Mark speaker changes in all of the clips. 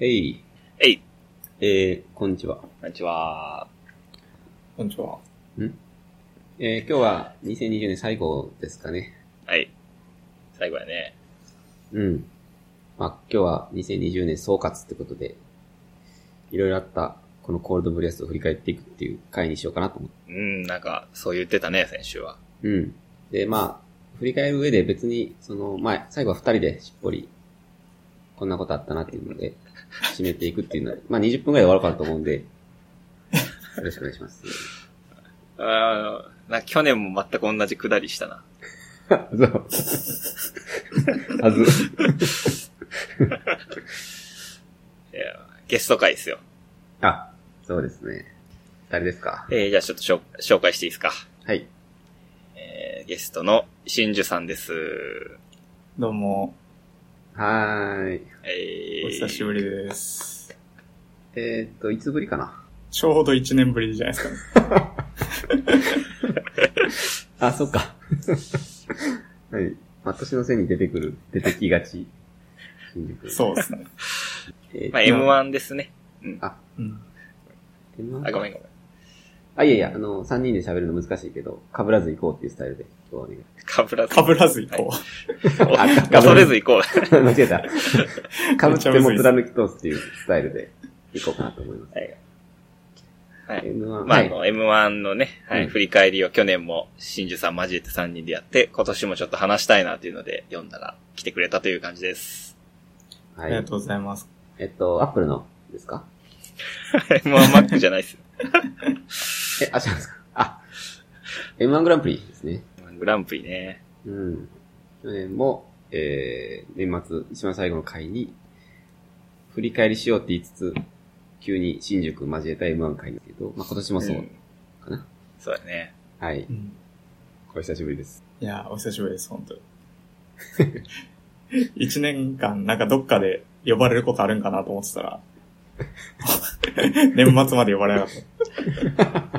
Speaker 1: えい。
Speaker 2: えい。
Speaker 1: えー、こんにちは。
Speaker 2: こんにちは。
Speaker 3: こんにちは。
Speaker 1: えー、今日は2020年最後ですかね。
Speaker 2: はい。最後やね。
Speaker 1: うん。まあ、今日は2020年総括ってことで、いろいろあった、このコールドブレスを振り返っていくっていう回にしようかなと思って。
Speaker 2: うん、なんか、そう言ってたね、先週は。
Speaker 1: うん。で、まあ、振り返る上で別に、その、まあ、最後は二人でしっぽり、こんなことあったなっていうので、締めていくっていうのは、まあ20分くらいで終わるかなと思うんで、よろしくお願いします。
Speaker 2: ああ、なんか去年も全く同じくだりしたな。
Speaker 1: そう。はず。
Speaker 2: いや、ゲスト会ですよ。
Speaker 1: あ、そうですね。誰ですか
Speaker 2: えー、じゃあちょっとしょ紹介していいですか。
Speaker 1: はい。
Speaker 2: えー、ゲストの真珠さんです。
Speaker 3: どうも、
Speaker 1: はーい。
Speaker 2: えー、
Speaker 3: お久しぶりです。
Speaker 1: えーっと、いつぶりかな
Speaker 3: ちょうど1年ぶりじゃないですか、ね。
Speaker 1: あ、そっか。 はい。まあ、年のせいに出てくる、出てきがち。新宿。
Speaker 3: そうですね。
Speaker 1: えー
Speaker 2: まあ、M1 ですね。
Speaker 3: う
Speaker 1: M1
Speaker 3: ん。
Speaker 2: あ、ごめんごめん。
Speaker 1: あ、いやいや、あの、3人で喋るの難しいけど、被らず行こうっていうスタイルで、今日はお願い。
Speaker 2: かぶらず。
Speaker 3: かぶらず行こ
Speaker 2: お 恐れず行こう。
Speaker 1: 間違えた。被っても貫き通すっていうスタイルで行こうかなと思います。
Speaker 2: はいはい
Speaker 1: M1、
Speaker 2: まあ、
Speaker 1: は
Speaker 2: あ
Speaker 1: い。
Speaker 2: の、M1 のね、は
Speaker 1: う
Speaker 2: い、
Speaker 1: ん
Speaker 2: 振り返りを去年も真珠さん交えて3人でやって、今年もちょっと話したいなというので読んだら来てくれたという感じ です。
Speaker 3: う。あ
Speaker 1: は
Speaker 3: りが
Speaker 1: い。
Speaker 3: とうございます。
Speaker 1: えっと、アップルのですか
Speaker 2: M1Mac じゃないですよ。
Speaker 1: え、あ、違うんですかあ、M1 グランプリですね。
Speaker 2: グランプリね。
Speaker 1: うん。去年も、えー、年末、一番最後の回に、振り返りしようって言いつつ、急に新宿交えた M1 回だけど、まあ、今年もそう。
Speaker 2: ん
Speaker 1: かな
Speaker 2: そうだね。
Speaker 1: はい。
Speaker 3: うん。
Speaker 1: お久しぶりです。
Speaker 3: いや、お久しぶりです、本当に。1年間、なんかどっかで呼ばれることあるんかなと思ってたら、 年末まで呼ばれなかった。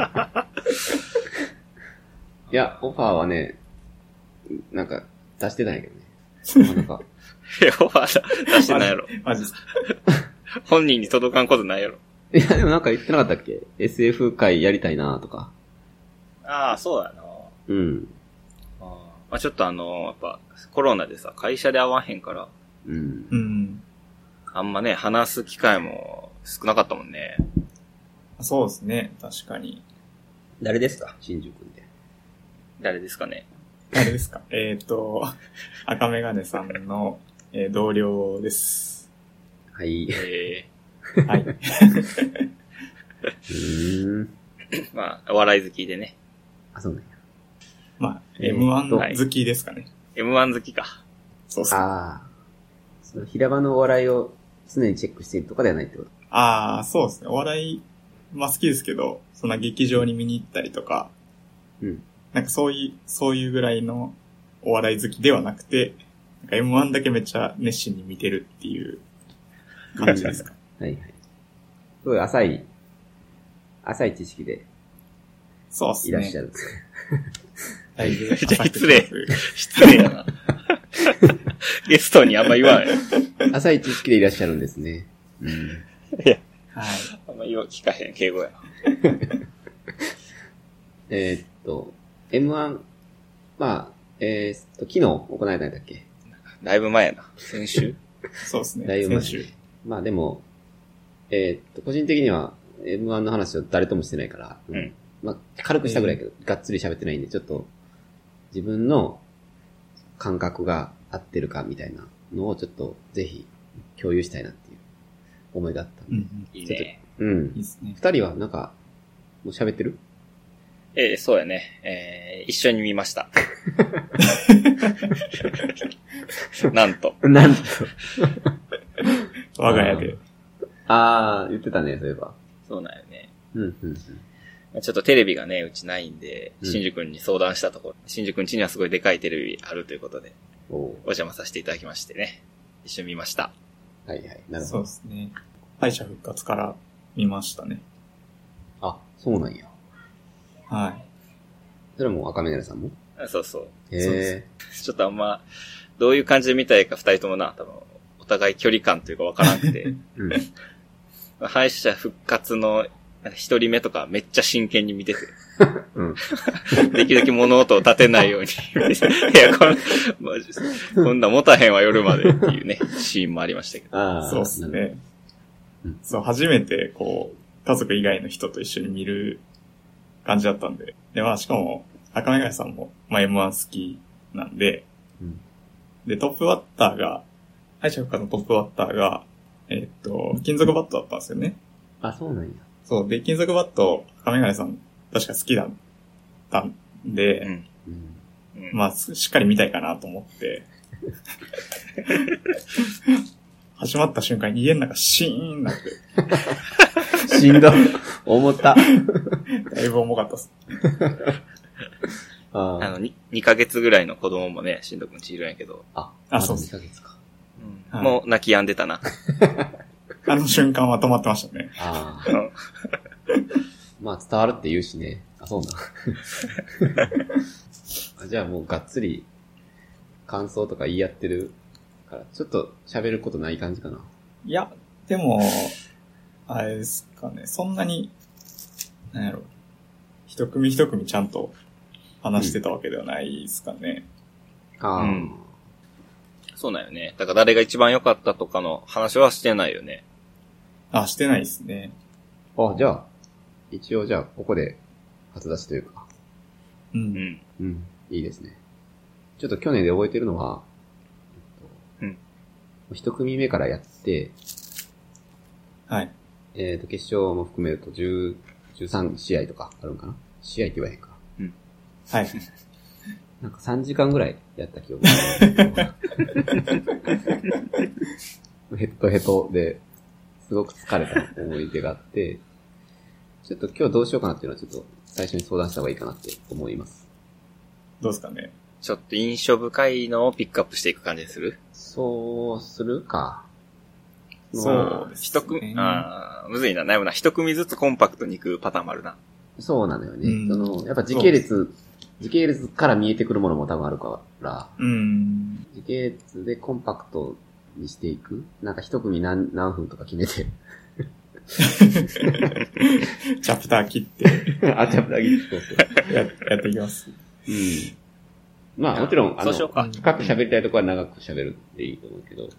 Speaker 1: いや、オファーはね、なんか、出してたんやけどね。なかなか。
Speaker 2: いや、オファー出してないやろ。
Speaker 3: マジですか。
Speaker 2: 本人に届かんことないやろ。
Speaker 1: いや、でもなんか言ってなかったっけ ?SF 会やりたいなとか。
Speaker 2: ああ、そうだな。
Speaker 1: うん。
Speaker 2: まあ、ちょっとあの、やっぱ、コロナでさ、会社で会わへんから、
Speaker 1: うん。
Speaker 3: うん。
Speaker 2: あんまね、話す機会も少なかったもんね。
Speaker 3: そうですね、確かに。
Speaker 1: 誰ですか新宿で。
Speaker 2: 誰ですかね。
Speaker 3: あれですか。えっ、と、赤メガネさんの、えー同僚です。
Speaker 1: はい。う
Speaker 2: え
Speaker 3: はい。
Speaker 1: ーん。
Speaker 2: えまあ、お笑い好きでね。
Speaker 1: あ、そうね。
Speaker 3: まあ、
Speaker 1: えー
Speaker 3: M1 好きですかね。
Speaker 2: M1 好きか。
Speaker 3: そうそう。
Speaker 1: ああ。その平場のお笑いを常にチェックしているとかではないってこと
Speaker 3: ああ、そうですね。お笑い、まあ好きですけど、そんな劇場に見に行ったりとか、
Speaker 1: うん。
Speaker 3: なんかそういう、そういうぐらいのお笑い好きではなくて、なんか M1 だけめっちゃ熱心に見てるっていう感じですか。
Speaker 1: はいはい。すごい浅い、浅い知識で
Speaker 3: そうです
Speaker 1: い
Speaker 3: ね。
Speaker 1: らっしゃる。
Speaker 3: だいぶ
Speaker 2: めっちゃ
Speaker 3: 浅く
Speaker 2: 失礼
Speaker 3: 深く
Speaker 2: 失礼やな。 ゲストにあんま言わんよ。
Speaker 1: 浅い知識でいらっしゃるんですね。うん。
Speaker 3: はい。
Speaker 2: あんま言わ、聞かへん、敬語や。
Speaker 1: えーっと、M1、まあ、えーっと、昨日行われたんだっけ
Speaker 2: だいぶ前やな。先週
Speaker 3: そうですね。
Speaker 1: だいぶ前
Speaker 3: 先週。
Speaker 1: まあでも、えーっと、個人的には M1 の話を誰ともしてないから、
Speaker 2: うん
Speaker 1: まあ、軽くしたぐらいやけど、がっつり喋ってないんで、ちょっと、自分の感覚が合ってるかみたいなのをちょっと、ぜひ、共有したいなっていう思いがあったん
Speaker 3: うんう
Speaker 1: で。
Speaker 3: ん。
Speaker 2: いいね。
Speaker 1: うん
Speaker 3: いい。ですね。
Speaker 1: 二人はなんか、もう喋ってる
Speaker 2: ええそうやね。ええ一緒に見ました。 なんと。
Speaker 1: なんと。
Speaker 3: 我が家で。
Speaker 1: あー、言ってたね、そういえば。
Speaker 2: そうなんよね。
Speaker 1: うん、うん、
Speaker 2: ちょっとテレビがね、うちないんで、
Speaker 1: うん
Speaker 2: 新宿に相談したところ、新宿家にはすごいでかいテレビあるということで、
Speaker 1: うん。お
Speaker 2: お邪魔させていただきましてね。一緒に見ました。
Speaker 1: ーはいはい。なるほ
Speaker 3: そう
Speaker 1: ど。
Speaker 3: ですね。敗者復活から見ましたね。
Speaker 1: あ、そうなんや。
Speaker 3: はい。
Speaker 1: それはもう赤目なさんも
Speaker 2: あそうそう。
Speaker 1: へ
Speaker 3: うです
Speaker 1: え。
Speaker 2: ちょっとあんま、どういう感じで見たいか二人ともな、多分、お互い距離感というかわからなくて、
Speaker 1: うん。
Speaker 2: 敗者復活の一人目とかめっちゃ真剣に見てて、
Speaker 1: うん。
Speaker 2: できるだけ物音を立てないように 見てて。いや、これ、マジですこんなん持たへんわ夜までっていうね、シーンもありましたけど。
Speaker 1: ああ。
Speaker 3: そうです
Speaker 1: なる
Speaker 3: ね
Speaker 1: うん。
Speaker 3: そう、初めて、こう、家族以外の人と一緒に見る感じだったんで。で、まあ、しかも、赤目がさんも、まあ、M1 好きなんで、
Speaker 1: うん
Speaker 3: で、トップバッターが、敗者復活のトップバッターが、えっと、金属バットだったんですよね。
Speaker 1: ほどあ、そうなんや。
Speaker 3: そう、で、金属バット、赤目がさん、確か好きだったんで、
Speaker 2: うん。
Speaker 1: うん。
Speaker 2: うん
Speaker 3: まあ、すしっかり見たいかなと 思って。始まった瞬間、家の中シーンなって、
Speaker 1: しんど。思った。
Speaker 3: だいぶ重かったっす。
Speaker 1: あ
Speaker 2: あ
Speaker 1: ー
Speaker 2: の、に2ヶ月ぐらいの子供もね、しんどくんちいるんやけど、
Speaker 1: あ。
Speaker 3: あそうっ
Speaker 1: ですす。2ヶ月か。
Speaker 3: はい
Speaker 2: もう泣き止んでたな。
Speaker 3: あの瞬間は止まってましたね。
Speaker 1: あ
Speaker 2: う
Speaker 1: あ。
Speaker 2: ん
Speaker 1: まあ、伝わるって言うしね。あ、そうな。あ じゃあもう、がっつり、感想とか言い合ってるから、ちょっと喋ることない感じかな。
Speaker 3: いや、でも、あれですかね、そんなに、なんやろ、一組一組ちゃんと話してたわけではないですかね。
Speaker 1: ああ。
Speaker 2: うんそうなんよね。だから誰が一番良かったとかの話はしてないよね。
Speaker 3: あ、してないですね。
Speaker 1: あ、じゃあ、一応じゃあ、ここで、初出しというか。
Speaker 3: う。
Speaker 2: うんん。
Speaker 1: うん。いいですね。ちょっと去年で覚えてるのは、えっと
Speaker 2: うん
Speaker 1: 一組目からやって、
Speaker 3: はい。
Speaker 1: えっ、と、決勝も含めると10 13試合とかあるんかな試合って言わへんか。
Speaker 3: はい。
Speaker 1: なんか3時間ぐらいやった記憶があるヘッドヘッドで、すごく疲れた思い出があって、ちょっと今日どうしようかなっていうのはちょっと最初に相談した方がいいかなって思います。
Speaker 3: どうですかね。
Speaker 2: ちょっと印象深いのをピックアップしていく感じにする
Speaker 1: そうするか。
Speaker 3: そうです、ね。
Speaker 2: 一組、ああ、むずいな、悩むな。一組ずつコンパクトに行くパターンもあるな。
Speaker 1: そうなのよね。
Speaker 3: うん
Speaker 1: その、やっぱ時系列、時系列から見えてくるものも多分あるから、
Speaker 3: うん。
Speaker 1: 時系列でコンパクトにしていくなんか一組何何分とか決めて。
Speaker 3: チャプター切っ て
Speaker 1: あ、ちゃぶだけ。そうそう。
Speaker 3: ややっていきます。
Speaker 1: うん。まあもちろん、あ
Speaker 2: そ
Speaker 1: の、
Speaker 2: うしよう
Speaker 1: 深
Speaker 2: か。
Speaker 1: く喋りたいとこは長く喋るっていいと思うけど、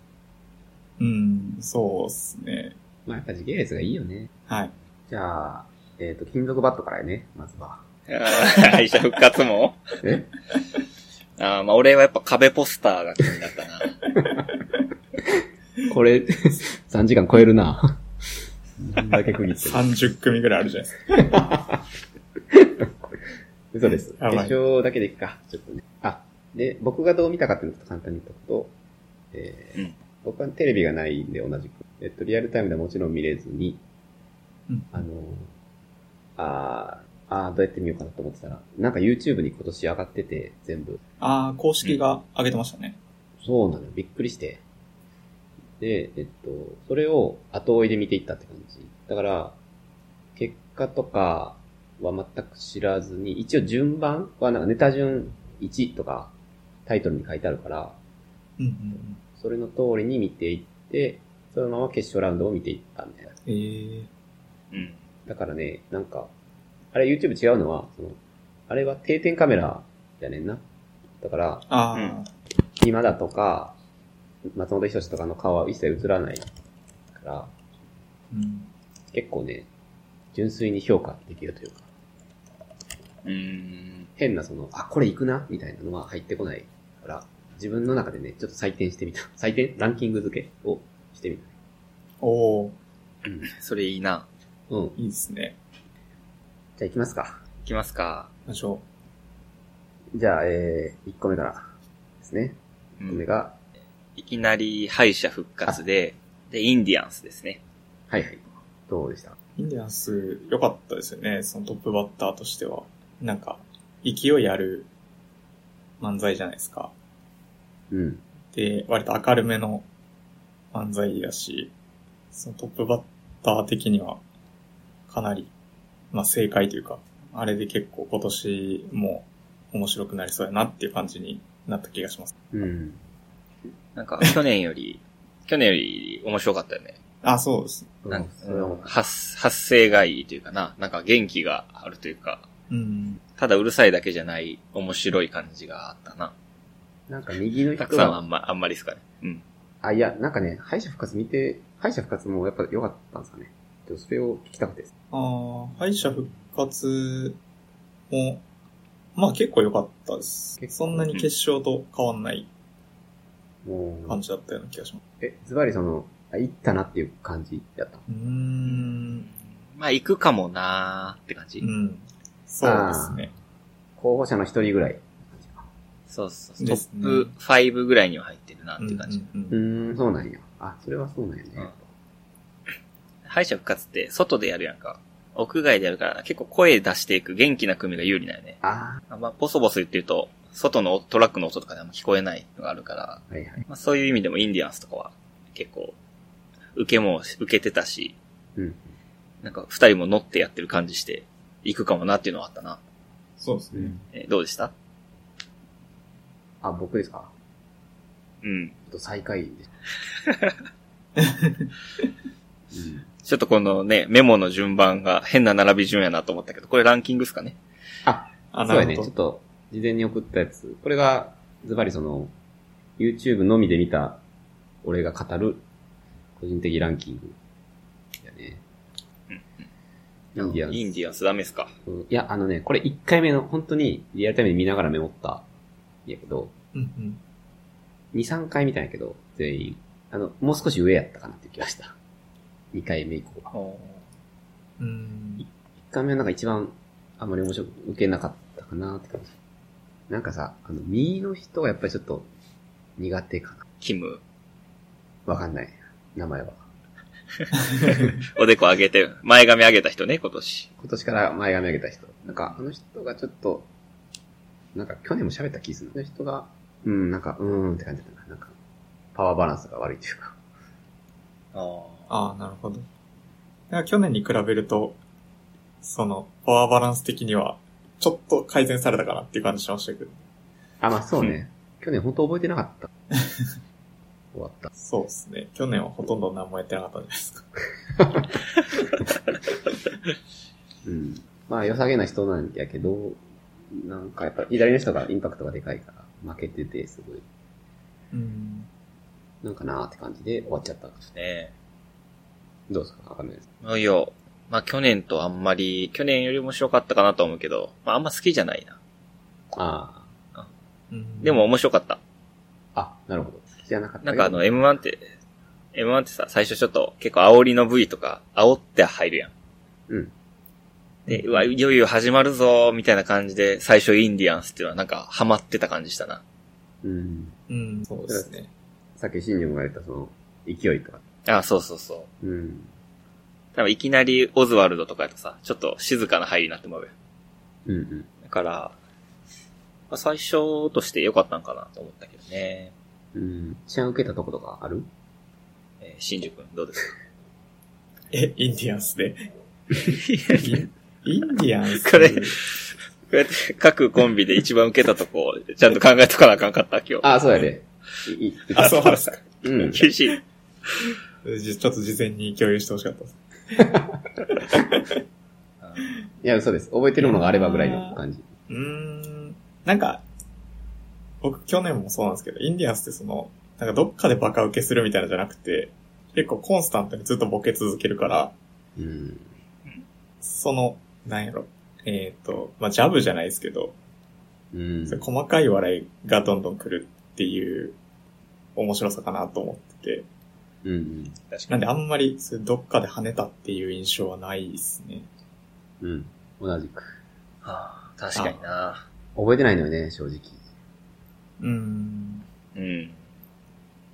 Speaker 3: うん、そうですね。
Speaker 1: まあやっぱ時系列がいいよね。
Speaker 3: はい。
Speaker 1: じゃあ、えっ、と、金属バットからやね、まずは。
Speaker 2: 敗者復活も
Speaker 1: え
Speaker 2: あーまあ俺はやっぱ壁ポスターが気になったな。
Speaker 1: これ、3時間超える な。どんだけ区切ってる。
Speaker 3: 30組ぐらいあるじゃないですか。
Speaker 1: 嘘です。決
Speaker 3: やばい
Speaker 1: 勝だけでいくか。ちょっとね。あ、で、僕がどう見たかっていうのをちょっと簡単に言っとくと、えー
Speaker 2: うん
Speaker 1: 僕はテレビがないんで同じく。えっと、リアルタイムではもちろん見れずに、
Speaker 3: うん
Speaker 1: あのー、あーあーどうやって見ようかなと思ってたら、なんか YouTube に今年上がってて、全部。
Speaker 3: ああ、公式が上げてましたね。
Speaker 1: そうなのよ。びっくりして。で、えっと、それを後追いで見ていったって感じ。だから、結果とかは全く知らずに、一応順番はなんかネタ順1とかタイトルに書いてあるから、
Speaker 3: うんうん
Speaker 1: それの通りに見ていって、そのまま決勝ラウンドを見ていったみたいな。
Speaker 3: うん。ええ
Speaker 2: うん。
Speaker 1: だからね、なんか、あれ YouTube 違うのは、その、あれは定点カメラやねんな。だから、
Speaker 3: ああ、
Speaker 2: うん
Speaker 1: 今だとか、松本人志とかの顔は一切映らないから、
Speaker 3: うん
Speaker 1: 結構ね、純粋に評価できるというか、
Speaker 2: うーん。
Speaker 1: 変なその、あ、これ行くなみたいなのは入ってこないから、自分の中でね、ちょっと採点してみた。 採点ランキング付けをしてみた。
Speaker 3: おー、
Speaker 2: うんそれいいな。
Speaker 1: うん。じ
Speaker 3: いいですね。
Speaker 1: ゃあ行きますか。
Speaker 2: いきますか。
Speaker 3: 行きましょ
Speaker 1: じゃあ、えー、1個目からですね。
Speaker 2: う
Speaker 1: 1
Speaker 2: ん
Speaker 1: 個目が、
Speaker 2: いきなり敗者復活で、で、インディアンスですね。
Speaker 1: はいはい。どうでした
Speaker 3: う。インディアンス、良かったですよね。そのトップバッターとしては。なんか、勢いある漫才じゃないですか。
Speaker 1: うん。
Speaker 3: で、割と明るめの漫才だし、そのトップバッター的には、かなり、まあ正解というか、あれで結構今年も面白くなりそうやなっていう感じになった気がします。
Speaker 1: うん。
Speaker 2: なんか、去年より去年より面白かったよね。
Speaker 3: あ、そうです。
Speaker 2: なんか
Speaker 1: それは思った
Speaker 2: 発、発声がいいというかな、なんか元気があるというか、
Speaker 3: うん。
Speaker 2: ただうるさいだけじゃない面白い感じがあったな。
Speaker 1: なんか右の人
Speaker 2: たくさんはあ
Speaker 1: が、
Speaker 2: んま、あんまりですかね。うん。
Speaker 1: あ、いや、なんかね、敗者復活見て、敗者復活もやっぱ良かったんですかね。でもそれを聞きたくてです。
Speaker 3: ああ、敗者復活も、まあ結構良かったです。
Speaker 1: 結構
Speaker 3: そんなに決勝と変わんない
Speaker 1: も
Speaker 3: 感
Speaker 1: う、
Speaker 3: じだったような気がします。
Speaker 1: え、ズバリその、あ、行ったなっていう感じやった。
Speaker 3: うーん。
Speaker 2: まあ、行くかもなーって感じ。
Speaker 3: うん。そうですね。
Speaker 1: 候補者の一人ぐらい。
Speaker 2: そうそう
Speaker 3: で
Speaker 2: ト
Speaker 3: す
Speaker 2: ッ
Speaker 3: ね
Speaker 2: プ5ぐらいには入ってるなっていう感じ。
Speaker 3: うんうん
Speaker 1: う
Speaker 3: うん
Speaker 1: ーん、そうなんや。あ、それはそうなんやね。
Speaker 2: うん敗者復活って外でやるやんか。屋外でやるから、結構声出していく元気な組が有利なんよね。
Speaker 1: あ
Speaker 2: あんまボソボソ言ってると、外のトラックの音とかであんま聞こえないのがあるから、
Speaker 1: ーはいはい。
Speaker 2: まあ、そういう意味でもインディアンスとかは結構、受けも、受けてたし、
Speaker 1: うん。
Speaker 2: なんか二人も乗ってやってる感じして、行くかもなっていうのはあったな。
Speaker 3: そうですね。
Speaker 2: えどうでした
Speaker 1: あ、僕ですか
Speaker 2: う
Speaker 1: ち
Speaker 2: ん。
Speaker 1: ょっと最下位です。 うん
Speaker 2: ちょっとこのね、メモの順番が変な並び順やなと思ったけど、これランキングですかね
Speaker 1: あ、
Speaker 3: あ、
Speaker 1: そうや
Speaker 3: なる
Speaker 1: ね。ち
Speaker 3: ほ
Speaker 1: ょっ
Speaker 3: ど。
Speaker 1: と、事前に送ったやつ。これが、ズバリその、YouTube のみで見た、俺が語る、個人的ランキング。やね。インディアンス
Speaker 2: インディアンスダメですか
Speaker 1: うんいや、あのね、これ1回目の、本当にリアルタイムで見ながらメモった、やけど、
Speaker 3: うんうん
Speaker 1: 2、3回見たんやけど、全員。あの、もう少し上やったかなっていう気がした。2回目以降は。
Speaker 3: うん。
Speaker 1: 1回目はなんか一番、あんまり面白く受けなかったかなって感じ。なんかさ、あの、右の人がやっぱりちょっと、苦手かな。
Speaker 2: キム、
Speaker 1: わかんない。名前は。
Speaker 2: おでこ上げて、前髪上げた人ね、今年。
Speaker 1: 今年から前髪上げた人。なんか、あの人がちょっと、なんか去年も喋った気するな。あの人が、うん、なんか、うーんって感じだったな。なんか、パワーバランスが悪いというか。
Speaker 2: あ
Speaker 3: ああ、なるほど。だから去年に比べると、その、パワーバランス的には、ちょっと改善されたかなっていう感じしましたけど。
Speaker 1: あ、まあそうね。去年本当覚えてなかった。終わった。
Speaker 3: そうですね。去年はほとんど何もやってなかったんじゃないですか。
Speaker 1: うん。まあ良さげな人なんやけど、なんかやっぱ左の人がインパクトがでかいから、負けてて、すごい、
Speaker 3: うん。
Speaker 1: なんかなーって感じで終わっちゃった。
Speaker 2: あ。ね
Speaker 1: どうですかわかんないです。
Speaker 2: え。いや、まあ去年とあんまり、去年より面白かったかなと思うけど、まああんま好きじゃないな。
Speaker 1: あ
Speaker 2: でも、面白かった。
Speaker 1: あ。あ、なるほど。じゃなかった
Speaker 2: な
Speaker 1: け
Speaker 2: ん
Speaker 1: ど
Speaker 2: かあの、M1 って、M1 ってさ、最初ちょっと結構煽りの V とか、煽って入るやん。
Speaker 1: うん。
Speaker 2: で、うわ、いよいよ始まるぞーみたいな感じで、最初インディアンスっていうのはなんか、ハマってた感じしたな。
Speaker 1: うん。
Speaker 3: うん、そうですね。
Speaker 1: さっき新ンが言ったその、勢いとか。
Speaker 2: あそうそうそう。
Speaker 1: うん。
Speaker 2: 多分いきなりオズワルドとかやとさ、ちょっと静かな入りになってまうよ。
Speaker 1: うんうん。
Speaker 2: だから、まあ最初として良かったんかなと思ったけどね。
Speaker 1: うん。治安受けたとことかある
Speaker 2: えー、新宿君どうです
Speaker 3: え、インディアンスで。
Speaker 2: か
Speaker 3: イン インディアンス
Speaker 2: これこうやって 各コンビで一番受けたとこ、ちゃんと考えとかなあかんかった、今日。
Speaker 1: あ、そうやで。いい
Speaker 3: あ、そうなんですか。
Speaker 1: うん。
Speaker 2: 厳しい。
Speaker 3: じゃちょっと事前に共有してほしかったです。
Speaker 1: いや、そうです。覚えてるものがあればぐらいの感じ。
Speaker 3: うーん。なんか、僕去年もそうなんですけど、インディアンスってその、なんかどっかでバカ受けするみたいなのじゃなくて、結構コンスタントにずっとボケ続けるから、
Speaker 1: うん。
Speaker 3: その、なんやろ、えっ、と、まあ、ジャブじゃないですけど、
Speaker 1: うん。
Speaker 3: そういう細かい笑いがどんどん来るっていう面白さかなと思ってて、
Speaker 1: うん。
Speaker 2: 確
Speaker 3: なんであんまりそういうどっかで跳ねたっていう印象はないですね。
Speaker 1: うん。同じく。
Speaker 2: はあ、確かにな。
Speaker 1: 覚えてないのよね、正直。
Speaker 3: うん。
Speaker 2: うん。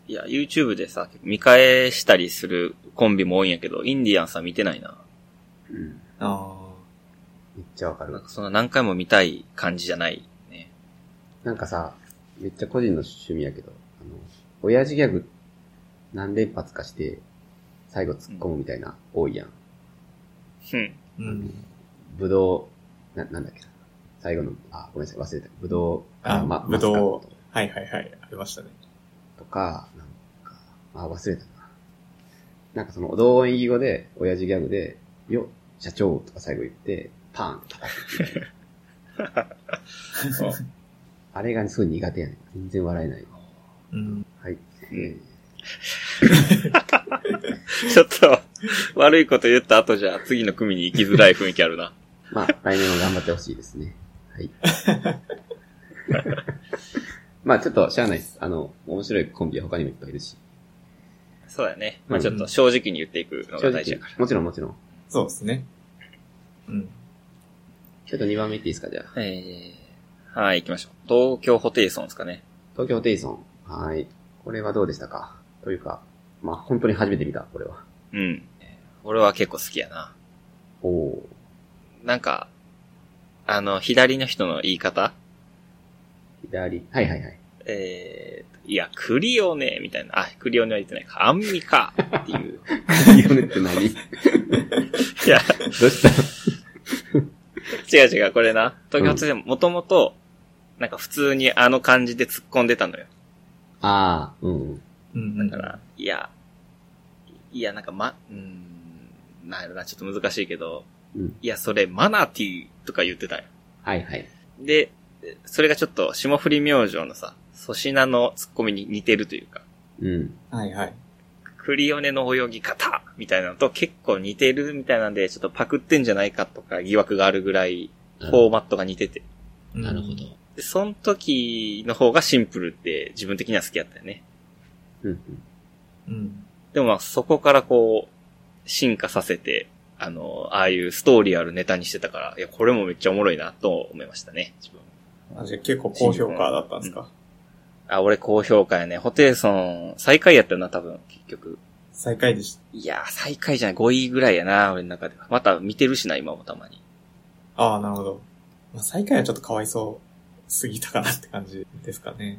Speaker 2: いや、YouTube でさ、見返したりするコンビも多いんやけど、インディアンスは見てないな。
Speaker 1: うん。
Speaker 3: あ
Speaker 1: めっちゃわか
Speaker 2: なん
Speaker 1: る。
Speaker 2: かそんな何回も見たい感じじゃないね。
Speaker 1: なんかさ、めっちゃ個人の趣味やけど、あの、親父ギャグ何連発かして、最後突っ込むみたいな、多いやん。
Speaker 2: うん。
Speaker 3: ー。うん。
Speaker 1: ぶどう、な、なんだっけな。最後の、あ、ごめんなさい、忘れた。ぶどう、
Speaker 3: あ
Speaker 1: ま、
Speaker 3: ぶどう
Speaker 1: マスカット
Speaker 3: はいはいはい。ありましたね。
Speaker 1: とか、なんか、あ、忘れたな。なんかその、同音異義語で、親父ギャグで、よ、社長とか最後言って、パーンって叩く。あれがすごい苦手やねん。全然笑えない。
Speaker 3: うん。
Speaker 1: はい。
Speaker 2: うんちょっと、悪いこと言った後じゃ、次の組に行きづらい雰囲気あるな。
Speaker 1: まあ、来年も頑張ってほしいですね。 はい。まあ、ちょっと、しゃあないです。あの、面白いコンビは他にもいっぱいいるし。
Speaker 2: そうだね。まあちょっと正直に言っていくのが大事だから。
Speaker 1: もちろんもちろん。
Speaker 3: そうですね。うん。
Speaker 1: ちょっと2番目いっていいですか、じゃあ。
Speaker 2: えー、はい、行きましょう。東京ホテイソンですかね。
Speaker 1: 東京ホテイソン。はい。これはどうでしたかというか、まあ、本当に初めて見た、これは。
Speaker 2: うん。俺は結構好きやな。
Speaker 1: おお。
Speaker 2: なんか、あの、左の人の言い方
Speaker 1: 左。はいはい はい。
Speaker 2: えー、いや、クリオネみたいな。あ、クリオネは言ってないか。アンミカっていう。
Speaker 1: クリオネって何ど
Speaker 2: いや、
Speaker 1: うした
Speaker 2: 違う違う、これな。東京ホテイソン、もともと、なんか普通にあの感じで突っ込んでたのよ。
Speaker 1: ああ、うん。
Speaker 3: うん、
Speaker 2: だから、いや、いや、なんかま、うーん、なんやろな、ちょっと難しいけど、
Speaker 1: うん
Speaker 2: いや、それ、マナティーとか言ってたよ。
Speaker 1: はいはい。
Speaker 2: で、それがちょっと、霜降り明星のさ、粗品のツッコミに似てるというか、
Speaker 1: うん。
Speaker 3: はいはい。
Speaker 2: クリオネの泳ぎ方みたいなのと結構似てるみたいなんで、ちょっとパクってんじゃないかとか疑惑があるぐらい、フォーマットが似てて。
Speaker 3: うん
Speaker 1: なるほど。。
Speaker 2: で、その時の方がシンプルって自分的には好きだったよね。
Speaker 1: うん
Speaker 3: うん。
Speaker 2: でもまあそこからこう、進化させて、あの、ああいうストーリーあるネタにしてたから、いや、これもめっちゃおもろいなと思いましたね、自分。
Speaker 3: あ、じゃあ結構高評価だったんですか
Speaker 2: あ、俺高評価やね。ホテイソン、最下位やったよな、多分、結局。
Speaker 3: 最下位でした。
Speaker 2: いやー、最下位じゃない、5位ぐらいやな、俺の中では。また見てるしな、今もたまに。
Speaker 3: ああ、なるほど。まあ、最下位はちょっとかわいそうすぎたかなって感じですかね。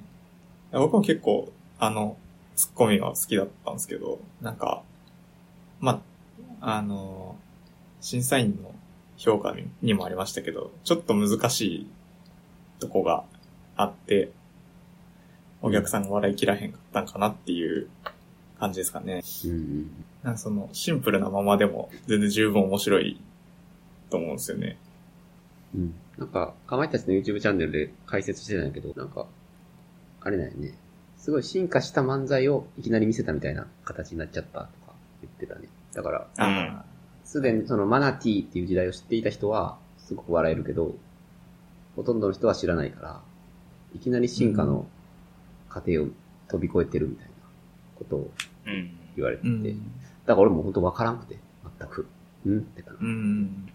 Speaker 3: 僕も結構、あの、ツッコミは好きだったんですけど、なんか、まあ、あの、審査員の評価ににもありましたけど、ちょっと難しいとこがあって、お客さんが笑いきらへんかったんかなっていう感じですかね。
Speaker 1: うん。うん
Speaker 3: なんかその、シンプルなままでも全然十分面白いと思うんですよね。
Speaker 1: うん。うん。なんか、かまいたちの YouTube チャンネルで解説してたんやけど、なんか、あれだよね。すごい進化した漫才をいきなり見せたみたいな形になっちゃったとか言ってたね。だから、
Speaker 2: うん
Speaker 3: ああ
Speaker 1: すでにそのマナティーっていう時代を知っていた人は、すごく笑えるけど、ほとんどの人は知らないから、いきなり進化の過程を飛び越えてるみたいなことを
Speaker 2: うん。
Speaker 1: 言われてて、だ
Speaker 3: ん。
Speaker 1: から俺も本当わからんくて、全く。うんってかな。
Speaker 3: うん。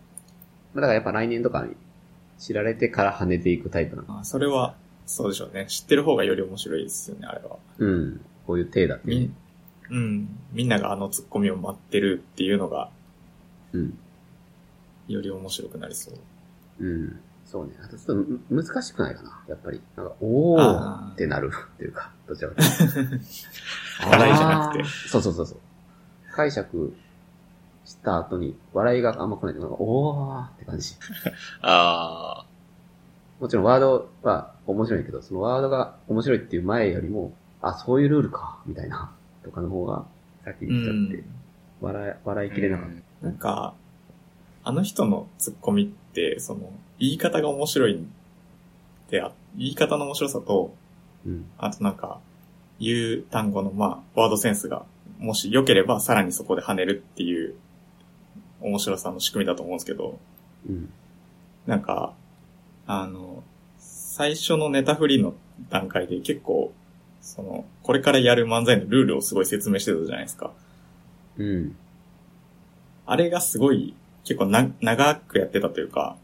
Speaker 1: だからやっぱ来年とかに知られてから跳ねていくタイプなの。
Speaker 3: あそれは、そうでしょうね。知ってる方がより面白いですよね、あれは。
Speaker 1: うん。こういう体だって
Speaker 3: み
Speaker 1: ね。
Speaker 3: ん、うん。みんながあのツッコミを待ってるっていうのが、
Speaker 1: うん。
Speaker 3: より面白くなりそう。
Speaker 1: うん。そうね。あとちょっとむ難しくないかな。やっぱり。なんか、おー
Speaker 3: ああ
Speaker 1: ってなるっていうか、どちらかというと。
Speaker 3: 笑いじゃなくて
Speaker 1: あー。そうそうそうそう。解釈した後に、笑いがあんま来ない。なんか、おーって感じ。
Speaker 2: あ
Speaker 1: もちろんワードは面白いけど、そのワードが面白いっていう前よりも、あ、そういうルールか、みたいな、とかの方が、先
Speaker 3: う
Speaker 1: に来ちゃって
Speaker 3: ん、。
Speaker 1: 笑い、笑い
Speaker 2: ー。
Speaker 1: きれなかっ
Speaker 2: うん
Speaker 3: なんか、あの人のツッコミって、その、言い方が面白いってあ、言い方の面白さと、
Speaker 1: た。うん。
Speaker 3: あとなんか、言う単語の、まあ、ワードセンスが、もし良ければ、さらにそこで跳ねるっていう、面白さの仕組みだと思うんですけど、
Speaker 1: うん。
Speaker 3: なんか、あの、最初のネタ振りの段階で結構、その、これからやる漫才のルールをすごい説明してたじゃないですか。
Speaker 1: うん。
Speaker 3: あれがすごい、結構な、長くやってたというか、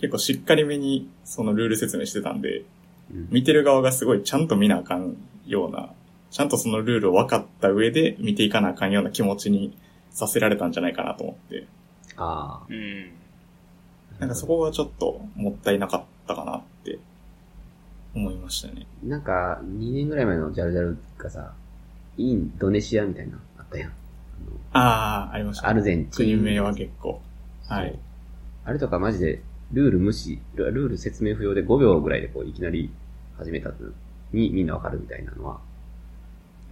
Speaker 3: 結構しっかりめにそのルール説明してたんで、
Speaker 1: うん。
Speaker 3: 見てる側がすごいちゃんと見なあかんような、ちゃんとそのルールを分かった上で見ていかなあかんような気持ちにさせられたんじゃないかなと思って、
Speaker 1: あ
Speaker 2: うん。
Speaker 1: あ。
Speaker 3: なんかそこがちょっともったいなかったかなって思いましたね。
Speaker 1: なんか、2年ぐらい前のジャルジャルがさ、インドネシアみたいな、あったやん。あの
Speaker 3: ああ、ありました。
Speaker 1: アルゼンチン。
Speaker 3: 国名は結構。はい。
Speaker 1: あれとかマジで、ルール無視、ルルール説明不要で5秒ぐらいでこういきなり始めたのにみんなわかるみたいなのは、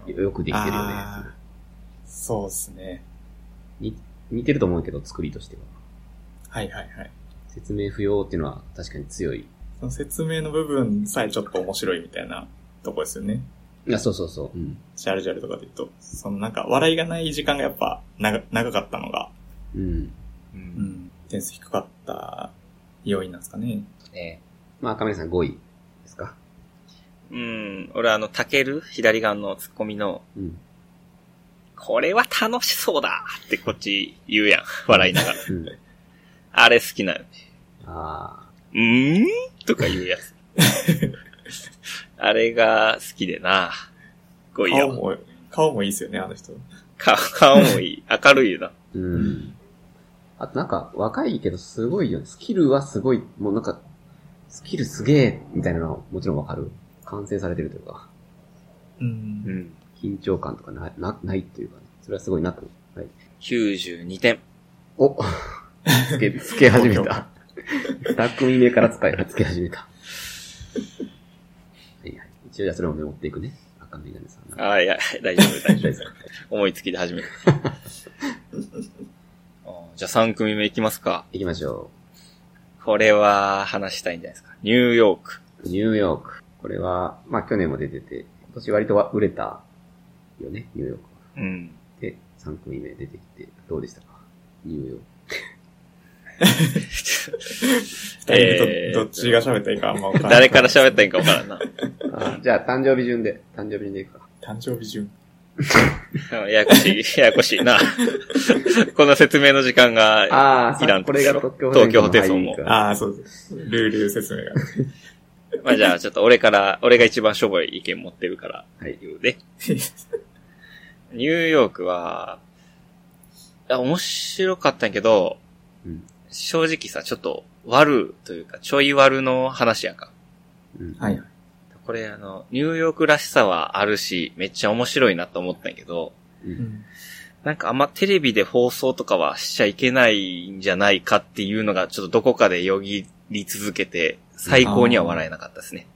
Speaker 1: よくできてるよね。
Speaker 3: あーそうですね。
Speaker 1: 似てると思うけど、作りとしては。
Speaker 3: はいはいはい。
Speaker 1: 説明不要っていうのは確かに強い。
Speaker 3: その説明の部分さえちょっと面白いみたいなとこですよね。
Speaker 1: いや、そうそうそう。うん。
Speaker 3: ジャルジャルとかで言うと。そのなんか笑いがない時間がやっぱ長長かったのが、
Speaker 1: うん。
Speaker 2: う。
Speaker 3: うんん、点数低かった要因なんですかね。
Speaker 2: ね
Speaker 1: まあ、カメラさん5位ですか。
Speaker 2: うん。俺あの、タケル左側のツッコミの、
Speaker 1: うん。
Speaker 2: これは楽しそうだってこっち言うやん。笑いながら。
Speaker 1: うん。
Speaker 2: あれ好きなの。
Speaker 1: あ
Speaker 2: うーんとか言うやつ。あれが好きでな。こういい
Speaker 3: 顔
Speaker 2: よ。
Speaker 3: も、顔もいいですよね、あの人。
Speaker 2: 顔顔もいい。明るいよな。
Speaker 1: あ。うん。あとなんか、若いけどすごいよね。スキルはすごい、もうなんか、スキルすげえみたいなのはもちろんわかる。完成されてるというか、
Speaker 3: う。
Speaker 2: うんん。
Speaker 1: 緊張感とかななないというか、ね、それはすごいなく。はい。
Speaker 2: 92点。
Speaker 1: おつ け、つけ始めた。二組目から使いがつけ始めた。はいはい。一応じゃあそれをメモっていくね。赤メガネさんが。
Speaker 2: ああ、いや、大丈夫、大丈
Speaker 1: 大
Speaker 2: 夫。
Speaker 1: 丈夫
Speaker 2: 思いつきで 始める。あーじゃあ3組目いきますか。
Speaker 1: 行きましょ
Speaker 2: これは話したいんじゃないですか。ニューヨーク。
Speaker 1: う。ニューヨーク。これは、まあ去年も出てて、今年割とは売れたよね、ニューヨークは。
Speaker 2: うん。
Speaker 1: で、3組目出てきて、どうでしたかニューヨーク。
Speaker 3: 二人で
Speaker 2: えー
Speaker 3: どどっちが喋ったらいいかあんま分からな
Speaker 2: 誰
Speaker 3: い。
Speaker 2: から喋ったらいいかわからんな。
Speaker 1: あじゃあ誕生日順で、誕生日順でいくか。
Speaker 3: 誕生日順。
Speaker 2: うんややこしい、ややこしいな。この説明の時間が、
Speaker 1: ああ、さ
Speaker 2: いらん
Speaker 1: これが東京
Speaker 2: 東京ホテイソン
Speaker 1: の入
Speaker 2: も
Speaker 1: りか
Speaker 3: ああ、そうです。ルール説明が。
Speaker 2: まあじゃあちょっと俺から、俺が一番しょぼい意見持ってるから
Speaker 1: はい。
Speaker 2: 言う で。ニューヨークは、いや面白かったんやけど、
Speaker 1: うん
Speaker 2: 正直さ、ちょっと悪というか、ちょい悪の話やんか。
Speaker 1: うん。
Speaker 3: はいはい。
Speaker 2: これあの、ニューヨークらしさはあるし、めっちゃ面白いなと思ったんやけど、
Speaker 3: うん
Speaker 2: なんかあんまテレビで放送とかはしちゃいけないんじゃないかっていうのがちょっとどこかでよぎり続けて、最高には笑えなかったですね。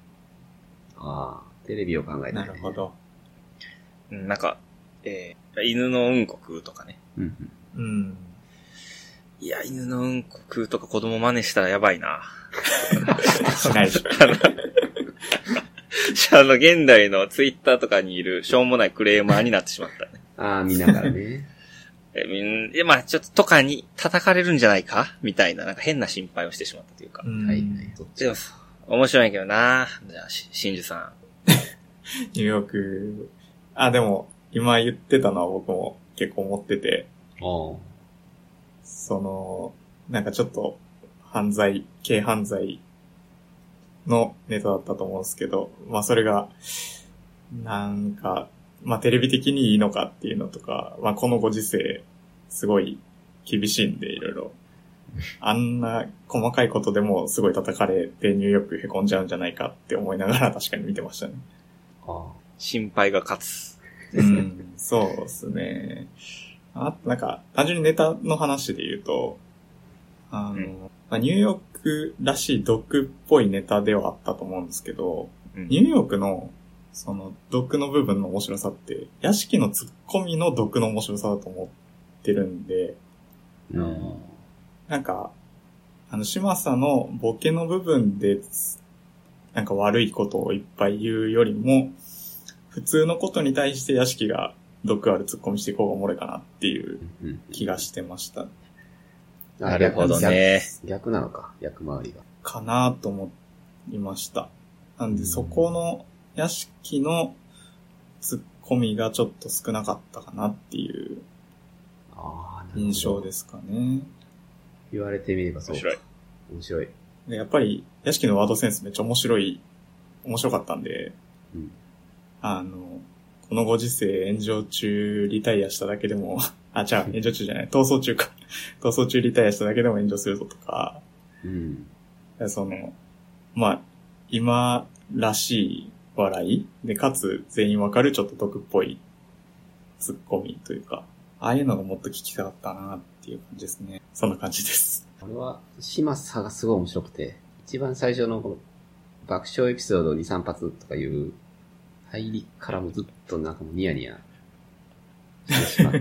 Speaker 1: ああ、テレビを考えて、
Speaker 3: なるほ。ど。
Speaker 2: うんなんか、えー犬のうんこ食うとかね。
Speaker 1: うんうん。
Speaker 3: うん。
Speaker 2: いや、犬のうんこ食うとか子供真似したらやばいな。
Speaker 3: しないでしょ。
Speaker 2: あの、現代のツイッターとかにいるしょうもないクレーマーになってしまったね。
Speaker 1: ああ、見ながら ね。
Speaker 2: えーみんで、まあちょっととかに叩かれるんじゃないかみたいな、なんか変な心配をしてしまったというか。
Speaker 3: うん
Speaker 1: はい。
Speaker 3: ニ
Speaker 1: そっち
Speaker 2: でも、面白いんやけどな。じゃあ、し、真珠さん。
Speaker 3: ューヨーク、あ、でも、今言ってたのは僕も結構思ってて、
Speaker 1: お
Speaker 3: その、なんかちょっと、犯罪、軽犯罪のネタだったと思うんですけど、まあそれが、なんか、まあテレビ的にいいのかっていうのとか、まあこのご時世、すごい厳しいんでいろいろ。あんな細かいことでもすごい叩かれてニューヨークへこんじゃうんじゃないかって思いながら確かに見てましたね。
Speaker 1: あ
Speaker 2: 心配が勝つ。
Speaker 3: うん、そうですね。あと、なんか、単純にネタの話で言うと、あの、
Speaker 2: うん
Speaker 3: まあ、ニューヨークらしい毒っぽいネタではあったと思うんですけど、
Speaker 2: うん
Speaker 3: ニューヨークの、その、毒の部分の面白さって、屋敷のツッコミの毒の面白さだと思ってるんで、
Speaker 1: う
Speaker 2: うん
Speaker 1: ん。
Speaker 3: なんか、あの、島さんのボケの部分で、なんか悪いことをいっぱい言うよりも、普通のことに対して屋敷が毒ある突っ込みしていこうがおもろいかなっていう
Speaker 1: うん。
Speaker 3: 気がしてました。
Speaker 2: なるほどね。
Speaker 1: 逆。逆なのか、逆回りが。
Speaker 3: かなと思いました。なんで、そこの屋敷の突っ込みがちょっと少なかったかなっていう
Speaker 1: ああ、。
Speaker 3: 印象ですすかね。
Speaker 1: 言われてみればそう。
Speaker 2: 面白い。。
Speaker 1: 面白い。
Speaker 3: でやっぱり、屋敷のワードセンスめっちゃ面白い、面白かったんで、
Speaker 1: うん
Speaker 3: あの、このご時世炎上中リタイアしただけでも、 あ、じゃあ炎上中じゃない、逃走中か。 逃走中リタイアしただけでも炎上するぞとか、
Speaker 1: うん。
Speaker 3: その、まあ、今らしい笑いで、かつ全員わかるちょっと毒っぽいツッコミというか、ああいうのがもっと聞きたかったなっていう感じですね。そんな感じです。
Speaker 1: これは、島佐がすごい面白くて、一番最初のこの、爆笑エピソード2、3発とかいう入りからもずっとなんかもうニヤニヤしてしまっ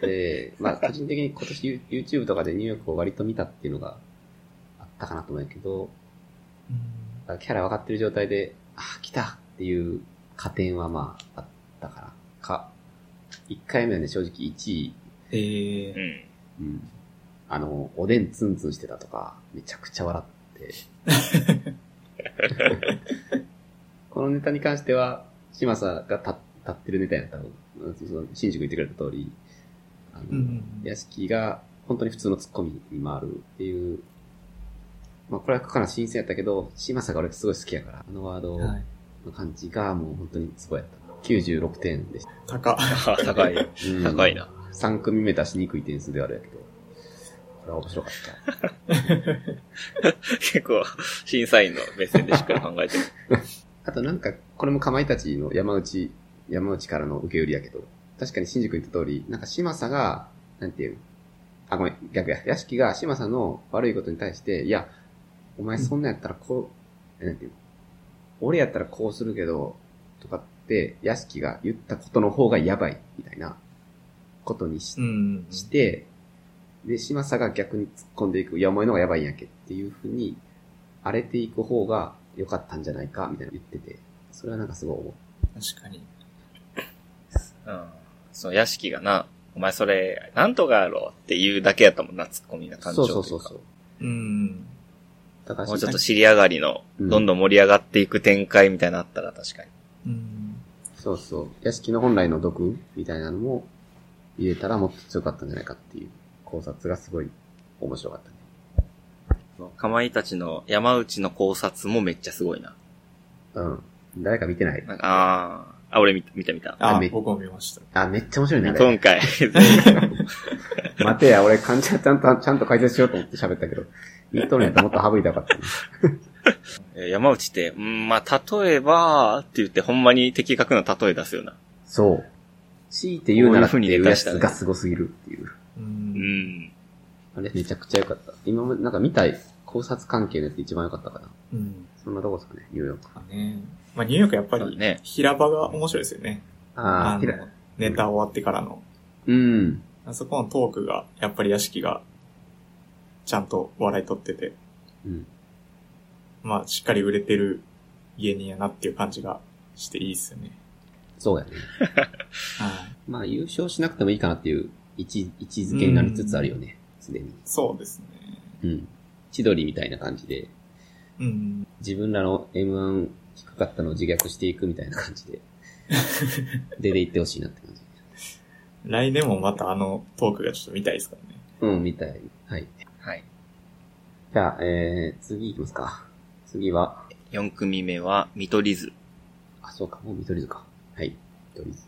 Speaker 1: て、まあ個人的に今年 You- YouTube とかでニューヨークを割と見たっていうのがあったかなと思うんやけど、
Speaker 3: うん
Speaker 1: キャラ分かってる状態で、あ、来たっていう加点はまああったからか、1回目はね正直1位、
Speaker 3: え
Speaker 2: う
Speaker 1: う
Speaker 2: ん。
Speaker 3: え
Speaker 1: ん、あの、おでんツンツンしてたとか、めちゃくちゃ笑 って。このネタに関しては、嶋佐が立立ってるネタやったの。うんその新宿言ってくれた通り、あの、
Speaker 3: うんうん
Speaker 1: 屋敷が本当に普通のツッコミに回るっていう、まあこれはかかな新鮮やったけど、嶋佐が俺すごい好きやから、あのワード
Speaker 3: は
Speaker 1: の
Speaker 3: い。
Speaker 1: 感じがもう本当にすごいやった。96点でした。
Speaker 3: 高。
Speaker 2: あ高い。
Speaker 1: うん
Speaker 2: 高いな。
Speaker 1: 3組目出しにくい点数ではあるやけど、これは面白かった。
Speaker 2: 結構、審査員の目線でしっかり考えてる。
Speaker 1: あとなんか、これもかまいたちの山内、山内からの受け売りやけど、確かに新宿言った通り、なんか嶋佐が、なんていうのあ、ごめん、逆や。屋敷が嶋佐の悪いことに対して、いや、お前そんなんやったらこう、えなんていうの俺やったらこうするけど、とかって、屋敷が言ったことの方がやばい、みたいな、ことにし
Speaker 3: うん。
Speaker 1: して、で、嶋佐が逆に突っ込んでいく、いや、お前の方がやばいんやけっていう風に、荒れていく方が良かったんじゃないか、みたいなの言ってて、それはなんかすごい思う。
Speaker 3: 確かに。
Speaker 2: うん。その屋敷がな、お前それ、なんとかやろっていうだけやったもんな、ツッコミな感情
Speaker 1: そう
Speaker 2: と
Speaker 1: そ
Speaker 2: いうか。
Speaker 1: うそうそう。
Speaker 3: うん。
Speaker 1: だから
Speaker 2: もうちょっと尻上がりの、
Speaker 1: うん
Speaker 2: どんどん盛り上がっていく展開みたいなのあったら確かに。
Speaker 3: うん。
Speaker 1: そうそう。屋敷の本来の毒みたいなのも入れたらもっと強かったんじゃないかっていう考察がすごい面白かったね。
Speaker 2: かまいたちの山内の考察もめっちゃすごいな。
Speaker 1: うん。誰か見てない
Speaker 2: なんか、あーあ、俺見た、見た見た。
Speaker 3: あ
Speaker 1: め、
Speaker 3: 僕も見ました。
Speaker 1: あ、めっちゃ面白いね。あれ
Speaker 2: 今 回、
Speaker 1: 待てや、俺感じはちゃんと、ちゃんと解説しようと思って喋ったけど、言っとるんやったらもっと省いたらよかったね。
Speaker 2: えー山内って、うんまあ、例えば、って言ってほんまに的確な例え出すよな。
Speaker 1: そう。強いて言うならって
Speaker 2: こういう風
Speaker 1: い
Speaker 2: に
Speaker 1: う
Speaker 2: 出
Speaker 1: や
Speaker 2: したね
Speaker 1: つがすごすぎるっていう。
Speaker 3: う。
Speaker 2: うんん。
Speaker 1: あれめちゃくちゃ良かった。今までなんか見たい考察関係のやつ一番良かったかな。
Speaker 3: うん。
Speaker 1: そんなとこですかね、ニューヨーク。
Speaker 3: かね。まあ、ニューヨークやっぱ
Speaker 2: そう
Speaker 3: り、
Speaker 2: ね
Speaker 3: 平場が面白いですよね。
Speaker 1: ああ、
Speaker 3: の
Speaker 1: ひら、
Speaker 3: ネタ終わってからの。
Speaker 1: うん。
Speaker 3: あそこのトークが、やっぱり屋敷が、ちゃんと笑い取ってて、
Speaker 1: うん。
Speaker 3: まあ、しっかり売れてる芸人やなっていう感じがしていいっすよね。
Speaker 1: そうやね。
Speaker 3: はい。
Speaker 1: まあ優勝しなくてもいいかなっていう位置、位置づけになりつつあるよね、すでに。
Speaker 3: そうですね。
Speaker 1: うん。千鳥みたいな感じで、
Speaker 3: うん。
Speaker 1: 自分らの M1 低かったのを自虐していくみたいな感 じで、出ていってほしいなって感じ。
Speaker 3: 来年もまたあのトークがちょっと見たいですからね。
Speaker 1: うん、みたい。はい。
Speaker 2: はい。
Speaker 1: じゃあ、えー、次行きますか。次は、
Speaker 2: 4組目は、見取り図。
Speaker 1: あ、そうか、もう見取り図か。はい、見取り図。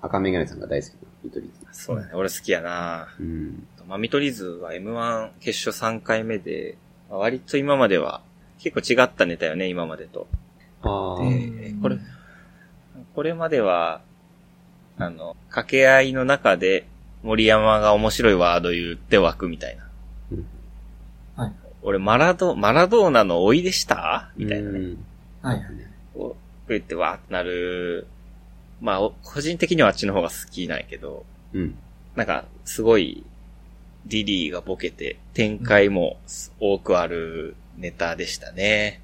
Speaker 1: 赤メガネさんが大好きな見取り図。
Speaker 2: そうだね。俺好きやな
Speaker 1: うん。
Speaker 2: まあ、見取り図は M1 決勝3回目で、まあ割と今までは、結構違ったネタよね、今までと。
Speaker 1: ああ、
Speaker 2: で
Speaker 3: うん
Speaker 2: これこれまでは、あの、掛け合いの中で、森山が面白いワード言って枠みたいな。
Speaker 1: うん
Speaker 3: はい
Speaker 2: 俺、マラド、マラドーナの老いでしたみたいなね。
Speaker 1: ね。
Speaker 3: はい
Speaker 2: こう、言ってわーってなる。まあ、お個人的にはあっちの方が好きなんやけど、
Speaker 1: うん。
Speaker 2: なんか、すごい、リリーがボケて、展開も多くあるネタでしたね。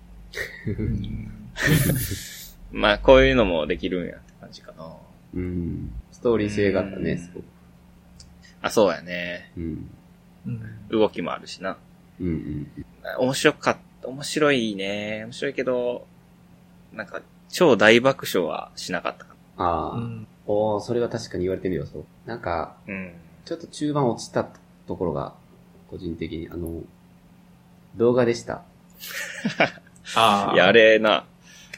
Speaker 2: まあ、こういうのもできるんやって感じかな。
Speaker 1: うん。ストーリー性があった
Speaker 3: う
Speaker 1: ね、
Speaker 3: ん
Speaker 1: すごく。
Speaker 2: あ、そうやね。
Speaker 1: うん。
Speaker 3: うん。
Speaker 2: 動きもあるしな。
Speaker 1: うんうん。
Speaker 2: 面白かった、面白いね。面白いけど、なんか、超大爆笑はしなかったか
Speaker 1: ああ、
Speaker 3: うん。
Speaker 1: おおそれは確かに言われてみるよ、そう。なんか、
Speaker 2: な。うん。
Speaker 1: ちょっと中盤落ちたところが、個人的に、あの、動画でした。
Speaker 3: ああ。
Speaker 2: いや、あれな、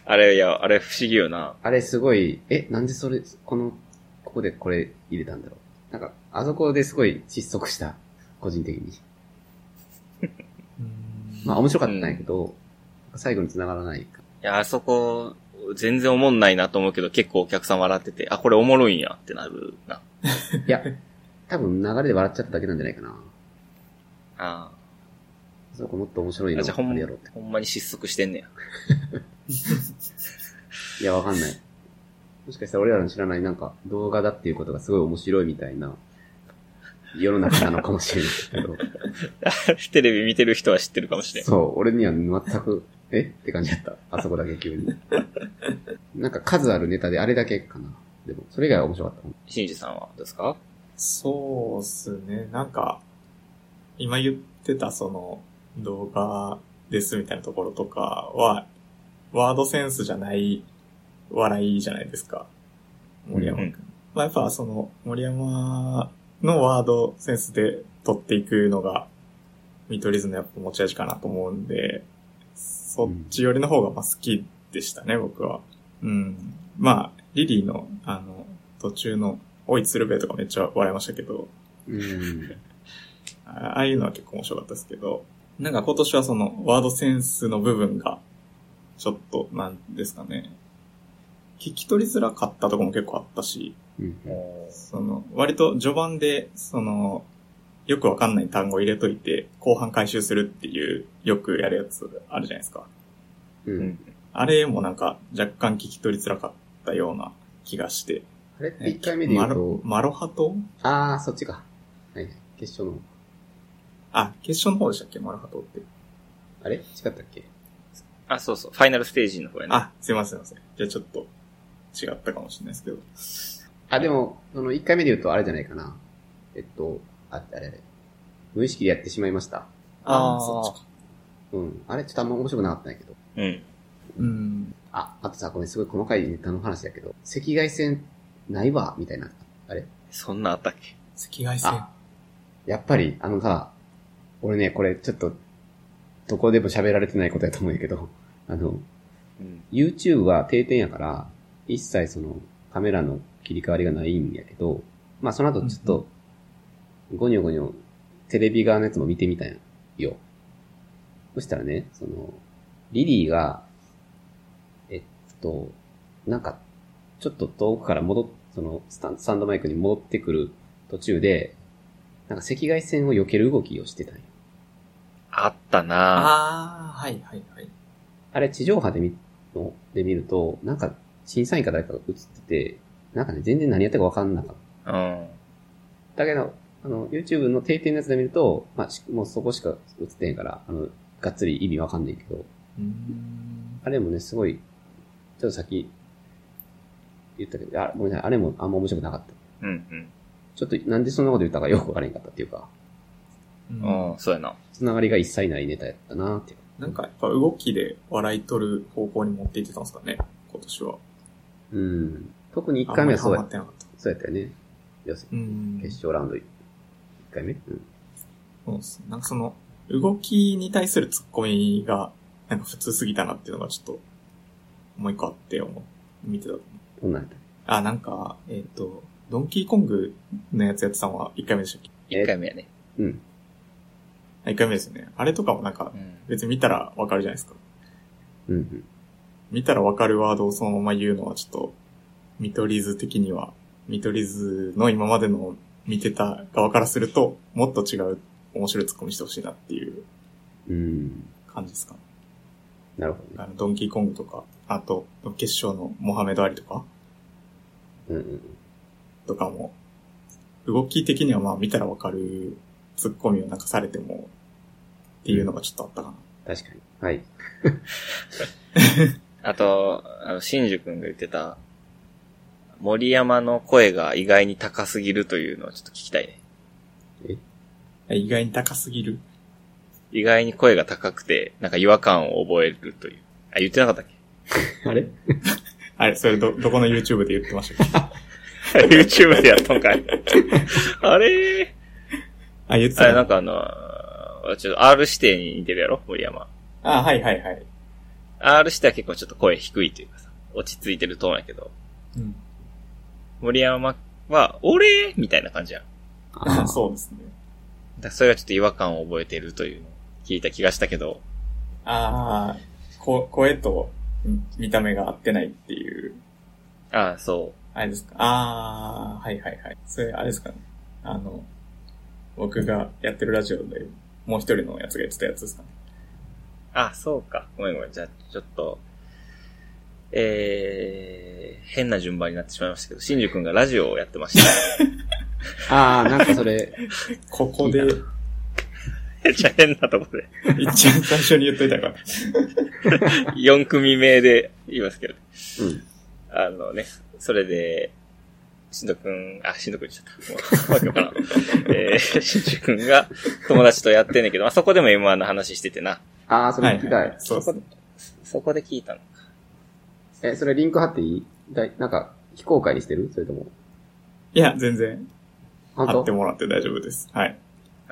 Speaker 2: あれ、いや、あれ不思議よな。
Speaker 1: あれすごい、え、なんでそれ、この、ここでこれ入れたんだろう。なんか、あそこですごい失速した、個人的に。
Speaker 3: うん。
Speaker 1: まあ面白かったんやけど、最後に繋がらない か。
Speaker 2: いや、あそこ、全然おもんないなと思うけど、結構お客さん笑ってて、あ、これおもろいんやってなるな。
Speaker 1: いや、多分流れで笑っちゃっただけなんじゃないかな。
Speaker 2: あ
Speaker 1: そこもっと面白い
Speaker 2: ーあ。
Speaker 1: の
Speaker 2: じゃあほ
Speaker 1: あ
Speaker 2: ん
Speaker 1: るやろって。
Speaker 2: ほんまに失速してんねや。
Speaker 1: いや、わかんない。もしかしたら俺らの知らないなんか動画だっていうことがすごい面白いみたいな世の中なのかもしれない けど、
Speaker 2: テレビ見てる人は知ってるかもしれん。
Speaker 1: そう、俺には全く、えって感じだった。あそこだけ急に。なんか数あるネタであれだけかな。でも、それ以外は面白かった。
Speaker 2: しんじさんはどうですか
Speaker 3: そうっすね。なんか、今言ってたその動画ですみたいなところとかは、ワードセンスじゃない笑いじゃないですか。森山君。
Speaker 2: うん
Speaker 3: まあやっぱその森山のワードセンスで取っていくのが見取り図のやっぱ持ち味かなと思うんで、そっち寄りの方がまあ好きでしたね、僕は。うん。まあ、リリーのあの途中のおい鶴瓶とかめっちゃ笑いましたけど、
Speaker 1: うん。
Speaker 3: あああいうのは結構面白かったですけど、なんか今年はそのワードセンスの部分が、ちょっと、なんですかね、聞き取りづらかったとこも結構あったし、
Speaker 1: うん。
Speaker 3: その、割と序盤で、その、よくわかんない単語入れといて、後半回収するっていう、よくやるやつあるじゃないですか。
Speaker 1: う。
Speaker 2: うんん。
Speaker 3: あれもなんか若干聞き取りづらかったような気がして。
Speaker 1: あれって1回目で言うと
Speaker 3: マロ、マロハト
Speaker 1: あー、そっちか。はい。決勝の。
Speaker 3: あ、決勝の方でしたっけマロハトって。
Speaker 1: あれ違ったっけ
Speaker 2: あ、そうそう。ファイナルステージの方やね。
Speaker 3: あ、すいませんすいません。じゃあちょっと違ったかもしれないですけど。
Speaker 1: あ、でも、その1回目で言うとあれじゃないかな。えっと、あ、あれあれ。無意識でやってしまいました。
Speaker 2: あー
Speaker 3: そっちか。
Speaker 1: うん。あれちょっとあんま面白くなかったんやけど。
Speaker 2: うん。
Speaker 3: うん。
Speaker 1: あ、あとさ、ごめん、すごい細かいネタの話だけど、赤外線ないわ、みたいな。あれ
Speaker 2: そんなんあったっけ
Speaker 3: 赤外線
Speaker 1: あ。やっぱり、あのさ、俺ね、これちょっと、どこでも喋られてないことやと思うんやけど、あの、
Speaker 2: うん。
Speaker 1: YouTube は定点やから、一切そのカメラの切り替わりがないんやけど、まあその後ちょっと、ゴニョゴニョ、テレビ側のやつも見てみたんよ。そしたらね、その、リリーが、えっと、なんか、ちょっと遠くから戻っ、そのスタン、スタンドマイクに戻ってくる途中で、なんか赤外線を避ける動きをしてたんよ。
Speaker 2: あったなぁ。
Speaker 3: ああ、はいはいはい。
Speaker 1: あれ、地上波で見ので見ると、なんか、審査員か誰かが映ってて、なんかね、全然何やってるか分かんなかっ
Speaker 2: うん。
Speaker 1: た。だけど、あの、YouTube の定点のやつで見ると、まあ、しもうそこしか映ってへんから、あの、がっつり意味分かんないけど、
Speaker 3: うん。
Speaker 1: あれもね、すごい、ちょっと先、言ったけど、あ、ごめんなさい、あれもあんま面白くなかった。
Speaker 2: うん
Speaker 1: ちょっと、なんでそんなこと言ったかよく分からへんかったっていうか、
Speaker 2: う
Speaker 3: うん
Speaker 2: ん。うん、そうやな。
Speaker 1: つながりが一切ないネタやったなっていう。
Speaker 3: なんかやっぱ動きで笑い取る方向に持っていってたんですかね、今年は。
Speaker 1: うん。特に1回目はそう
Speaker 3: あ
Speaker 1: や
Speaker 3: んまりハマっ、てなかった。
Speaker 1: そうやったよね。要する
Speaker 3: うん
Speaker 1: に、決勝ラウンド1回目うん。
Speaker 3: そうっすねなんかその、動きに対する突っ込みが、なんか普通すぎたなっていうのがちょっと、もう一個あって思う、見てた。
Speaker 1: どんなんやった
Speaker 3: あ、なんか、えっ、と、ドンキーコングのやつやってたのは1回目でしたっ
Speaker 2: 一回目やね。
Speaker 1: うん。
Speaker 3: け ?1 回目ですよね。あれとかもなんか
Speaker 2: う、ん。
Speaker 3: 別に見たらわかるじゃないですか。
Speaker 1: うんうん。
Speaker 3: 見たらわかるワードをそのまま言うのはちょっと、見取り図的には、見取り図の今までの見てた側からすると、もっと違う面白いツッコミしてほしいなっていう
Speaker 1: うん。
Speaker 3: 感じですかね。
Speaker 1: なるほどね。
Speaker 3: あの、ドンキーコングとか、あと、決勝のモハメド・アリとか、
Speaker 1: うんうん。
Speaker 3: とかも、動き的にはまあ見たらわかるツッコミをなんかされても、っていうのがちょっとあったかな。
Speaker 1: 確かに。はい。
Speaker 2: あと、あの、新宿くんが言ってた、森山の声が意外に高すぎるというのをちょっと聞きたいね。
Speaker 3: 意外に高すぎる。
Speaker 2: 意外に声が高くて、なんか違和感を覚えるという。あ、言ってなかったっ
Speaker 1: あれ
Speaker 3: あれ、それ ど、どこの YouTube で言ってましたっけ
Speaker 2: け ?YouTube でやったんかい。 あれー
Speaker 3: あ、言って
Speaker 2: あれ、
Speaker 3: た
Speaker 2: な
Speaker 3: の
Speaker 2: んかあの、ちょっと R 指定に似てるやろ森山。
Speaker 3: あ、はいはいはい。
Speaker 2: R 指定は結構ちょっと声低いというかさ、落ち着いてるトーンやけど、
Speaker 3: うん。
Speaker 2: 森山は、俺みたいな感じやん。だ
Speaker 1: あ
Speaker 3: そうですね。
Speaker 2: からそれがちょっと違和感を覚えてるというのを聞いた気がしたけど、
Speaker 3: ああ、こ、声とうん見た目が合ってないっていう、
Speaker 2: ああ、そ
Speaker 3: あれですか。ああ、はいはいはい。それ、あれですかね。あの、僕がやってるラジオで、もう一人のやつが言ってたやつですかね。
Speaker 2: う。ああ、そうか。ごめんごめん。じゃあ、ちょっと、えー、変な順番になってしまいましたけど、新宿くんがラジオをやってま した。
Speaker 1: ああ、なんかそれ、
Speaker 3: ここで、
Speaker 2: めっちゃ変なとこで。
Speaker 3: 一番最初に言っといたから。
Speaker 2: 4組名で言いますけど。
Speaker 1: うん。
Speaker 2: あのね、それで、しんどくん、あ、しんどくんにしちゃった。もうわけわ からん。えー、しんじくんが友達とやってんねんけど、まあ、そこでも M1 の話しててな。
Speaker 1: あ あ、それ聞きたい。
Speaker 3: はいそうですね。
Speaker 2: そこで聞いたの。
Speaker 1: え、それリンク貼っていいだいなんか、非公開にしてるそれとも。
Speaker 3: いや、全然、
Speaker 1: 本
Speaker 3: 貼って
Speaker 1: 当
Speaker 3: もらって大丈夫です。はい。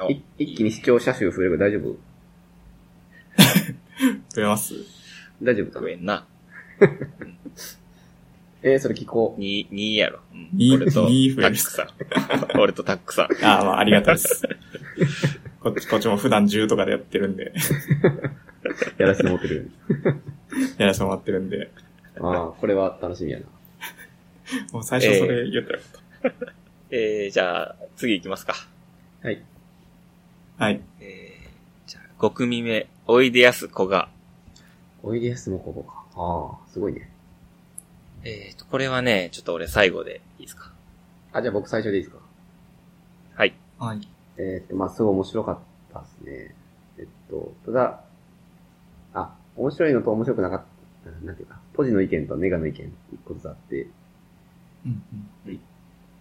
Speaker 2: お
Speaker 1: い一気に視聴者数増えれば大丈夫
Speaker 3: 増えます
Speaker 1: 大丈夫か
Speaker 2: ご
Speaker 1: な
Speaker 2: めんな。
Speaker 1: えーそれ聞こう。
Speaker 2: 2、2やろ。うん
Speaker 3: 二
Speaker 2: 俺と、タ
Speaker 3: 二増え
Speaker 2: ッ
Speaker 3: る
Speaker 2: クさん。 俺とタックさん。
Speaker 3: ああ、まあ、ありがたい です。こっち、こっちも普段10とかでやってるんで、
Speaker 1: やらせてもらってる。
Speaker 3: やらせてもらってるんで、
Speaker 1: ああ、これは楽しみやな。
Speaker 3: もう最初それ言ったらよかっ
Speaker 2: えー、じゃあ、次行きますか。
Speaker 1: はい。
Speaker 3: た。はい。
Speaker 2: えー、じゃあ、5組目、おいでやすこが。
Speaker 1: おいでやすもここか。ああ、すごいね。
Speaker 2: えーと、これはね、ちょっと俺最後でいいですか。
Speaker 1: あ、じゃあ僕最初でいいですか。
Speaker 2: はい。
Speaker 3: はい。
Speaker 1: えっ、と、まあ、すごい面白かったですね。えっと、ただ、あ、面白いのと面白くなかった、なんていうか、ポジの意見とネガの意見、一個ずつあって、
Speaker 3: うん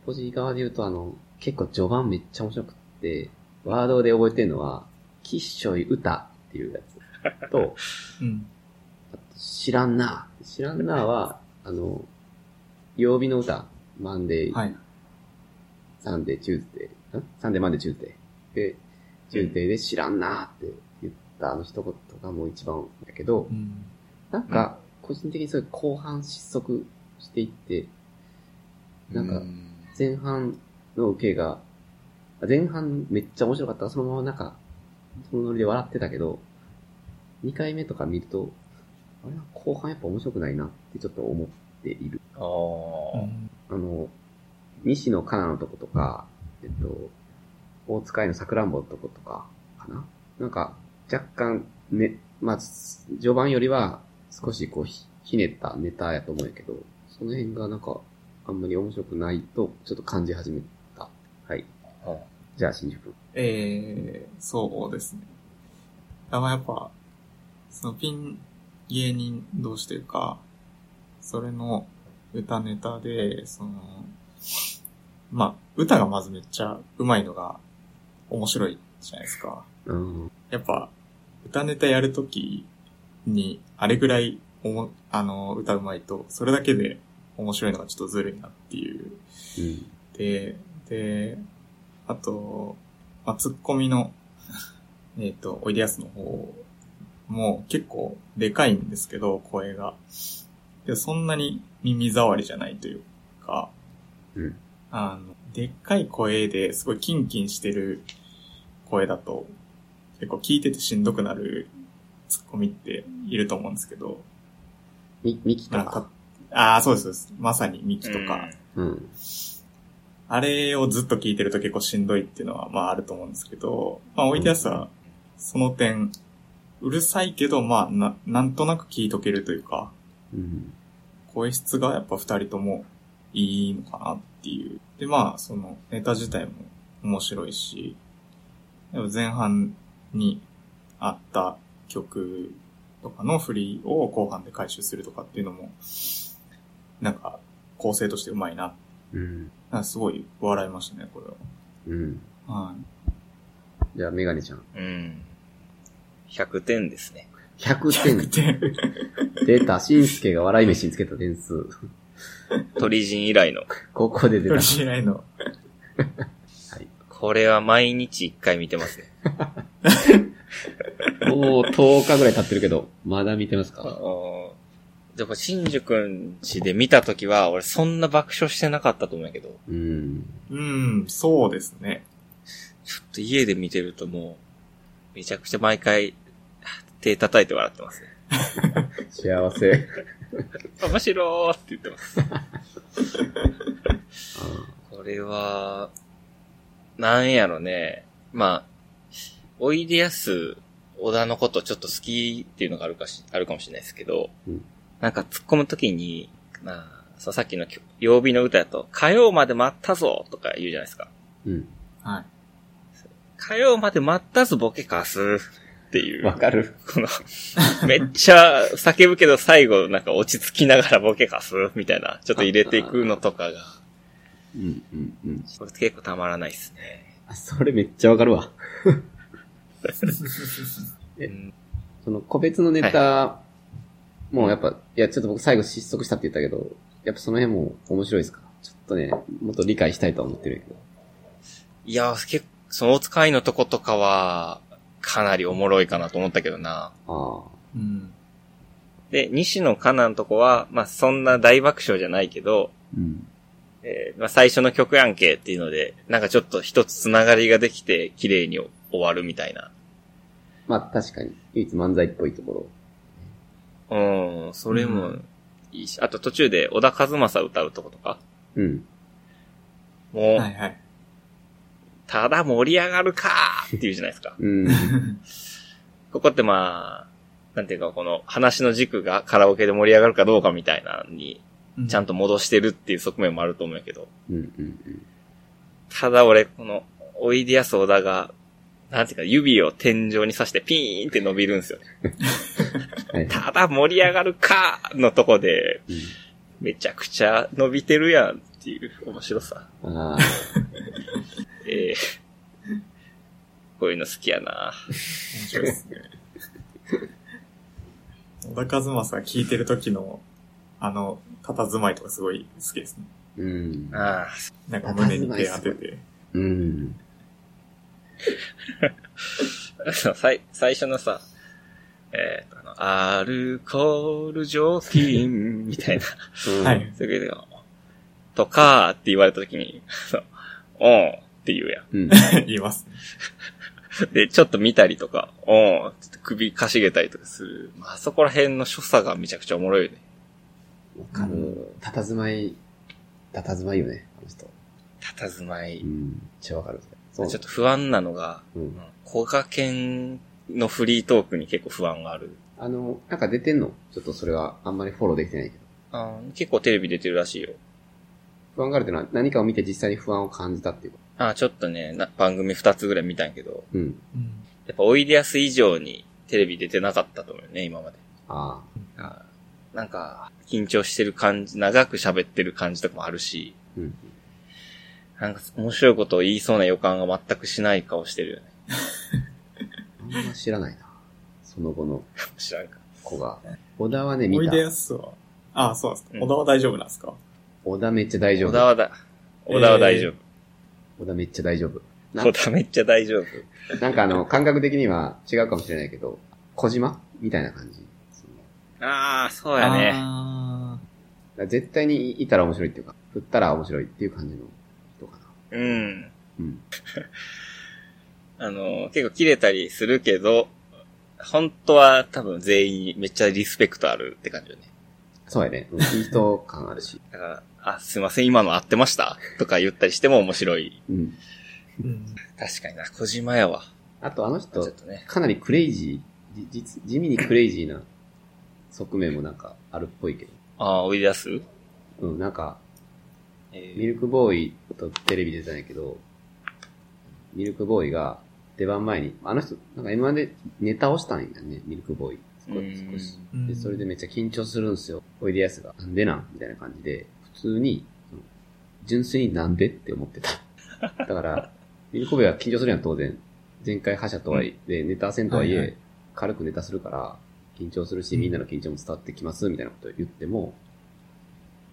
Speaker 1: ポジ側で言うと、あの、結構序盤めっちゃ面白くって、ワードで覚えてるのは、きっしょい歌っていうやつと、
Speaker 3: うん。うん。
Speaker 1: あと知らんな。知らんなは、あの、曜日の歌、マンデー、
Speaker 3: はい。
Speaker 1: サンデー、チューズデー、んサンデー、マンデー、チューズデー。で、チューズデーで知らんなーって言ったあの一言がもう一番だけど
Speaker 3: う、ん。
Speaker 1: なんか、個人的にそういう後半失速していって、なんか
Speaker 2: か、
Speaker 1: 前半の受けが、前半めっちゃ面白かったからそのままなんか、そのノリで笑ってたけど、2回目とか見ると、あれ後半やっぱ面白くないなってちょっと思っている。
Speaker 2: おー。
Speaker 1: あの、西野カナのとことか、えっと、大塚愛の桜んぼのとことか、かななんか、若干、ね、まあ、す序盤よりは少しこうひ、ひねったネタやと思うんやけど、その辺がなんか、あんまり面白くないと、ちょっと感じ始めた。はい。
Speaker 2: はい
Speaker 1: じゃあ、新宿。
Speaker 3: えー、そうですね。あまあやっぱ、そのピン芸人同士というか、それの歌ネタで、その、まあ、歌がまずめっちゃ上手いのが面白いじゃないですか。
Speaker 1: うん。
Speaker 3: やっぱ、歌ネタやるときに、あれぐらいおも、あの、歌うまいと、それだけで面白いのがちょっとずるいなっていう
Speaker 1: うん。
Speaker 3: で、で、あと、まあ、ツッコミの、 えっ、と、おいでやすの方も結構でかいんですけど、声が。でそんなに耳障りじゃないというか、
Speaker 1: うん。
Speaker 3: あの、でっかい声ですごいキンキンしてる声だと、結構聞いててしんどくなるツッコミっていると思うんですけど、
Speaker 1: み、ミキと
Speaker 3: なん
Speaker 1: か
Speaker 3: か。、ああ、そうですそうです。まさにミキとか、
Speaker 1: うん。
Speaker 3: あれをずっと聞いてると結構しんどいっていうのは、まああると思うんですけど、まあ置いてやすは、その点、うるさいけど、まあな、なんとなく聞いとけるというか、
Speaker 1: うん。
Speaker 3: 声質がやっぱ二人ともいいのかなっていう。で、まあ、そのネタ自体も面白いし、やっぱ前半にあった曲とかの振りを後半で回収するとかっていうのも、なんか構成としてうまいな。
Speaker 1: うん。
Speaker 3: なんかすごい笑いましたね、これは。
Speaker 1: うん。
Speaker 3: はい。
Speaker 1: じゃあ、メガネちゃん。
Speaker 2: うん。うん。100点ですね。
Speaker 1: 100
Speaker 3: 100点。
Speaker 1: 点出た。しんすけが笑い飯につけた点数。
Speaker 2: 鳥人以来の。
Speaker 1: ここで出た。
Speaker 3: 嬉しいないの。
Speaker 2: これは毎日1回見てますね。
Speaker 1: もう10日ぐらい経ってるけど、まだ見てますか
Speaker 2: おーでも、新宿くんちで見たときは、俺そんな爆笑してなかったと思うんやけど、
Speaker 1: うん。
Speaker 3: うん、そうですね。
Speaker 2: ちょっと家で見てるともう、めちゃくちゃ毎回、手叩いて笑ってますね。
Speaker 1: 幸せ。
Speaker 2: 面白ーって言ってます。
Speaker 1: あ
Speaker 2: これは、なんやろね。まあ、おいでやす、小田のことちょっと好きっていうのがあるかし、あるかもしれないですけど、
Speaker 1: うん
Speaker 2: なんか突っ込むときに、まあ、そうさっきのきょ曜日の歌だと、火曜まで待ったぞとか言うじゃないですか。
Speaker 1: うん。
Speaker 3: は
Speaker 2: 火曜まで待ったぞボケかすっていう。
Speaker 1: わかる。
Speaker 2: この、めっちゃ叫ぶけど最後なんか落ち着きながらボケかすみたいな、ちょっと入れていくの とかが、
Speaker 1: うん、うん、うん。
Speaker 2: これ結構たまらないですね。
Speaker 1: あそれめっちゃわかるわ。え
Speaker 2: うん
Speaker 1: その個別のネタ、もうやっぱ、いや、ちょっと僕最後失速したって言ったけど、やっぱその辺も面白いですかちょっとね、もっと理解したいとは思ってるけど。
Speaker 2: いや、結構、そのお使いのとことかは、かなりおもろいかなと思ったけどな。
Speaker 1: ああ。
Speaker 3: い。うん。
Speaker 2: で、西野カナのとこは、まあ、そんな大爆笑じゃないけど、
Speaker 1: うん。
Speaker 2: えーまあ、最初の曲やんけっていうので、なんかちょっと一つつながりができて、綺麗に終わるみたいな。
Speaker 1: まあ確かに、唯一漫才っぽいところ。
Speaker 2: うん、それ
Speaker 3: う
Speaker 2: も
Speaker 3: ん
Speaker 2: いいし、あと途中で小田和正歌うとことか、
Speaker 1: うん。。
Speaker 2: もう、
Speaker 3: はいはい。
Speaker 2: ただ盛り上がるかーっていうじゃないですか
Speaker 1: うん。
Speaker 2: ここってまあ、なんていうかこの話の軸がカラオケで盛り上がるかどうかみたいなのに、ちゃん
Speaker 3: と。
Speaker 2: と戻してるっていう側面もあると思うんやけど、
Speaker 1: うん、うん、
Speaker 2: ただ俺、この、おいでやす小田が、なんていうか指を天井に刺してピーンって伸びるんですよね。
Speaker 1: うん。はい。
Speaker 2: ただ盛り上がるかーのとこで、
Speaker 1: うん
Speaker 2: めちゃくちゃ伸びてるやんっていう面白さ。
Speaker 1: ああ、
Speaker 2: ええこういうの好きやな
Speaker 3: 面白いですね。小田和正が聞いてる時の、あの、佇まいとかすごい好きですね。
Speaker 1: うん。
Speaker 2: ああ、
Speaker 3: なんか胸に手当てて。
Speaker 1: うん。
Speaker 2: 最、最初のさ、えーと、あの、アルコール除菌みたいな、
Speaker 3: は
Speaker 1: うん。
Speaker 3: い。
Speaker 2: そういうのとかって言われたときに、 あのうんって言うや
Speaker 1: うん。
Speaker 3: 言います。
Speaker 2: ん。で、ちょっと見たりとか、うんって言って首かしげたりとかする。まああそこら辺の所作がめちゃくちゃおもろいよね。
Speaker 1: わかる。たたずまい、たたずまいよね、あの人。
Speaker 2: たたずま
Speaker 1: う
Speaker 2: い。
Speaker 1: ん。めっちゃわかる。
Speaker 2: ち
Speaker 1: そ
Speaker 2: ょ
Speaker 1: う。
Speaker 2: っと不安なのが、
Speaker 1: う
Speaker 2: うん
Speaker 1: ん。
Speaker 2: 小賀県のフリートークに結構不安がある。
Speaker 1: あの、なんか出てんのちょっとそれはあんまりフォローできてないけど。
Speaker 2: あー結構テレビ出てるらしいよ。
Speaker 1: 不安があるってのは何かを見て実際に不安を感じたっていうこ
Speaker 2: あーちょっとね、な番組二つぐらい見たんやけど、
Speaker 1: と。うん。
Speaker 3: うん。
Speaker 2: やっぱおいでやす以上にテレビ出てなかったと思うよね、今まで。
Speaker 1: ああ。
Speaker 2: なんか、緊張してる感じ、長く喋ってる感じとかもあるし、
Speaker 1: うん。
Speaker 2: なんか面白いことを言いそうな予感が全くしない顔してるよね。
Speaker 1: あんま知らないな。その後の
Speaker 2: 知らんか。
Speaker 1: 子が。小田はね、
Speaker 3: お
Speaker 1: 見
Speaker 3: い
Speaker 1: た
Speaker 3: で。やすは、あ、そうなんです
Speaker 2: うん
Speaker 3: か。小田は大丈夫なんですか
Speaker 1: 小田めっちゃ大丈
Speaker 2: 小
Speaker 1: 夫。
Speaker 2: 田はだ、小田は大丈夫。
Speaker 1: 小田めっちゃ大丈夫。な
Speaker 2: 小田めっちゃ大丈夫。
Speaker 1: なんかあの、感覚的には違うかもしれないけど、小島みたいな感じ。その
Speaker 2: ああ、そうやね。
Speaker 3: あ
Speaker 1: だから絶対にいたら面白いっていうか、振ったら面白いっていう感じの人かな。
Speaker 2: うん。
Speaker 1: うん。
Speaker 2: あの、結構切れたりするけど、本当は多分全員めっちゃリスペクトあるって感じよね。
Speaker 1: そうやね。うん、いい人感あるし。
Speaker 2: だから、あ、すいません、今の合ってましたとか言ったりしても面白い。
Speaker 1: うん。
Speaker 3: ーうん。
Speaker 2: 確かにな、小島やわ。
Speaker 1: あとあの
Speaker 2: ちょ
Speaker 1: 人
Speaker 2: っ、とね。
Speaker 1: かなりクレイジー、じ実地味にクレイジーな側面もなんかあるっぽいけど。
Speaker 2: ああ、追い出す
Speaker 1: うん、なんか、
Speaker 2: え
Speaker 1: ミルクボーイとテレビ出てたんやけど、ミルクボーイが出番前に、あの人、なんか M1 でネタをしたんやね、ミルクボーイ。
Speaker 2: うん
Speaker 1: 少し。
Speaker 3: うん
Speaker 1: で、それでめっちゃ緊張するんすよ。おいでやすが。なんでなんみたいな感じで、普通に、その純粋になんでって思ってた。 だから、ミルコベは緊張するやん、当然。前回覇者とはいえ、で、ネタせんとはいえ、
Speaker 3: はいはい
Speaker 1: 軽くネタするから、緊張するし、
Speaker 3: うん
Speaker 1: みんなの緊張も伝わってきます、みたいなことを言っても、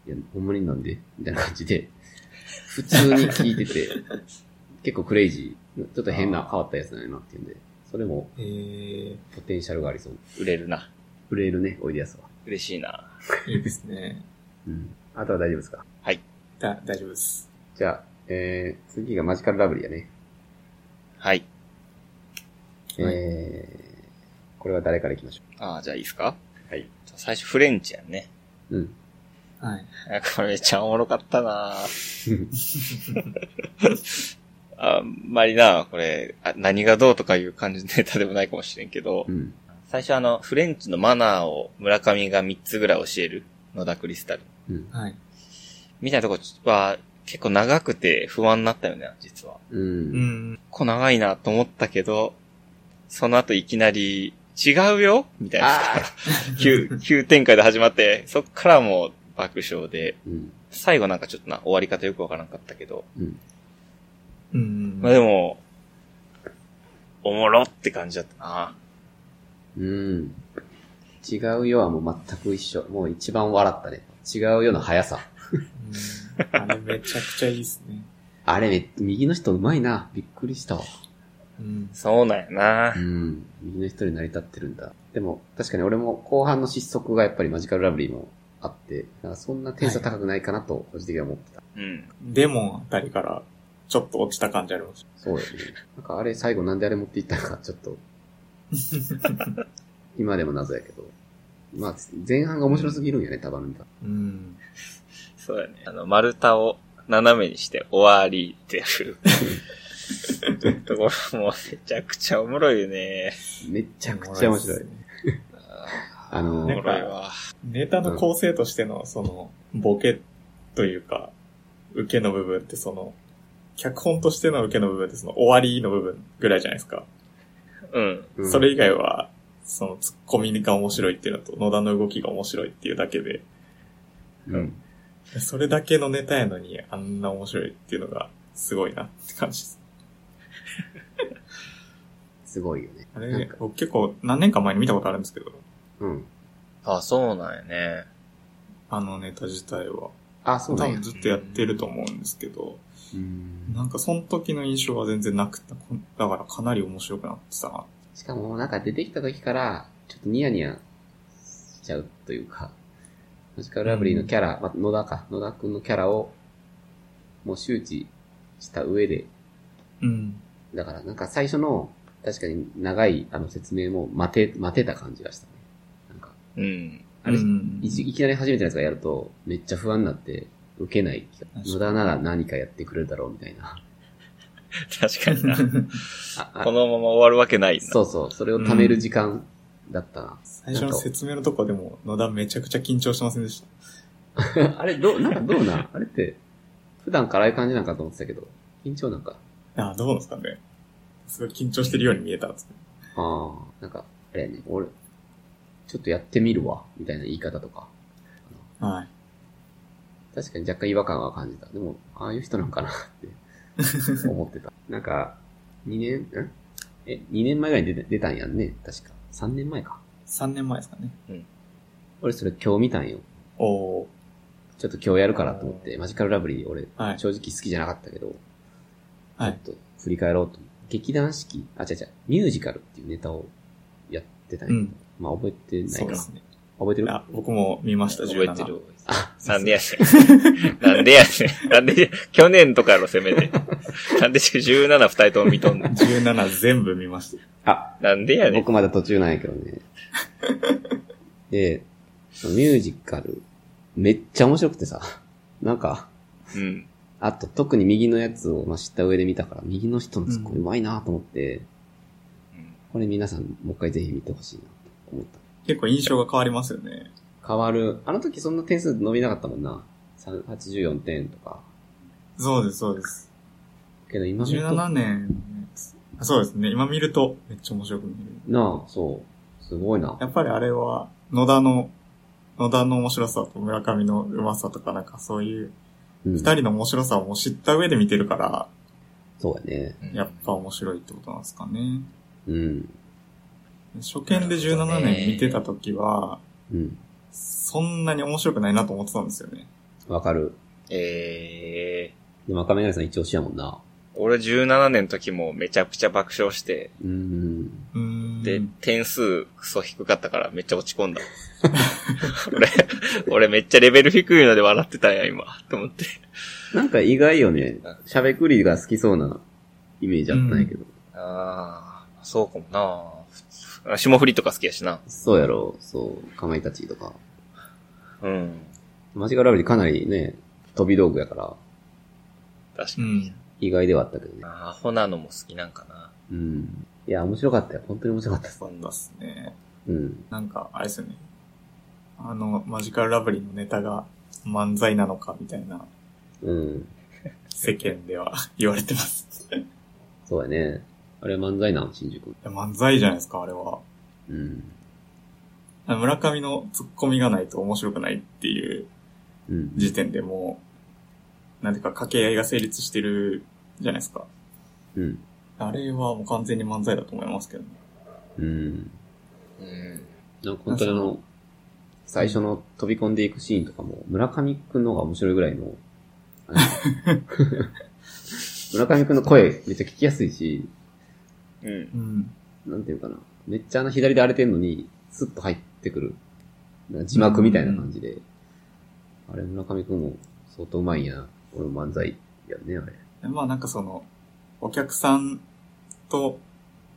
Speaker 1: いや、ほんまになんでみたいな感じ で、普通に聞いてて、結構クレイジー、ちょっと変な変わったやつだよなっていうんで、それも
Speaker 3: えー、
Speaker 1: ポテンシャルがありそう。
Speaker 2: ー売れるな。
Speaker 1: 売れるね、おいでやすは。
Speaker 2: 嬉しいな。
Speaker 3: いいですね。
Speaker 1: うん。あとは大丈夫ですか
Speaker 3: だ、大丈夫です。
Speaker 1: じゃあ、えー、次がマジカルラブリーやね。
Speaker 2: はい。
Speaker 3: はい
Speaker 1: えー、これは誰から行きましょ
Speaker 2: ああ、じゃあいいですか
Speaker 1: はい。
Speaker 2: 最初フレンチやんね。
Speaker 1: う。うん。
Speaker 3: はい。
Speaker 2: あこれめっちゃおもろかったなあんまりなこれあ、何がどうとかいう感じのネタでもないかもしれんけど
Speaker 1: う、ん。
Speaker 2: 最初あの、フレンチのマナーを村上が3つぐらい教える、野田クリスタル。
Speaker 1: うん。
Speaker 3: はい。
Speaker 2: みたいなとこは、結構長くて不安になったよね、実は。
Speaker 1: う。
Speaker 3: うんん。
Speaker 2: こう長いなと思ったけど、その後いきなり、違うよみたいな。
Speaker 1: あ
Speaker 2: 急、 急展開で始まって、そっからもう爆笑で、
Speaker 1: ーうん。
Speaker 2: 最後なんかちょっとな、終わり方よくわからなかったけど、
Speaker 1: うん。
Speaker 3: うん。
Speaker 2: まあでも、おもろって感じだったな。
Speaker 1: うん。違うよはもう全く一緒。もう一番笑ったね。違うよの速さ。
Speaker 3: うんあれめちゃくちゃいいですね。
Speaker 1: あれめ、右の人うまいな。びっくりしたわ。
Speaker 3: うん。
Speaker 2: そうなんやな
Speaker 1: う。ん。右の人に成り立ってるんだ。でも、確かに俺も後半の失速がやっぱりマジカルラブリーもあって、なんかそんな点差高くないかなと、個人的には思ってた。
Speaker 2: うん。
Speaker 3: デモンあたりから、ちょっと落ちた感じあります。
Speaker 1: そうですね。なんかあれ最後なんであれ持っていったのか、ちょっ と。今でも謎やけど。まあ、前半が面白すぎるんやね、タバルンが。
Speaker 3: うん。
Speaker 2: そうやね。あの、丸太を斜めにして終わりって いうところもめちゃくちゃおもろいよね。
Speaker 1: めちゃくちゃ面白い
Speaker 3: っす。ね
Speaker 1: あの
Speaker 2: お
Speaker 1: ー
Speaker 2: もろいわ。
Speaker 3: ネタの構成としての、その、ボケというか、受けの部分ってその、脚本としての受けの部分ってその終わりの部分ぐらいじゃないですか。
Speaker 2: うん。
Speaker 1: うん
Speaker 3: それ以外は、そのツッコミが面白いっていうのと、野田の動きが面白いっていうだけで、
Speaker 1: うん。
Speaker 3: それだけのネタやのにあんな面白いっていうのがすごいなって感じです。
Speaker 1: すごいよね。
Speaker 3: あ
Speaker 1: なん
Speaker 3: れ
Speaker 1: か、
Speaker 3: 僕結構何年か前に見たことあるんですけど、
Speaker 1: うん。
Speaker 2: あ、そうなんやね。
Speaker 3: あのネタ自体は。
Speaker 1: あ、そ
Speaker 3: 多
Speaker 1: うなんや
Speaker 3: 分。ずっとやってると思うんですけど、
Speaker 1: うん。
Speaker 3: なんかその時の印象は全然なくて、こんだからかなり面白くなってたな。
Speaker 1: しかも、なんか出てきた時から、ちょっとニヤニヤしちゃうというか、マジカルラブリーのキャラ、まあ、野田か、野田くんのキャラを、もう周知した上で、
Speaker 3: うん。
Speaker 1: だからなんか最初の、確かに長いあの説明も待て、待てた感じがしたね。なんか、
Speaker 2: うん。
Speaker 1: あれ
Speaker 3: うん
Speaker 1: いちいきなり初めてのやつがやると、めっちゃ不安になって、受けない。
Speaker 3: かに
Speaker 1: 野田なら何かやってくれるだろうみたいな。
Speaker 2: 確かにな。
Speaker 1: ああ
Speaker 2: このまま終わるわけないな。
Speaker 1: そうそう、それを貯める時間だったな。
Speaker 3: 最初の説明のとこでも野田めちゃくちゃ緊張してませんでした。
Speaker 1: あれ、どう、なんかどうなんあれって、普段からああいう感じなんかと思ってたけど、緊張なんか。
Speaker 3: あどうなんですかね。すごい緊張してるように見えたんですけど。
Speaker 1: ああ、なんか、あれやね、俺、ちょっとやってみるわ、みたいな言い方とか。
Speaker 3: はい。
Speaker 1: 確かに若干違和感は感じた。でも、ああいう人なんかなって 思ってた。なんか、2年、んえ、2年前ぐらいに出て出たんやんね、確か。3年前か。
Speaker 3: 3年前ですかね。
Speaker 1: 俺それ今日見たんよ。
Speaker 3: おー。
Speaker 1: ちょっと今日やるからと思って、マジカルラブリー俺、
Speaker 3: はい。
Speaker 1: 正直好きじゃなかったけど、
Speaker 3: はい
Speaker 1: ちょっと振り返ろうと思って。劇団四季、あ、違う違う、ミュージカルっていうネタをやってたん
Speaker 3: う
Speaker 1: や。
Speaker 3: ん。
Speaker 1: まあ覚えてな
Speaker 3: そ
Speaker 1: いうか
Speaker 3: で
Speaker 1: な。
Speaker 3: すね。
Speaker 1: 覚えてる
Speaker 3: あ、僕も 見ました、
Speaker 2: 覚えて
Speaker 3: 17
Speaker 2: る。
Speaker 1: あ、
Speaker 2: なんでやねん。なんでやねん。なんで、去年とかやろ、せめて。なんで17二人とも見とんの
Speaker 3: 17全部見ました。
Speaker 1: あ、
Speaker 2: なんでやねん。
Speaker 1: 僕まだ途中なんやけど ね。で、そのミュージカル、めっちゃ面白くてさ、なんか、
Speaker 2: うん。
Speaker 1: あと特に右のやつをまあ知った上で見たから、右の人のツッコミうまいなと思って、これ皆さんもう一回ぜひ見てほしいなと思った。
Speaker 3: 結構印象が変わりますよね。
Speaker 1: 変わる。あの時そんな点数伸びなかったもんな。3 84点とか。
Speaker 3: そうです、そうです。
Speaker 1: けど今見ると
Speaker 3: 17年のやつ。あそうですね。今見るとめっちゃ面白く見える。
Speaker 1: なあ、そう。すごいな。
Speaker 3: やっぱりあれは、野田の、野田の面白さと村上のうまさとかなんかそういう、
Speaker 1: うん
Speaker 3: 二人の面白さをもう知った上で見てるから、
Speaker 1: そうやね。
Speaker 2: うん
Speaker 3: やっぱ面白いってことなんですかね。
Speaker 1: うん。
Speaker 3: 初見で17年見てた時は、
Speaker 1: うん。
Speaker 3: そんなに面白くないなと思ってたんですよね。
Speaker 1: わかる。
Speaker 2: え
Speaker 1: でも赤目さん一押しやもんな。
Speaker 2: ー、俺17年の時もめちゃくちゃ爆笑して、
Speaker 1: うん。
Speaker 3: うーん。
Speaker 2: で、点数クソ低かったからめっちゃ落ち込んだ。 俺、俺めっちゃレベル低いので笑ってたんや、今。と思って。
Speaker 1: なんか意外よね。しゃべくりが好きそうなイメージあったんやけど。
Speaker 2: ああ、そうかもな霜降りとか好きやしな。
Speaker 1: そうやろ。そう。かまいたちとか。
Speaker 2: うん。
Speaker 1: マジカルラブリーかなりね、飛び道具やから、
Speaker 2: 確か
Speaker 3: う
Speaker 2: に。
Speaker 3: ん。
Speaker 1: 意外ではあったけどね。
Speaker 2: あアホなのも好きなんかな。
Speaker 1: うん。いや、面白かったよ。本当に面白かったです。
Speaker 3: そうなんですね。
Speaker 1: うん。
Speaker 3: なんか、あれですよね。あの、マジカルラブリーのネタが漫才なのかみたいな
Speaker 1: うん。
Speaker 3: 世間では 言われてます。い
Speaker 1: そうやね。あれは漫才なん、新宿。
Speaker 3: や漫才じゃないですか、あれは。
Speaker 1: うん。
Speaker 3: あの村上のツッコミがないと面白くないっていう
Speaker 1: うん。
Speaker 3: 時点でもう、なんていうか掛け合いが成立してるじゃないですか。
Speaker 1: うん。
Speaker 3: あれはもう完全に漫才だと思いますけどね。
Speaker 1: うん。
Speaker 2: うん。
Speaker 1: なんか本当にあの、最初の飛び込んでいくシーンとかも、村上くんの方が面白いぐらいの、あの村上くんの声めっちゃ聞きやすいし、
Speaker 2: うん。
Speaker 3: うん。
Speaker 1: なんていうかな。めっちゃあの左で荒れてんのに、スッと入ってくる。なんか字幕みたいな感じで。あれ、村上くんも相当うまいんやな。この漫才やね、あれ。
Speaker 3: でまあなんかその、お客さんと、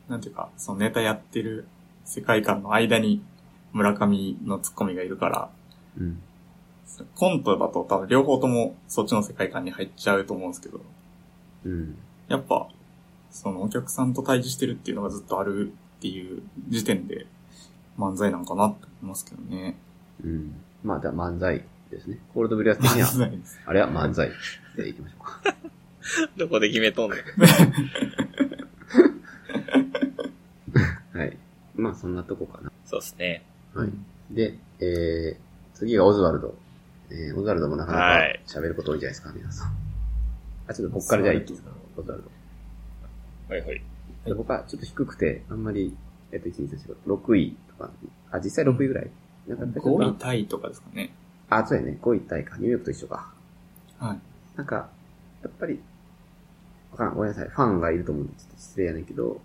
Speaker 3: なんていうか、そのネタやってる世界観の間に村上のツッコミがいるから、
Speaker 1: うん。
Speaker 3: コントだと多分両方ともそっちの世界観に入っちゃうと思うんですけど、
Speaker 1: うん。
Speaker 3: やっぱ、そのお客さんと対峙してるっていうのがずっとあるっていう時点で漫才なんかなって思いますけどね。
Speaker 1: うん。まあ、だから漫才ですね。コールドブリュアス的に
Speaker 3: 漫
Speaker 1: は、
Speaker 3: 才です。
Speaker 1: あれは漫才でいきましょう か。
Speaker 2: どこで決めとんねん。
Speaker 1: はい。まあ、そんなとこかな。
Speaker 2: そうですね。
Speaker 1: はい。で、えー、次がオズワルド。えー、オズワルドもなかなか
Speaker 2: はい
Speaker 1: 喋ること多いんじゃないですか、皆さん。あ、ちょっと僕からじゃあいきますか、オズワルド。
Speaker 2: はいはい。
Speaker 1: で僕はちょっと低くて、あんまり、えっと、1、2、3、4、6位とか、あ、実際6位ぐらいなんかやっぱりちょっと
Speaker 3: 5位タイとかですかね。
Speaker 1: あ、そうやね、5位タイか、ニューヨークと一緒か。
Speaker 3: はい。
Speaker 1: なんか、やっぱり、わからん、ごめんなさい、ファンがいると思うんで、ちょっと失礼やねんけど、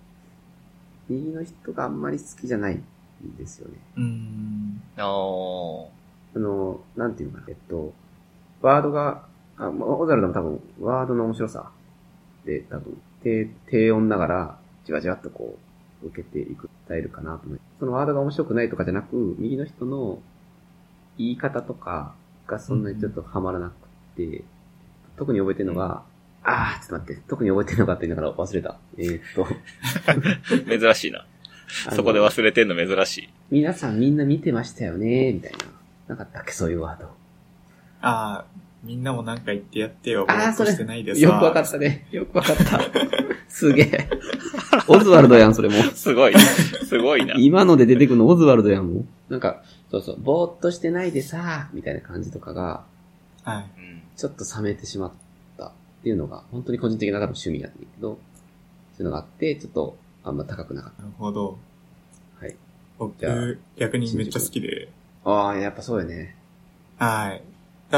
Speaker 1: 右の人があんまり好きじゃないんですよね。
Speaker 3: うーん。
Speaker 2: あー。
Speaker 1: あの、なんていうのかな、えっと、ワードが、あ、まあオザルドも多分、ワードの面白さで、多分、低、低音ながら、じわじわっとこう、受けていくスタイルかなと思いそのワードが面白くないとかじゃなく、右の人の言い方とかがそんなにちょっとハマらなくて、特に覚えてるのが、あー、ちょっと待って、特に覚えてるのかって言いながら忘れた。えーっと、
Speaker 2: 珍しいな。
Speaker 1: あの
Speaker 2: そこで忘れてんの珍しい。
Speaker 1: 皆さんみんな見てましたよね、みたいな。なかったっけ、そういうワード。
Speaker 3: ああ、みんなもなんか言ってやってよ。
Speaker 1: あー
Speaker 3: ぼーっと
Speaker 1: それ
Speaker 3: してないです
Speaker 1: よくわかったね。よくわかった。すげえ。オズワルドやん、それも。
Speaker 2: す ごい。すごいな。
Speaker 1: 今ので出てくるのオズワルドやん、もう。なんか、そうそう、ぼーっとしてないでさ、みたいな感じとかが、
Speaker 3: はい。
Speaker 2: うん。
Speaker 1: ちょっと冷めてしまったっていうのが、本当に個人的な多分趣味なんだけど、そういうのがあって、ちょっと、あんま高くなかっ
Speaker 3: なるほど。
Speaker 1: た。はい。じゃあ
Speaker 3: 僕、逆にめっちゃ好きで。
Speaker 1: ああ、やっぱそうよね。
Speaker 3: はい。だか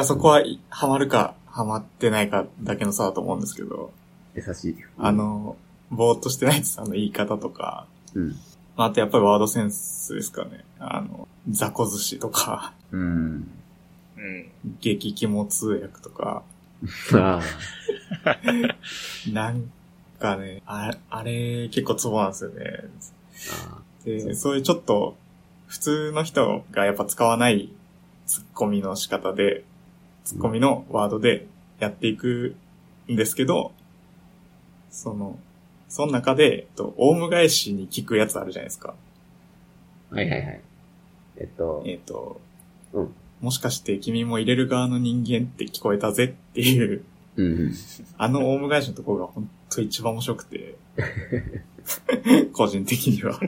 Speaker 3: らそこは、いハマるか、ハマってないかだけの差だと思うんですけど、
Speaker 1: 優しい。
Speaker 3: あ、の、ぼーっとしてないです。あの、言い方とか。
Speaker 1: うん。
Speaker 3: まあ、あとやっぱりワードセンスですかね。あの、雑魚寿司とか、
Speaker 1: うん。
Speaker 2: うん。
Speaker 3: 激肝通訳とか、
Speaker 1: ああ、
Speaker 3: なんかね、あれ、あれ結構ツボなんですよね。
Speaker 1: あ
Speaker 3: で、そういうちょっと、普通の人がやっぱ使わないツッコミの仕方で、ツッコミのワードでやっていくんですけど、その、その中で、えっと、オウム返しに聞くやつあるじゃないですか。
Speaker 1: あはいはいはい。えっと、
Speaker 3: えっ、と、
Speaker 1: うん
Speaker 3: もしかして君も入れる側の人間って聞こえたぜっていう、
Speaker 1: うん。
Speaker 3: あのオウム返しのところが本当一番面白くて、 個人的には、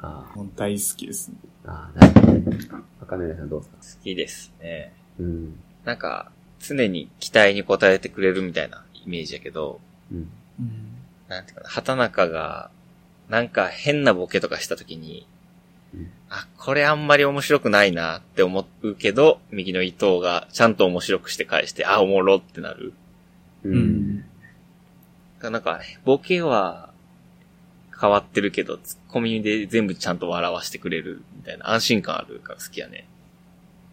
Speaker 1: あ
Speaker 3: 本当大好きですね。
Speaker 1: あ、ああ、なるほどね。赤嶺さんどうですか
Speaker 2: 好きですね。
Speaker 1: うん。
Speaker 2: なんか、常に期待に応えてくれるみたいなイメージやけど、
Speaker 1: うん。
Speaker 3: うん
Speaker 2: なんていうかな、畑中が、なんか変なボケとかした時に
Speaker 1: うん、
Speaker 2: あ、これあんまり面白くないなって思うけど、右の伊藤がちゃんと面白くして返して、あ、おもろってなる。
Speaker 1: う
Speaker 3: うん。
Speaker 2: なんか、ボケは変わってるけど、ツッコミで全部ちゃんと笑わせてくれるみたいな安心感あるから好きやね。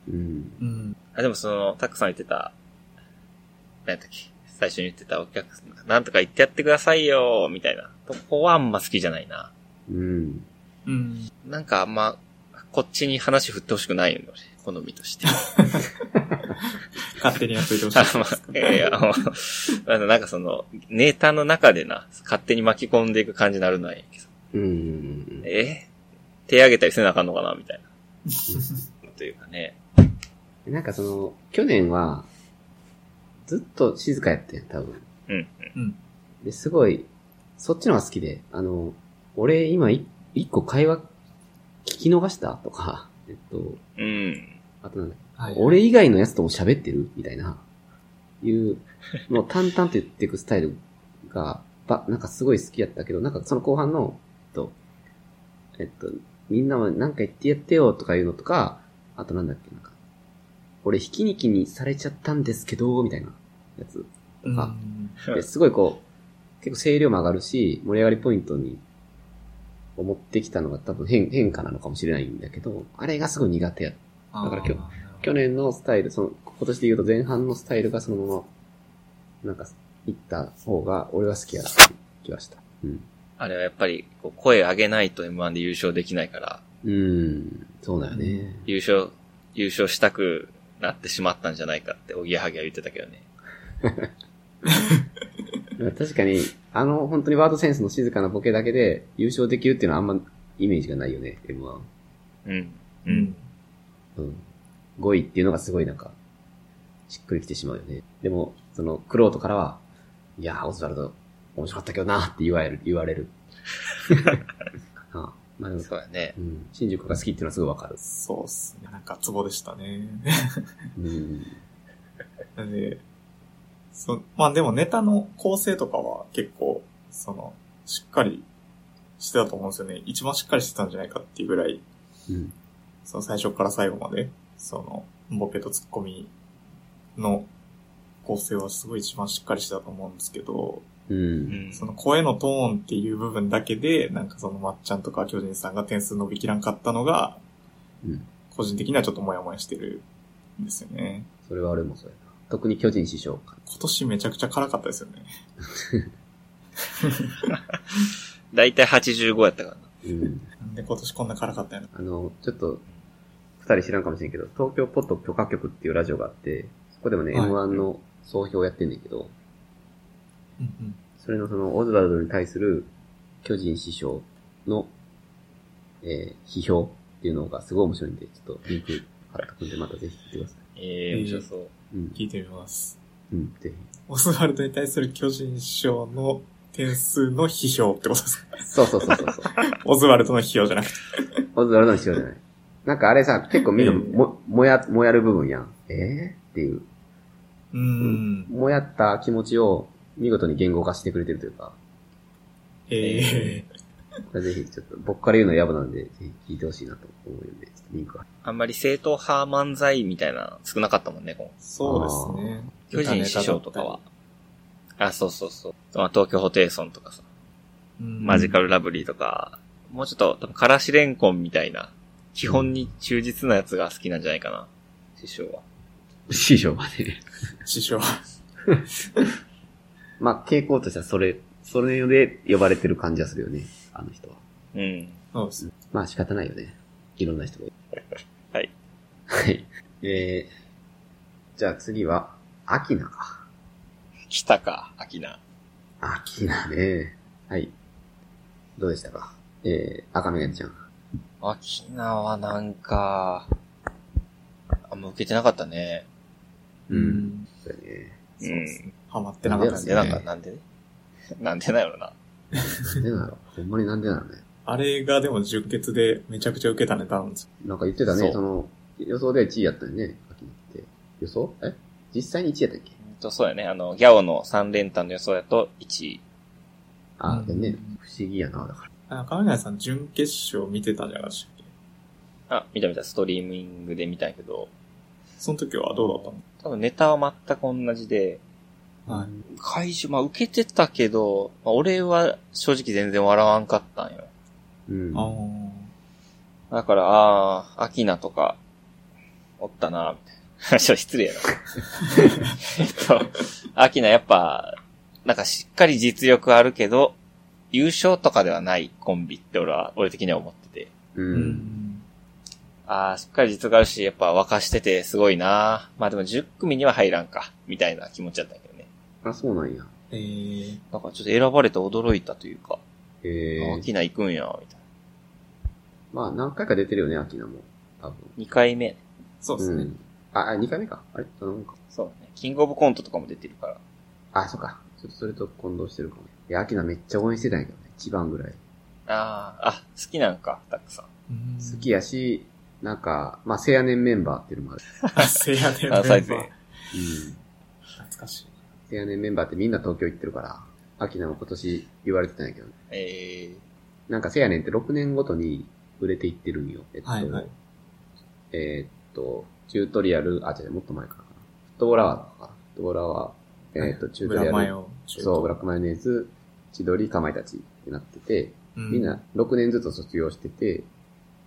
Speaker 1: うん。
Speaker 3: うん。
Speaker 2: あ、でもその、たくさん言ってた、何やったっけ、最初に言ってたお客さん、なんとか言ってやってくださいよみたいな。とこはあんま好きじゃないな。
Speaker 1: うん。
Speaker 3: うん。
Speaker 2: なんかあんま、こっちに話振ってほしくないよね、俺好みとして。
Speaker 3: 勝手にやっといてほしい
Speaker 2: あ。ま あ、いやいや、もうあのなんかその、ネタの中でな、勝手に巻き込んでいく感じになるのはいいけど。
Speaker 1: うん。
Speaker 2: え手挙げたりせなあかんのかな、みたいな。というかね。
Speaker 1: なんかその、去年は、ずっと静かやってん、多分。
Speaker 2: うん。
Speaker 3: うん。
Speaker 1: で、すごい、そっちの方が好きで、あの、俺今い一個会話聞き逃したとか、えっと、
Speaker 2: うん。
Speaker 1: あとなんだ、
Speaker 3: はい
Speaker 1: 俺以外のやつとも喋ってるみたいな、いうのを淡々と言っていくスタイルが、ば、なんかすごい好きやったけど、なんかその後半の、えっと、えっと、みんなはなんか言ってやってよとかいうのとか、あとなんだっけ、なんか、俺ひき肉にされちゃったんですけど、みたいなやつ。
Speaker 3: うん
Speaker 1: あですごいこう、結構声量も上がるし、盛り上がりポイントに、を持ってきたのが多分変、変化なのかもしれないんだけど、あれがすごい苦手や。だから今
Speaker 3: 日
Speaker 1: 去年のスタイル、その、今年で言うと前半のスタイルがそのまま、なんか、いった方が、俺は好きやなって気がした。うん。
Speaker 2: あれはやっぱり、こう声上げないと M1 で優勝できないから、
Speaker 1: うーん、そうだよね。
Speaker 2: 優勝、優勝したくなってしまったんじゃないかって、おぎやはぎは言ってたけどね。
Speaker 1: 確かに、あの、本当にワードセンスの静かなボケだけで優勝できるっていうのはあんまイメージがないよね、M1。
Speaker 2: うん。
Speaker 3: う。ん。
Speaker 1: うん。5位っていうのがすごいなんか、しっくりきてしまうよね。でも、その、クロートからは、いやー、オズワルド、面白かったけどなーって言われる、言わ れる。あまあでも、
Speaker 2: そうだね。
Speaker 1: うん。新宿が好きっていうのはすごいわかる。
Speaker 3: そうっすね。なんかツボでしたね。
Speaker 1: うん。
Speaker 3: なんで、そまあでもネタの構成とかは結構、その、しっかりしてたと思うんですよね。一番しっかりしてたんじゃないかっていうぐらい、
Speaker 1: うん。
Speaker 3: その最初から最後まで、その、ボケとツッコミの構成はすごい一番しっかりしてたと思うんですけど、
Speaker 1: う。
Speaker 2: うんん。
Speaker 3: その声のトーンっていう部分だけで、なんかそのまっちゃんとか巨人さんが点数伸びきらんかったのが、
Speaker 1: うん。
Speaker 3: 個人的にはちょっとモヤモヤしてるんですよね。
Speaker 1: それは俺もそうやな。特に巨人師匠か。
Speaker 3: 今年めちゃくちゃ辛かったですよね。
Speaker 2: だいたい85やったからな。
Speaker 1: うん。
Speaker 3: なんで今年こんな辛かったんやろ
Speaker 1: あの、ちょっと、二人知らんかもしれんけど、東京ポッド許可局っていうラジオがあって、そこでもね、
Speaker 3: はい
Speaker 1: M1 の総評やってんねんけど、
Speaker 3: うん
Speaker 1: それのその、オズワルドに対する巨人師匠の、えー、批評っていうのがすごい面白いんで、ちょっとリンク貼っとくんで、またぜひ聞いてください。
Speaker 2: ええ
Speaker 3: うん
Speaker 2: 面白そう。
Speaker 1: うん
Speaker 3: うん。聞いてみます。
Speaker 1: うん、ぜ
Speaker 3: オスワルドに対する巨人師匠の点数の批評ってこと ですか
Speaker 1: ひ。そうそうそうそうそう。
Speaker 3: オズワルドの批評じゃなくて。
Speaker 1: オズワルドの師匠じゃない。なんかあれさ、結構みんな
Speaker 3: ええ
Speaker 1: も、もや、もやる部分やん。えー、っていう。
Speaker 3: うーん。
Speaker 1: もやった気持ちを見事に言語化してくれてるというか、
Speaker 3: ええ
Speaker 1: これぜひちょっと僕から言うのは野暮なんで、ぜひ聞いてほしいなと思うんで、ちょっとリンクは。
Speaker 2: あんまり正統派漫才みたいな少なかったもんね、今
Speaker 3: そうですね。
Speaker 2: 巨人師匠とかは。あ、そうそうそう。まあ、東京ホテイソンとかさ、
Speaker 3: うん。
Speaker 2: マジカルラブリーとか、もうちょっと、多分からしれんこんみたいな、基本に忠実なやつが好きなんじゃないかな、師匠は。
Speaker 1: 師匠はね。
Speaker 3: 師匠。
Speaker 1: まあ、傾向としてはそれ、それで呼ばれてる感じはするよね、あの人は。
Speaker 2: うん。
Speaker 3: そうですね。
Speaker 1: まあ仕方ないよね。いろんな人がいる。
Speaker 2: はい。
Speaker 1: はい。えー、じゃあ次は、アキナか。
Speaker 2: 来たか、アキナ。
Speaker 1: アキナね。はい。どうでしたかえー、赤目がちゃん。
Speaker 2: アキナはなんか、あんま受けてなかったね。
Speaker 1: う。
Speaker 3: うんん。
Speaker 1: そうだね。
Speaker 2: う
Speaker 3: そうで
Speaker 2: ん
Speaker 3: す。ね。ハマってなかったです
Speaker 2: で、
Speaker 3: ね。
Speaker 2: なんか、なんで なんでなんやろな。
Speaker 1: なんで なのほんまになんでなのね。
Speaker 3: あれがでも純潔でめちゃくちゃ受けたネタなんですよ。
Speaker 1: なんか言ってた
Speaker 2: そ
Speaker 1: ね、
Speaker 2: う
Speaker 1: その、予想では1位やったよね、アキナって。予想え実際に1位やったっけ
Speaker 2: うんと、そうやね。あの、ギャオの3連単の予想やと1位。
Speaker 1: あ
Speaker 3: う
Speaker 1: ー、
Speaker 3: ん
Speaker 1: でもね、不思議やな、だから。
Speaker 3: 中村さん準決勝見てたんじゃないですかったっけ
Speaker 2: あ、見た見た、ストリーミングで見たんやけど、
Speaker 3: その時はどうだっ
Speaker 2: 多分ネタは全く同じで、
Speaker 3: たのはい。
Speaker 2: 会場、まあ受けてたけど、まあ、俺は正直全然笑わんかったんよ。
Speaker 1: うん。
Speaker 3: あ
Speaker 2: だから、ああ、アキナとか、おったな、みたいな。ちょ っと失礼やな。えっと、アキナやっぱ、なんかしっかり実力あるけど、優勝とかではないコンビって俺は、俺的には思ってて。
Speaker 1: う。
Speaker 3: ーうんん。
Speaker 2: ああ、しっかり実力あるし、やっぱ沸かしててすごいな。まあでも10組には入らんか、みたいな気持ちだったけどね。
Speaker 1: あ、そうなんや。
Speaker 3: えー、
Speaker 2: なんかちょっと選ばれて驚いたというか、
Speaker 1: え
Speaker 2: あア
Speaker 1: ー、
Speaker 2: キナ行くんや、みたいな。
Speaker 1: まあ何回か出てるよね、アキナも。多分。
Speaker 2: 2回目。
Speaker 3: そうです
Speaker 1: う
Speaker 3: ね。
Speaker 1: ん。あ、あ、2回目か。あれ頼むか。
Speaker 2: そうね。キングオブコントとかも出てるから。
Speaker 1: あ、そうか。ちょっとそれと混同してるかも。いや、アキナめっちゃ応援してたんやけどね。一番ぐらい。
Speaker 2: ああ、あ、好きなんか、たくさん。
Speaker 3: うん
Speaker 1: 好きやし、なんか、まあ、青年メンバーっていうのもある。
Speaker 3: せやで、メンバ
Speaker 2: あ
Speaker 3: ー
Speaker 2: 最前
Speaker 3: 懐
Speaker 1: うん。
Speaker 3: かしい。
Speaker 1: 青年メンバーってみんな東京行ってるから、アキナも今年言われてたんやけどね。
Speaker 2: ええ
Speaker 1: なんか、せやねんって6年ごとに売れていってるんよ。えっと、
Speaker 3: はいはい
Speaker 1: えーっと、チュートリアル、あ、違う、もっと前からかな。フットボーラーかな。フットボーラーは、えーっと、チュートリ
Speaker 3: ブラ
Speaker 1: ア
Speaker 3: マ
Speaker 1: ル、
Speaker 3: ヨ中
Speaker 1: そう、ブラックマヨネーズ、千鳥、かまいたちってなってて、
Speaker 3: う
Speaker 1: みんな6年ずつ卒業してて、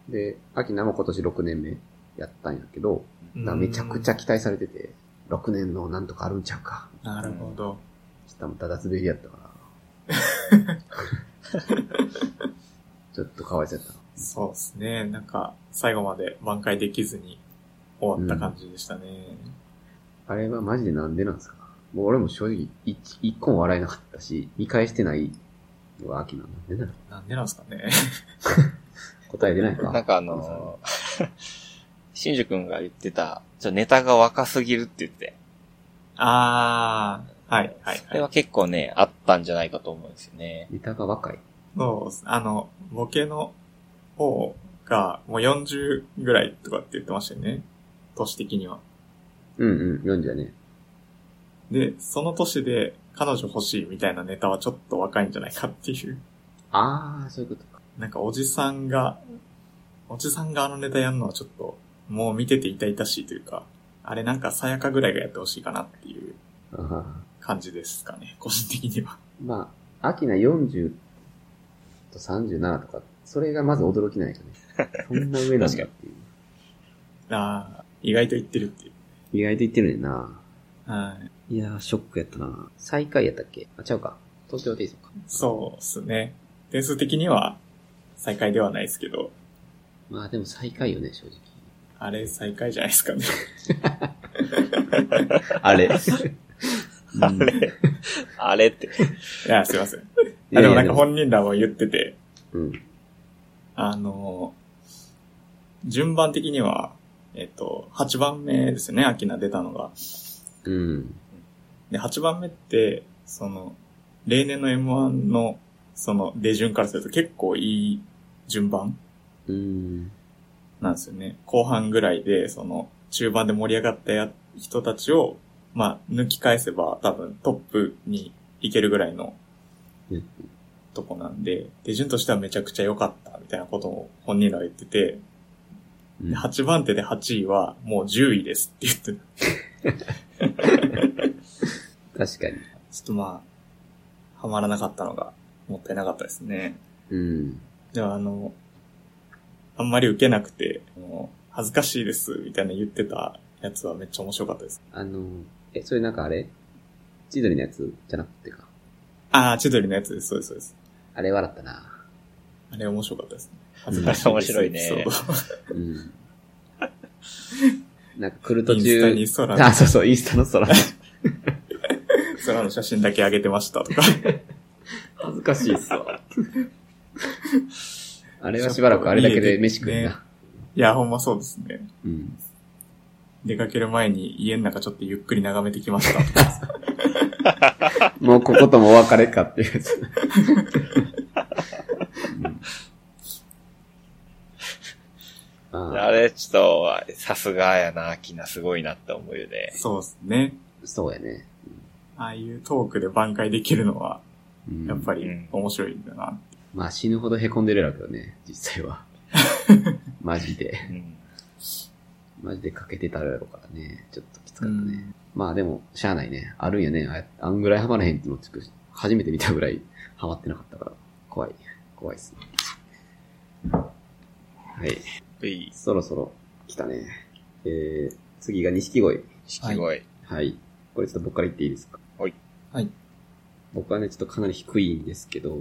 Speaker 1: で、アキナも今年6年目やったんやけど、だからめちゃくちゃ期待されてて、6年のなんとかあるんちゃうか。
Speaker 3: うんなるほど。
Speaker 1: ちょっともうただ滑りやったから。 ちょっとかわいそうやったな。
Speaker 3: そうですね。なんか、最後まで挽回できずに終わった感じでしたね。
Speaker 1: あれはマジでなんでなんですかもう俺も正直一、一個も笑えなかったし、見返してないのが秋なの。なんでなの
Speaker 3: なんでなんですかね。
Speaker 1: 答え出ない
Speaker 2: ー。なん
Speaker 1: か。
Speaker 2: かあのー、 新宿くんが言ってた、ちょ、ネタが若すぎるって言って。
Speaker 3: あー、はい、はい、
Speaker 2: そ
Speaker 3: は
Speaker 2: れ
Speaker 3: い。
Speaker 2: は結構ね、あったんじゃないかと思うんですよね。
Speaker 1: ネタが若い。
Speaker 3: そうっす、あの、ボケの方が、もう40ぐらいとかって言ってましたよね。年的には。
Speaker 1: うんうん、読んじゃね。
Speaker 3: で、その年で彼女欲しいみたいなネタはちょっと若いんじゃないかっていう。
Speaker 1: あー、そういうことか。
Speaker 3: なんかおじさんが、おじさんがあのネタやるのはちょっと、もう見てて痛々しいというか、あれなんかさやかぐらいがやってほしいかなっていう
Speaker 1: あは
Speaker 3: 感じですかね、 個人的には。
Speaker 1: まあ、秋な40と37とか、それがまず驚きないよね。 そんな上なんだっていう。
Speaker 3: ああ、意外と言ってるっていう。
Speaker 1: 意外と言ってるねんな。
Speaker 3: はい。
Speaker 1: いやー、ショックやったな。最下位やったっけあ、ちゃうか。東京でいいか。
Speaker 3: そうですね。点数的には最下位ではないですけど、
Speaker 1: まあでも最下位よね、正直。
Speaker 3: あれ最下位じゃないですかね。
Speaker 1: あ れ。
Speaker 2: あ れ、あれ って。
Speaker 3: いや、すいません。
Speaker 1: いや
Speaker 3: あ
Speaker 1: い
Speaker 3: で
Speaker 1: や
Speaker 3: もなんか本人らも言ってて、
Speaker 1: うん。
Speaker 3: あの、順番的には、えっと、8番目ですよね、アキナ出たのが。
Speaker 1: うん。
Speaker 3: で、8番目って、その、例年の M1 の、その、出順からすると結構いい順番
Speaker 1: うん。
Speaker 3: なんですよね。後半ぐらいで、その、中盤で盛り上がったや人たちを、まあ、抜き返せば多分トップに行けるぐらいの
Speaker 1: うん、
Speaker 3: とこなんで、手順としてはめちゃくちゃ良かった、みたいなことを本人らは言ってて、で8番手で8位はもう10位ですって言って、ちょ
Speaker 1: 確かに。
Speaker 3: っとまあ、ハマらなかったのがもったいなかったですね。
Speaker 1: うん。
Speaker 3: でもあの、あんまり受けなくて、あの恥ずかしいですみたいな言ってたやつはめっちゃ面白かったです。
Speaker 1: あの、え、それなんかあれ千鳥のやつじゃなくてか。
Speaker 3: ああ、千鳥のやつです。そうです、そうです。
Speaker 1: あれ笑ったな。
Speaker 3: あれ面白かっ たですね。
Speaker 1: うん
Speaker 3: 恥ずかしいです。
Speaker 2: 面白いね
Speaker 3: エピソー
Speaker 1: うん。なんか来る
Speaker 3: ド
Speaker 1: 途
Speaker 3: インスタに
Speaker 1: 中。
Speaker 3: 空の
Speaker 1: あ、、そうそう、インスタの空。
Speaker 3: 空の写真だけ上げてました とか。
Speaker 1: 恥ずかしいっす わ。あれはしばらくあれだけで飯食えな。
Speaker 3: いや、ほんまそうですね。
Speaker 1: うん。
Speaker 3: 出かける前に家の中ちょっとゆっくり眺めてきましたと か。
Speaker 1: もうここともお別れかっていうやつ。うんあー
Speaker 2: あれ、ちょっと、さすがやな、アキナすごいなって思うよね。
Speaker 3: そうですね。
Speaker 1: そうやね。
Speaker 3: ああいうトークで挽回できるのは、
Speaker 1: うん
Speaker 3: やっぱ
Speaker 2: う
Speaker 3: り
Speaker 2: ん
Speaker 3: 面白いんだな。
Speaker 1: まあ死ぬほど凹んでるやろうけどね、実際は。マジで。
Speaker 2: うん。
Speaker 1: マジで欠けてたやろうからね。ちょっときつかったね。まあでも、しゃあないね。あるんやね。ああんぐらいハマらへんってのをつく初めて見たぐらいハマってなかったから。怖い。怖いっすね。はい。
Speaker 2: いい。
Speaker 1: そろそろ来たね。えー、次が錦鯉。
Speaker 2: すごい。
Speaker 1: はい。これちょっと僕から言っていいですか
Speaker 2: はい。
Speaker 3: はい。
Speaker 1: 僕はね、ちょっとかなり低いんですけど、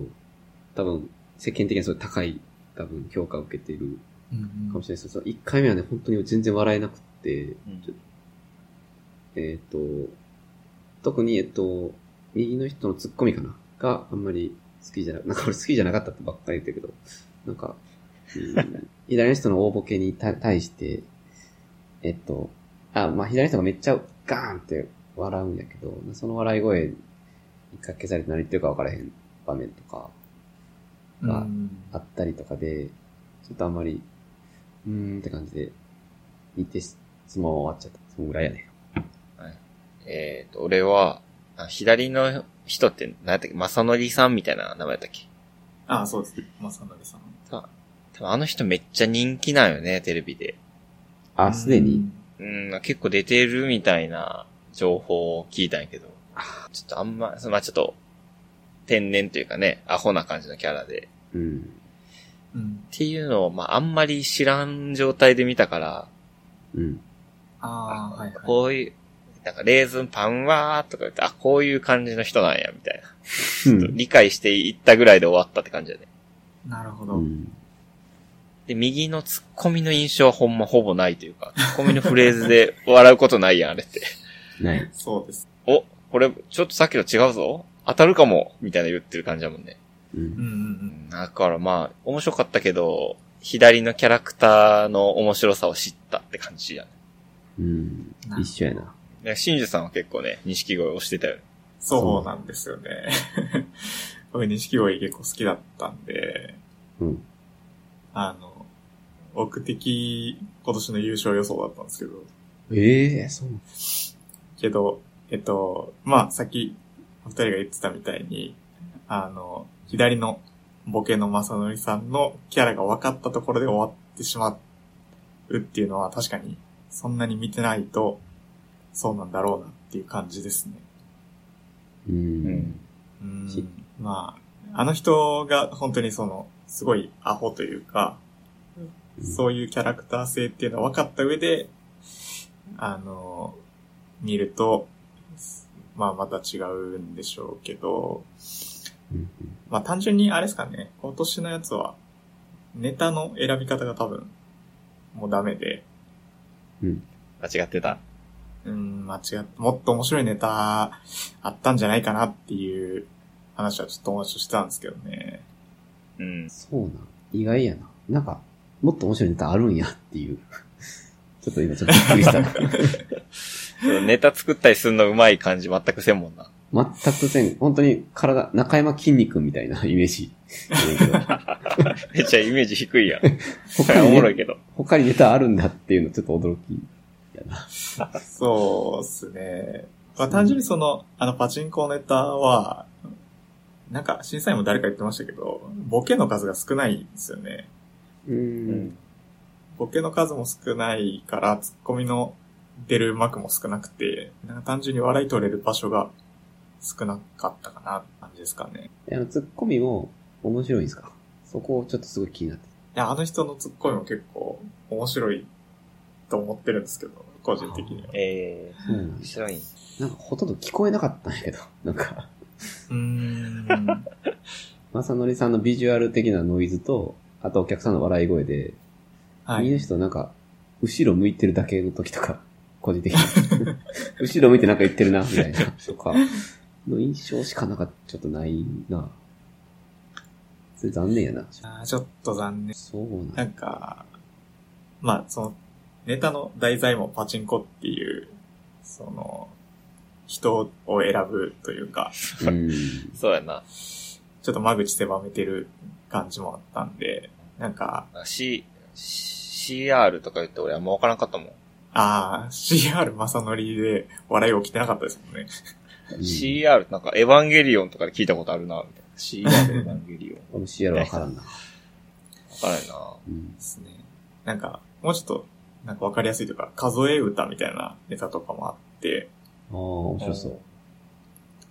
Speaker 1: 多分、世間的にはそれ高い、多分、評価を受けている
Speaker 3: うん
Speaker 1: か
Speaker 3: う
Speaker 1: も
Speaker 3: ん
Speaker 1: しれないです。その1回目はね、本当に全然笑えなくって、
Speaker 2: うん
Speaker 1: ちょえっ、と、特に、えっと、右の人のツッ コミかながあんまり好きじゃな、なんか俺好きじゃなかったってばっかり言ってるけど、なんか、うん左の人の大ボケにた対して、えっと、あ、まあ、左の人がめっちゃガーンって笑うんやけど、その笑い声にかけされて何言ってるか分からへん場面とか
Speaker 3: う
Speaker 1: が
Speaker 3: ん。
Speaker 1: あったりとかで、ちょっとあんまり、うーんって感じで、見て質問終わっちゃった。そのぐらいやね。
Speaker 2: えっ、と、俺は、あ左の人って、何やったっけ、まさのりさんみたいな名前やったっけ
Speaker 3: ああ、そうです。まさなりさん。
Speaker 2: 多分あの人めっちゃ人気なんよね、テレビで。
Speaker 1: あ、すでに。
Speaker 2: うん、結構出てるみたいな情報を聞いたんやけど、ちょっとあんま、そのまあちょっと、天然というかね、アホな感じのキャラで。
Speaker 1: うん。
Speaker 3: うん。うん。
Speaker 2: っていうのを、まあ、あんまり知らん状態で見たから、
Speaker 1: うん。
Speaker 3: ああ、はいはい。
Speaker 2: こういう、なんかレーズンパンはーとか言って、あ、こういう感じの人なんや、みたいな。
Speaker 1: うん
Speaker 2: 理解していったぐらいで終わったって感じだね。
Speaker 3: なるほ
Speaker 1: う
Speaker 3: ど。
Speaker 1: ん。
Speaker 2: で、右のツッコミの印象はほんまほぼないというか、ツッコミのフレーズで笑うことないやん、あれって。
Speaker 1: ない。
Speaker 3: そうです。
Speaker 2: お、これ、ちょっとさっきの違うぞ当たるかもみたいな言ってる感じだもんね。
Speaker 1: う
Speaker 3: うん
Speaker 1: ん。
Speaker 3: うんう。
Speaker 2: うんんだからまあ、面白かったけど、左のキャラクターの面白さを知ったって感じやね。
Speaker 1: うん。一緒やな。
Speaker 2: いや、真珠さんは結構ね、錦鯉をしてたよね。
Speaker 3: そうなんですよね。 僕、錦鯉結構好きだったんで、
Speaker 1: うん。
Speaker 3: あの、僕的今年の優勝予想だったんですけど、
Speaker 1: ええそう。
Speaker 3: けど、えっと、まあ、さっき、お二人が言ってたみたいに、あの、左のボケの正則さんのキャラが分かったところで終わってしまうっていうのは確かに、そんなに見てないと、そうなんだろうなっていう感じですね。
Speaker 1: う
Speaker 2: うんん。
Speaker 3: う
Speaker 1: し
Speaker 3: ん。まあ、あの人が本当にその、すごいアホというか、そういうキャラクター性っていうのは分かった上で、あの、見ると、まあまた違うんでしょうけど、
Speaker 1: うん。
Speaker 3: まあ単純にあれですかね、今年のやつは、ネタの選び方が多分、もうダメで、
Speaker 2: 間違ってた。
Speaker 3: うん、間違っ、もっと面白いネタあったんじゃないかなっていう話はちょっとお話ししてたんですけどね。
Speaker 2: うん。
Speaker 1: そうなん。意外やな。なんか、もっと面白いネタあるんやっていう。 ちょっと今ちょっとびっくりした。
Speaker 2: ネタ作ったりするのうまい感じ全くせんもんな。
Speaker 1: 全くせん。本当に体、中山筋肉みたいなイメ ージ。
Speaker 2: めっちゃイメージ低いやん。
Speaker 1: 他
Speaker 2: お
Speaker 1: に
Speaker 2: もろい
Speaker 1: ね、
Speaker 2: けど。
Speaker 1: 他にネタあるんだっていうのちょっと驚き。
Speaker 3: そうですね。まあ単純にその、あのパチンコネタは、なんか審査員も誰か言ってましたけど、ボケの数が少ないんですよね。
Speaker 1: う。
Speaker 2: うんん。
Speaker 3: ボケの数も少ないから、ツッコミの出る幕も少なくて、なんか単純に笑い取れる場所が少なかったかなって感じですかね。
Speaker 1: あの、ツッコミも面白いんですかそこをちょっとすごい気になって。
Speaker 3: いや、あの人のツッコミも結構面白いと思ってるんですけど、個人的には。
Speaker 2: え
Speaker 1: そうなん
Speaker 2: ー、
Speaker 1: です
Speaker 2: 白い。
Speaker 1: なんかほとんど聞こえなかったんやけど。なんか、
Speaker 3: うーん。
Speaker 1: まさのりさんのビジュアル的なノイズと、あとお客さんの笑い声で、
Speaker 3: は
Speaker 1: 右の
Speaker 3: い。
Speaker 1: 人なんか、後ろ向いてるだけの時とか、 個人的に。 後ろ向いてなんか言ってるな、みたいな、とか、の印象しかなんかちょっとないな。それ残念やな。
Speaker 3: あーちょっと残念。
Speaker 1: そうな
Speaker 3: なんんか、まあ、その、ネタの題材もパチンコっていう、その、人を選ぶというか、
Speaker 1: うん。
Speaker 2: そうやな。
Speaker 3: ちょっと間口狭めてる感じもあったんで、なんか、
Speaker 2: C、CR とか言って俺はもうわからんかったもん。
Speaker 3: ああ、CR 正則で笑い起きてなかったですもんね。
Speaker 1: うん
Speaker 2: CR ってなんかエヴァンゲリオンとかで聞いたことあるな、みたいな。CR エヴァンゲリオン。
Speaker 1: 俺 CR わからんな。
Speaker 2: わからんな。
Speaker 1: うん
Speaker 3: で。すね。なんか、もうちょっと、なんかわかりやすいというか、数え歌みたいなネタとかもあって、
Speaker 1: ああ、面白そう。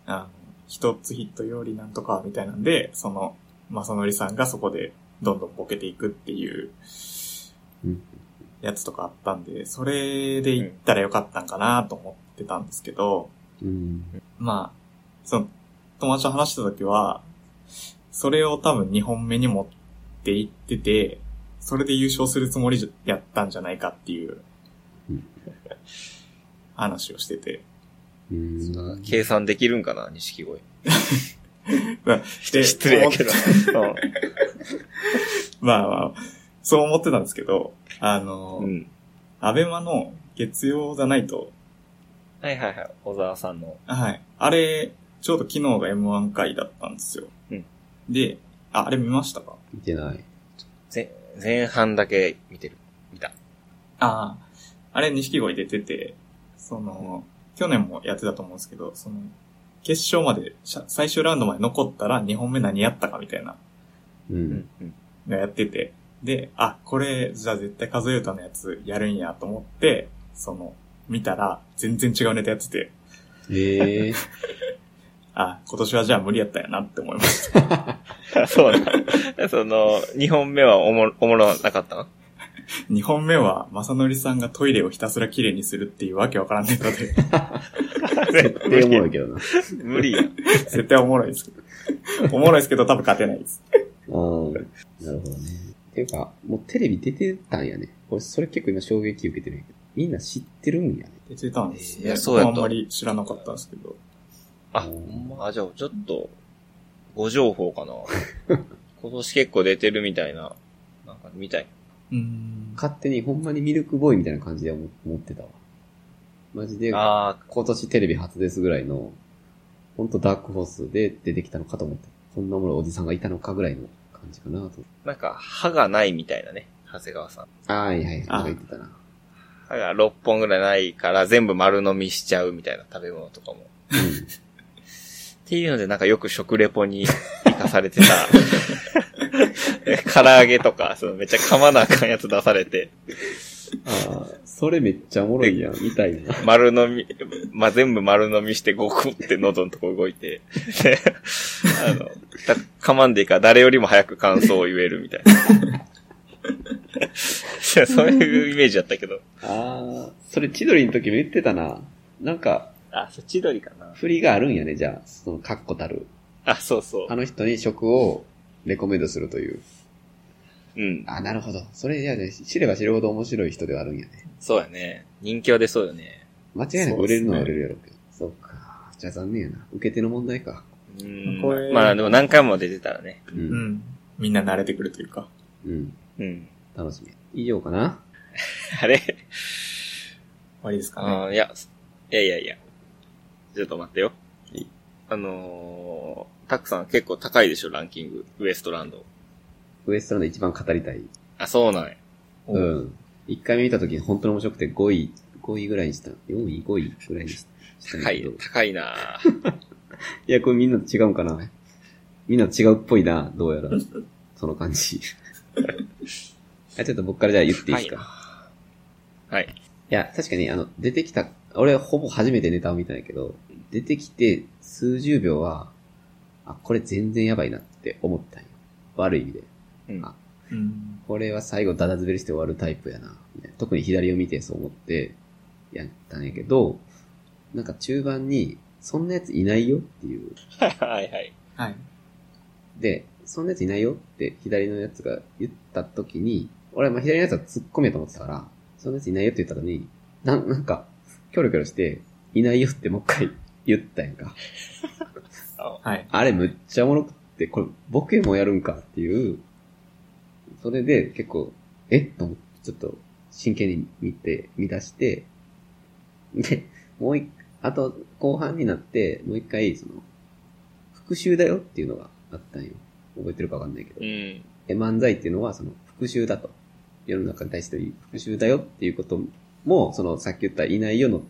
Speaker 3: あの、一つヒットよりなんとかみたいなんで、その、正則さんがそこでどんどんボケていくっていう
Speaker 1: うん、
Speaker 3: やつとかあったんで、それで行ったらよかったんかなと思ってたんですけど、
Speaker 1: うん。
Speaker 3: まあ、その、友達と話した時は、それを多分2本目に持って行ってて、それで優勝するつもりじゃやったんじゃないかっていう
Speaker 1: うん、
Speaker 3: 話をして て。
Speaker 1: うん。
Speaker 2: うん計算できるんかな、錦鯉。
Speaker 3: で
Speaker 2: 失礼やけど。うん
Speaker 3: まあまあ、そう思ってたんですけど、あの、
Speaker 2: うん。
Speaker 3: アベマの月曜じゃないと、
Speaker 2: はいはいはい。小沢さんの。
Speaker 3: はい。あれ、ちょうど昨日が M1 回だったんですよ。
Speaker 2: うん
Speaker 3: で、あ、あれ見ましたか
Speaker 1: 見てない。
Speaker 2: 前、前半だけ見てる。見た。
Speaker 3: ああ、あれ、錦鯉で出てて、その、去年もやってたと思うんですけど、その、決勝まで、しゃ最終ラウンドまで残ったら2本目何やったかみたいな、
Speaker 1: う。
Speaker 2: うんん。うん。
Speaker 3: がやってて、で、あ、これ、じゃあ絶対数え歌のやつやるんやと思って、その、見たら、全然違うネタやってて、
Speaker 1: ええ
Speaker 3: あ、今年はじゃあ無理やったんやなって思いま した。
Speaker 2: あ そうだ。その、2本目はおもろ、おもろなかったの
Speaker 3: 2本目は、正則さんがトイレをひたすら綺麗にするっていうわけわからんネタで、
Speaker 1: 絶対おもろいけどな。
Speaker 2: 無理や。
Speaker 3: 絶対おもろいですけど、おも ろいですけど多分勝てないです。
Speaker 1: うん。なるほどね。ていうか、もうテレビ出てたんやね。俺、それ結構今衝撃受けてるんやけど。みんな知ってるんやね。
Speaker 3: 出てたんです
Speaker 2: え
Speaker 3: ね。
Speaker 2: ーそうやった
Speaker 3: 僕もあんまり知らなかったんですけど。
Speaker 2: あ、
Speaker 1: う
Speaker 2: ほ
Speaker 1: ん
Speaker 2: んまあ、じゃあちょっと、ご情報かな。 今年結構出てるみたいな、なんか見たい。
Speaker 3: うん。
Speaker 1: 勝手にほんまにミルクボーイみたいな感じで思思ってたわ。マジで、
Speaker 2: あ
Speaker 1: 今年テレビ初ですぐらいの、ほんとダークホースで出てきたのかと思って、こんなものおじさんがいたのかぐらいの感じかなと。
Speaker 2: あ、なんか歯がないみたいなね、長谷川さん。
Speaker 1: あーはいはい、
Speaker 3: あ
Speaker 1: なんか言ってたな。
Speaker 2: 歯が6本ぐらいないから全部丸飲みしちゃうみたいな食べ物とかも。っていうのでなんかよく食レポに生かされてた。 唐揚げとか、そのめっちゃ噛まなあかんやつ出されて、
Speaker 1: うん、ああ、それめっちゃおもろいやん、みたいな。
Speaker 2: 丸飲み、まあ、全部丸飲みしてゴクって喉のとこ動いて、 で、あの、た噛まんでいいから誰よりも早く感想を言えるみたいな。 そうそういうイメージだったけど。
Speaker 1: ああ、それ千鳥の時も言ってたな。なんか、
Speaker 2: あ、そっち鳥かな。
Speaker 1: 振りがあるんやね、じゃあ。その、確固たる。
Speaker 2: あ、そうそ
Speaker 1: あの人に食をレコメンドするという。
Speaker 2: う。うん。
Speaker 1: あ、なるほど。それ、いやね、知れば知るほど面白い人ではあるんやね。
Speaker 2: そうやね。人気は出そうよね。
Speaker 1: 間違いなく
Speaker 3: そう
Speaker 1: 売
Speaker 3: っすね
Speaker 1: れるのは売れるやろうけど。そうか。じゃあ残念やな。受け手の問題か。
Speaker 2: うん
Speaker 3: これ。
Speaker 2: まあでも何回も出てたらね。
Speaker 1: う。
Speaker 3: うんん。みんな慣れてくるというか。
Speaker 1: うん。
Speaker 2: うん。
Speaker 1: 楽しみ。以上かな
Speaker 2: あれ
Speaker 3: 終わりですかね。
Speaker 2: あーいや、いやいやいや。ちょっと待ってよ。
Speaker 1: はい
Speaker 2: あのー、たくさん結構高いでしょ、ランキング。ウエストランド。
Speaker 1: ウエストランド一番語りたい。
Speaker 2: あ、そうなんや。
Speaker 3: お
Speaker 1: うん。一回目見た時本当に面白くて5位、5位ぐらいにした。4位、5位ぐらいにした。したん
Speaker 2: 高
Speaker 1: だけ
Speaker 2: い
Speaker 1: ど、
Speaker 2: 高いなぁ
Speaker 1: いや、これみんな違うんかなみんな違うっぽいな、どうやら。その感 じ。あちょっと僕からじゃあ言っていいですか。
Speaker 2: はい。
Speaker 1: いや、確かに、あの、出てきた、俺ほぼ初めてネタを見たんやけど、出てきて数十秒は、あ、これ全然やばいなって思ったんよ。悪い意味で。
Speaker 2: うん
Speaker 1: あ
Speaker 3: うん。
Speaker 1: これは最後ダダ滑りして終わるタイプやな。みたいな特に左を見てそう思ってやったんやけど、なんか中盤に、そんなやついないよっていう。
Speaker 2: はいはい。
Speaker 3: はい。
Speaker 1: で、そんなやついないよって左のやつが言った時に、俺はまあ左のやつは突っ込めと思ってたから、そんなやついないよって言ったのに、なん、なんか、キョロキョロして、いないよってもう一回 言ったやんか。
Speaker 3: はい。
Speaker 1: あれむっちゃおもろくって、これボケもやるんかっていう、それで結構、えっと思って、ちょっと真剣に見て、見出して、で、もう一、あと後半になって、もう一回、その、復讐だよっていうのがあったんよ。覚えてるかわかんないけど
Speaker 2: う。ん。
Speaker 1: え、漫才っていうのは、その、復讐だと。世の中に対しての復讐だよっていうことも、その、さっき言ったいないよの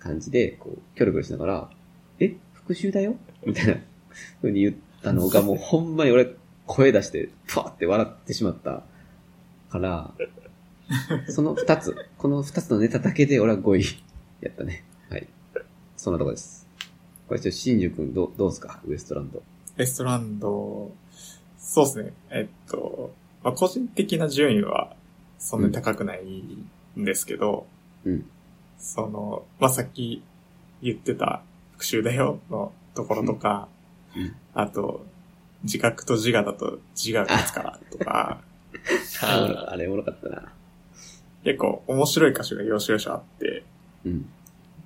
Speaker 1: 感じで、こう、キョロキョロしながら、え復讐だよみたいな風に言ったのが、もうほんまに俺、声出して、パーって笑ってしまったから、その二つ、 この二つのネタだけで俺は5位やったね。はい。そんなとこです。これちょっと、新宿君どう、どうすかウエストランド。
Speaker 3: レストランド、そうですね。えっと、まあ、個人的な順位はそんなに高くないんですけど、
Speaker 1: うん。
Speaker 3: その、まあ、さっき言ってた復習だよのところとか、
Speaker 1: うん
Speaker 3: あと、自覚と自我だと自我が勝つからとか、
Speaker 2: あ
Speaker 1: あれおもろかったな。
Speaker 3: 結構面白い箇所が要所要所あって、
Speaker 1: うん。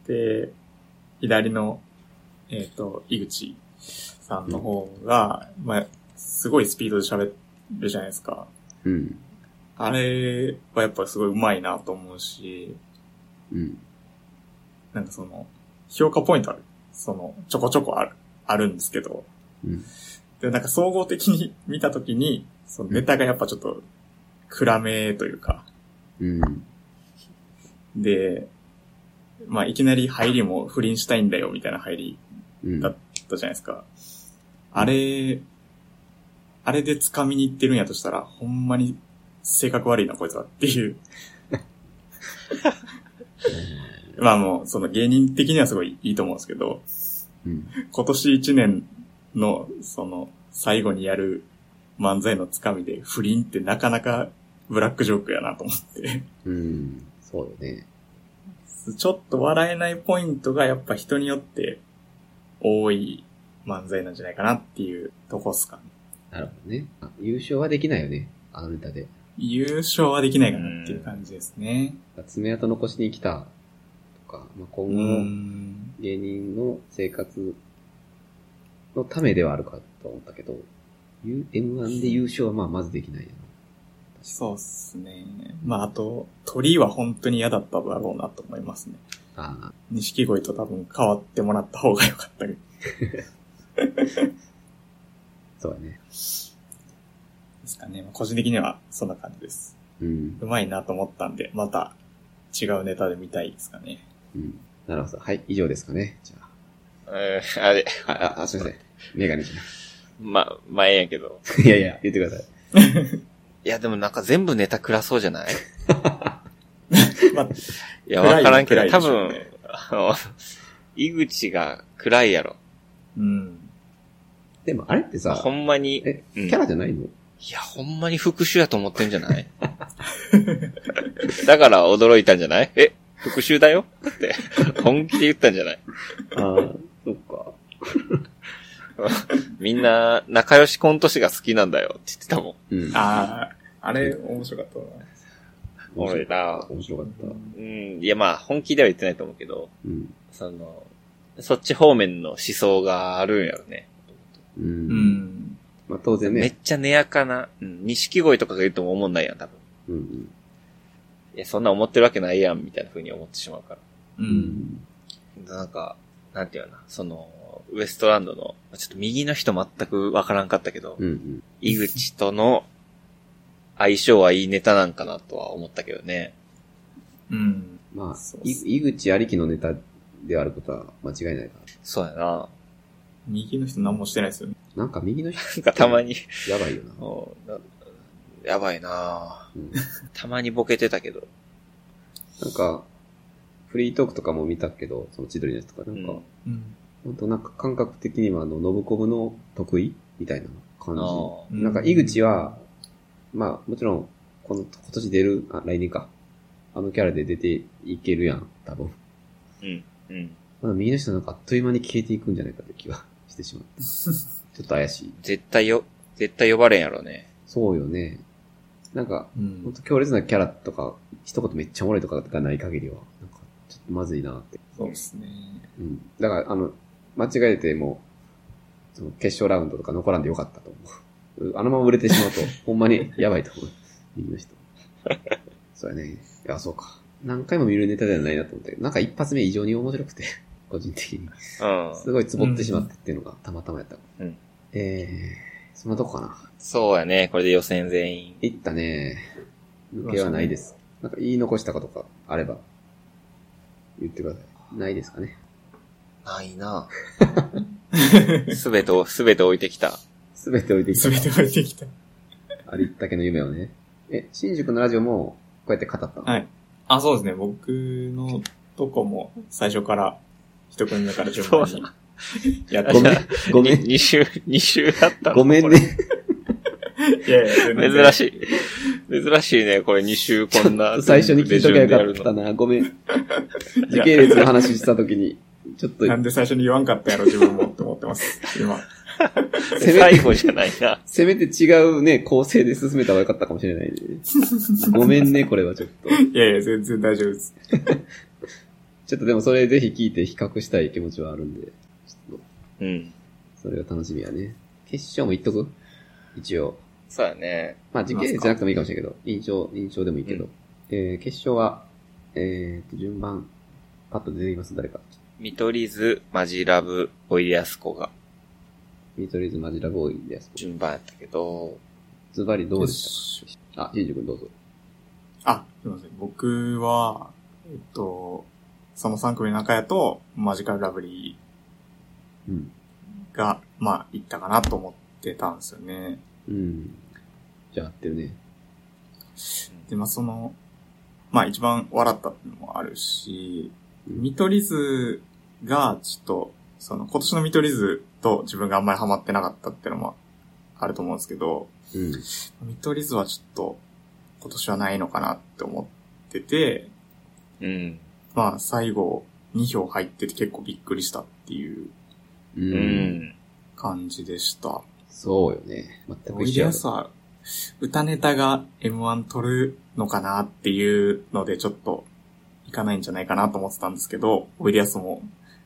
Speaker 3: で、左の、えっ、と、井口さんの方が、まあ、すごいスピードで喋るじゃないですか。
Speaker 1: うん。
Speaker 3: あれはやっぱすごい上手いなと思うし、
Speaker 1: うん。
Speaker 3: なんかその、評価ポイントある。その、ちょこちょこある、あるんですけど、
Speaker 1: うん。
Speaker 3: でもなんか総合的に見たときに、そのネタがやっぱちょっと暗めというか、
Speaker 1: うん。
Speaker 3: で、まあいきなり入りも不倫したいんだよみたいな入り
Speaker 1: うん。
Speaker 3: だだったじゃないですか。あれ、あれで掴みに行ってるんやとしたら、ほんまに性格悪いな、こいつはっていう。まあもう、その芸人的にはすごいいいと思うんですけど、
Speaker 1: うん。
Speaker 3: 今年一年の、その、最後にやる漫才のつかみで、不倫ってなかなかブラックジョークやなと思って。
Speaker 1: うん。そうよね。
Speaker 3: ちょっと笑えないポイントがやっぱ人によって多い漫才なんじゃないかなっていうとこっすかね。
Speaker 1: なるほどね。あ優勝はできないよね。あのネタで。
Speaker 3: 優勝はできないかなっていう感じですね。
Speaker 1: 爪痕残しに来たとか、まあ、
Speaker 3: う
Speaker 1: 今後の
Speaker 3: ん。
Speaker 1: 芸人の生活のためではあるかと思ったけど、U- M1 で優勝はまあまずできないよ
Speaker 3: そうっすね。まああと、鳥は本当に嫌だっただろうなと思いますね。
Speaker 1: な。ああ、
Speaker 3: 錦鯉と多分変わってもらった方が良かったけど。
Speaker 1: そうだね。
Speaker 3: ですかね。個人的にはそんな感じです。
Speaker 1: うん。
Speaker 3: うまいなと思ったんで、また違うネタで見たいですかね。
Speaker 1: うん。なるほど。はい、以上ですかね。じゃ
Speaker 2: えー、あれ、
Speaker 1: あ。あ、あ、あすいません。メガネじゃな
Speaker 2: ま、まあ、ええんやけど。
Speaker 1: い。いやいや、言ってください。
Speaker 2: いや、でもなんか全部ネタ暗そうじゃない
Speaker 3: まあ、
Speaker 2: いや、わからんけ
Speaker 3: 暗
Speaker 2: ど、
Speaker 3: い暗
Speaker 2: 多
Speaker 3: いで
Speaker 2: 分、
Speaker 3: しょうね
Speaker 2: あの、井口が暗いやろ。
Speaker 3: うん。
Speaker 1: でも、あれってさ、
Speaker 2: ほんまに、
Speaker 1: え、
Speaker 2: う
Speaker 1: キ
Speaker 2: ん
Speaker 1: ャラじゃないの、
Speaker 2: いや、ほんまに復讐やと思ってんじゃないだから驚いたんじゃないえ、復讐だよって、本気で言ったんじゃない
Speaker 1: ああ、そっか。
Speaker 2: みんな、仲良しコント師が好きなんだよって言ってたもん。
Speaker 1: うん。
Speaker 3: ああ、あれ面白かったな。
Speaker 2: おもろいな
Speaker 1: 面白かった。
Speaker 2: うん、いやまあ、本気では言ってないと思うけど、
Speaker 1: うん。
Speaker 2: その、そっち方面の思想があるんやろね。
Speaker 1: う。
Speaker 3: うんん。
Speaker 1: まあ、当然
Speaker 2: めっ
Speaker 1: ね。
Speaker 2: ちゃ寝やかな、うん、錦鯉とかが言うとも思んないやん、多分。
Speaker 1: うん。
Speaker 2: いや、そんな思ってるわけないやん、みたいな風に思ってしまうから。
Speaker 3: う。
Speaker 1: うんん。
Speaker 2: なんか、なんていうかな、その、ウエストランドの、ちょっと右の人全くわからんかったけど、
Speaker 1: うん。うん。
Speaker 2: 井口との相性はいいネタなんかなとは思ったけどね。
Speaker 3: うん。
Speaker 1: まあ
Speaker 3: そう、
Speaker 1: い井口ありきのネタであることは間違いないから。
Speaker 2: そうやな。
Speaker 3: 右の人何もしてないですよね。
Speaker 1: なんか右の人
Speaker 2: なんかたまに、
Speaker 1: やばい よな。
Speaker 2: もうなやばいな
Speaker 1: うん、
Speaker 2: たまにボケてたけど。
Speaker 1: なんか、フリートークとかも見たけど、その千鳥のやつとか、なんか、
Speaker 2: うん
Speaker 3: うん。
Speaker 1: ほんとなんか感覚的にはあの、ノブコブの得意みたいな感
Speaker 2: あ
Speaker 1: じ。
Speaker 2: ー
Speaker 1: なんか井口は、まあもちろん、この、今年出る、あ、来年か。あのキャラで出ていけるやん、多分。
Speaker 2: うん。うん。
Speaker 1: まあ、右の人なんかあっという間に消えていくんじゃないかって気が してしまって。ちょっと怪しい。
Speaker 2: 絶対よ、絶対呼ばれんやろね。
Speaker 1: そうよね。なんか、
Speaker 3: う
Speaker 1: ほん
Speaker 3: ん。
Speaker 1: と強烈なキャラとか、一言めっちゃおもろいとかがない限りは、なんか、ちょっとまずいなって。
Speaker 3: そうですね。
Speaker 1: うん。だから、あの、間違えても、その決勝ラウンドとか残らんでよかったと思う。 あのまま売れてしまうと、ほんまにやばいと思う。右の人。そうやね。いや、そうか。何回も見るネタではないなと思ったけど、なんか一発目異常に面白くて、個人的に。
Speaker 2: うん。
Speaker 1: すごいツボってしまったっていうのがたまたまやった。
Speaker 2: うん
Speaker 1: えー、そんなとこかな。
Speaker 2: そうやね。これで予選全員。
Speaker 1: いったね。抜けはないです。なんか言い残したことかあれば、言ってください。ないですかね。
Speaker 2: ない なすべてを、すべて置いてきた。
Speaker 1: すべて置いてきた
Speaker 3: す。べて置いてきた。
Speaker 1: ありったけの夢をね。え、新宿のラジオも、こうやって語ったの、
Speaker 3: はい。あ、そうですね。僕のとこも最初から一組目から順番にやっ て
Speaker 1: ごめん
Speaker 3: い、
Speaker 1: ごめん、
Speaker 2: 2週、二週あったの
Speaker 1: ごめん。ね。
Speaker 3: やいや全然
Speaker 2: 珍しい。珍しいね、これ2週こんな。
Speaker 1: 最初に聞いときゃ
Speaker 2: 全部で順でや
Speaker 1: よ
Speaker 2: る
Speaker 1: かっ
Speaker 2: の
Speaker 1: たな。ごめん。時系列の話したときに、ちょっと、
Speaker 3: なんで最初に言わんかったんやろ、自分もって思ってます。今。
Speaker 1: せめ
Speaker 2: 最
Speaker 1: て、
Speaker 2: 後じゃないな。
Speaker 1: せめて違うね、構成で進めた方がよかったかもしれないね。ごめんね、これはちょっと。
Speaker 3: いやいや、全然大丈夫です。
Speaker 1: ちょっとでもそれぜひ聞いて比較したい気持ちはあるんで、ちょっと、
Speaker 2: うん。
Speaker 1: それが楽しみやね。決勝も言っとく一応。
Speaker 2: そうだね。
Speaker 1: まあ、時系列じゃなくてもいいかもしれないけど、印象、印象でもいいけど。
Speaker 2: う
Speaker 1: えー、決勝は、えーと、順番、パッと出てきます、誰か。
Speaker 2: 見取り図、マジラブ、おいでやすこが
Speaker 1: 見取り図マジラボーイです。
Speaker 2: 順番やったけど、
Speaker 1: ズバリどうでしたかあ、新宿君どうぞ。
Speaker 3: あ、すいません。僕は、えっと、その3組の中やと、マジカルラブリ
Speaker 1: うん。
Speaker 3: ーが、まあ、いったかなと思ってたんですよね。
Speaker 1: うん。じゃあ合ってるね。
Speaker 3: で、まあ、その、まあ、一番笑ったっていうのもあるし、
Speaker 1: うん
Speaker 3: 見取り図が、ちょっと、その、今年の見取り図と自分があんまりハマってなかったっていうのもあると思うんですけど、
Speaker 1: うん。
Speaker 3: 見取り図はちょっと、今年はないのかなって思ってて、
Speaker 2: うん。
Speaker 3: まあ、最後、2票入ってて結構びっくりしたっていう
Speaker 1: うん。
Speaker 2: うん。
Speaker 3: 感じでした。
Speaker 1: そうよね。全く
Speaker 3: おい
Speaker 1: 一緒
Speaker 3: で
Speaker 1: や
Speaker 3: や
Speaker 1: ろ
Speaker 3: すは、歌ネタが M1 取るのかなっていうので、ちょっと、いかないんじゃないかなと思ってたんですけど、おいでやすも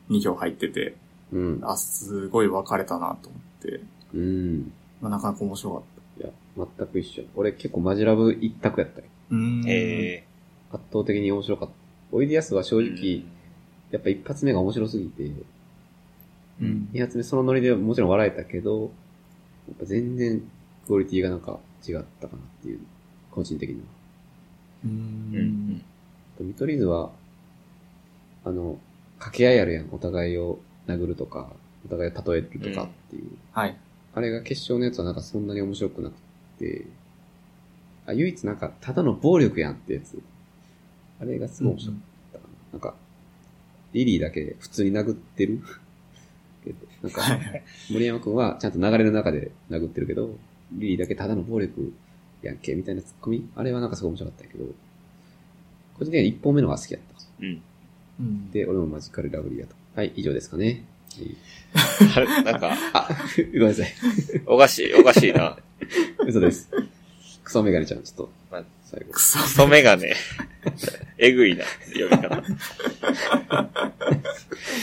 Speaker 3: 2票入ってて、
Speaker 1: うん。
Speaker 3: あ、すごい分かれたなと思って、
Speaker 1: うん。
Speaker 3: まあ、なかなか面白かっ
Speaker 1: いや、全く一緒。俺結構マジラブ一択やったよ
Speaker 3: た。うーん。
Speaker 2: え
Speaker 1: 圧倒的に面白かった。おいでやすは正
Speaker 2: ー
Speaker 1: 直、やっぱ一発目が面白すぎて、
Speaker 3: うん
Speaker 1: 二発目そのノリでもちろん笑えたけど、やっぱ全然クオリティがなんか違ったかなっていう、個人的には。
Speaker 3: うー
Speaker 2: うんん。
Speaker 1: あと見取り図は、あの、掛け合いあるやん。お互いを殴るとか、お互いを例えるとかっていう。
Speaker 3: はい。
Speaker 1: あれが決勝のやつはなんかそんなに面白くなくて、あ、唯一なんか、ただの暴力やんってやつ。あれがすごい面白かったかな。なんか、リリーだけ普通に殴ってる けど、なんか、
Speaker 3: はい
Speaker 1: 森山くんはちゃんと流れの中で殴ってるけど、リリーだけただの暴力やんけ、みたいなツッコミあれはなんかすごい面白かったんやけど、個人的に1本目の方が好きだった。
Speaker 2: うん。
Speaker 3: うん
Speaker 1: で、俺もマジカルラブリーだと。はい、以上ですかね。はい
Speaker 2: あれ なんか、
Speaker 1: あ、ごめんなさい。
Speaker 2: おかしい、おかしいな。
Speaker 1: 嘘です。クソメガネちゃん、ちょっ
Speaker 2: ま
Speaker 1: と
Speaker 2: あ、
Speaker 1: 最後
Speaker 3: ク。ソ。
Speaker 2: クソメガネ。えぐいな、読み方。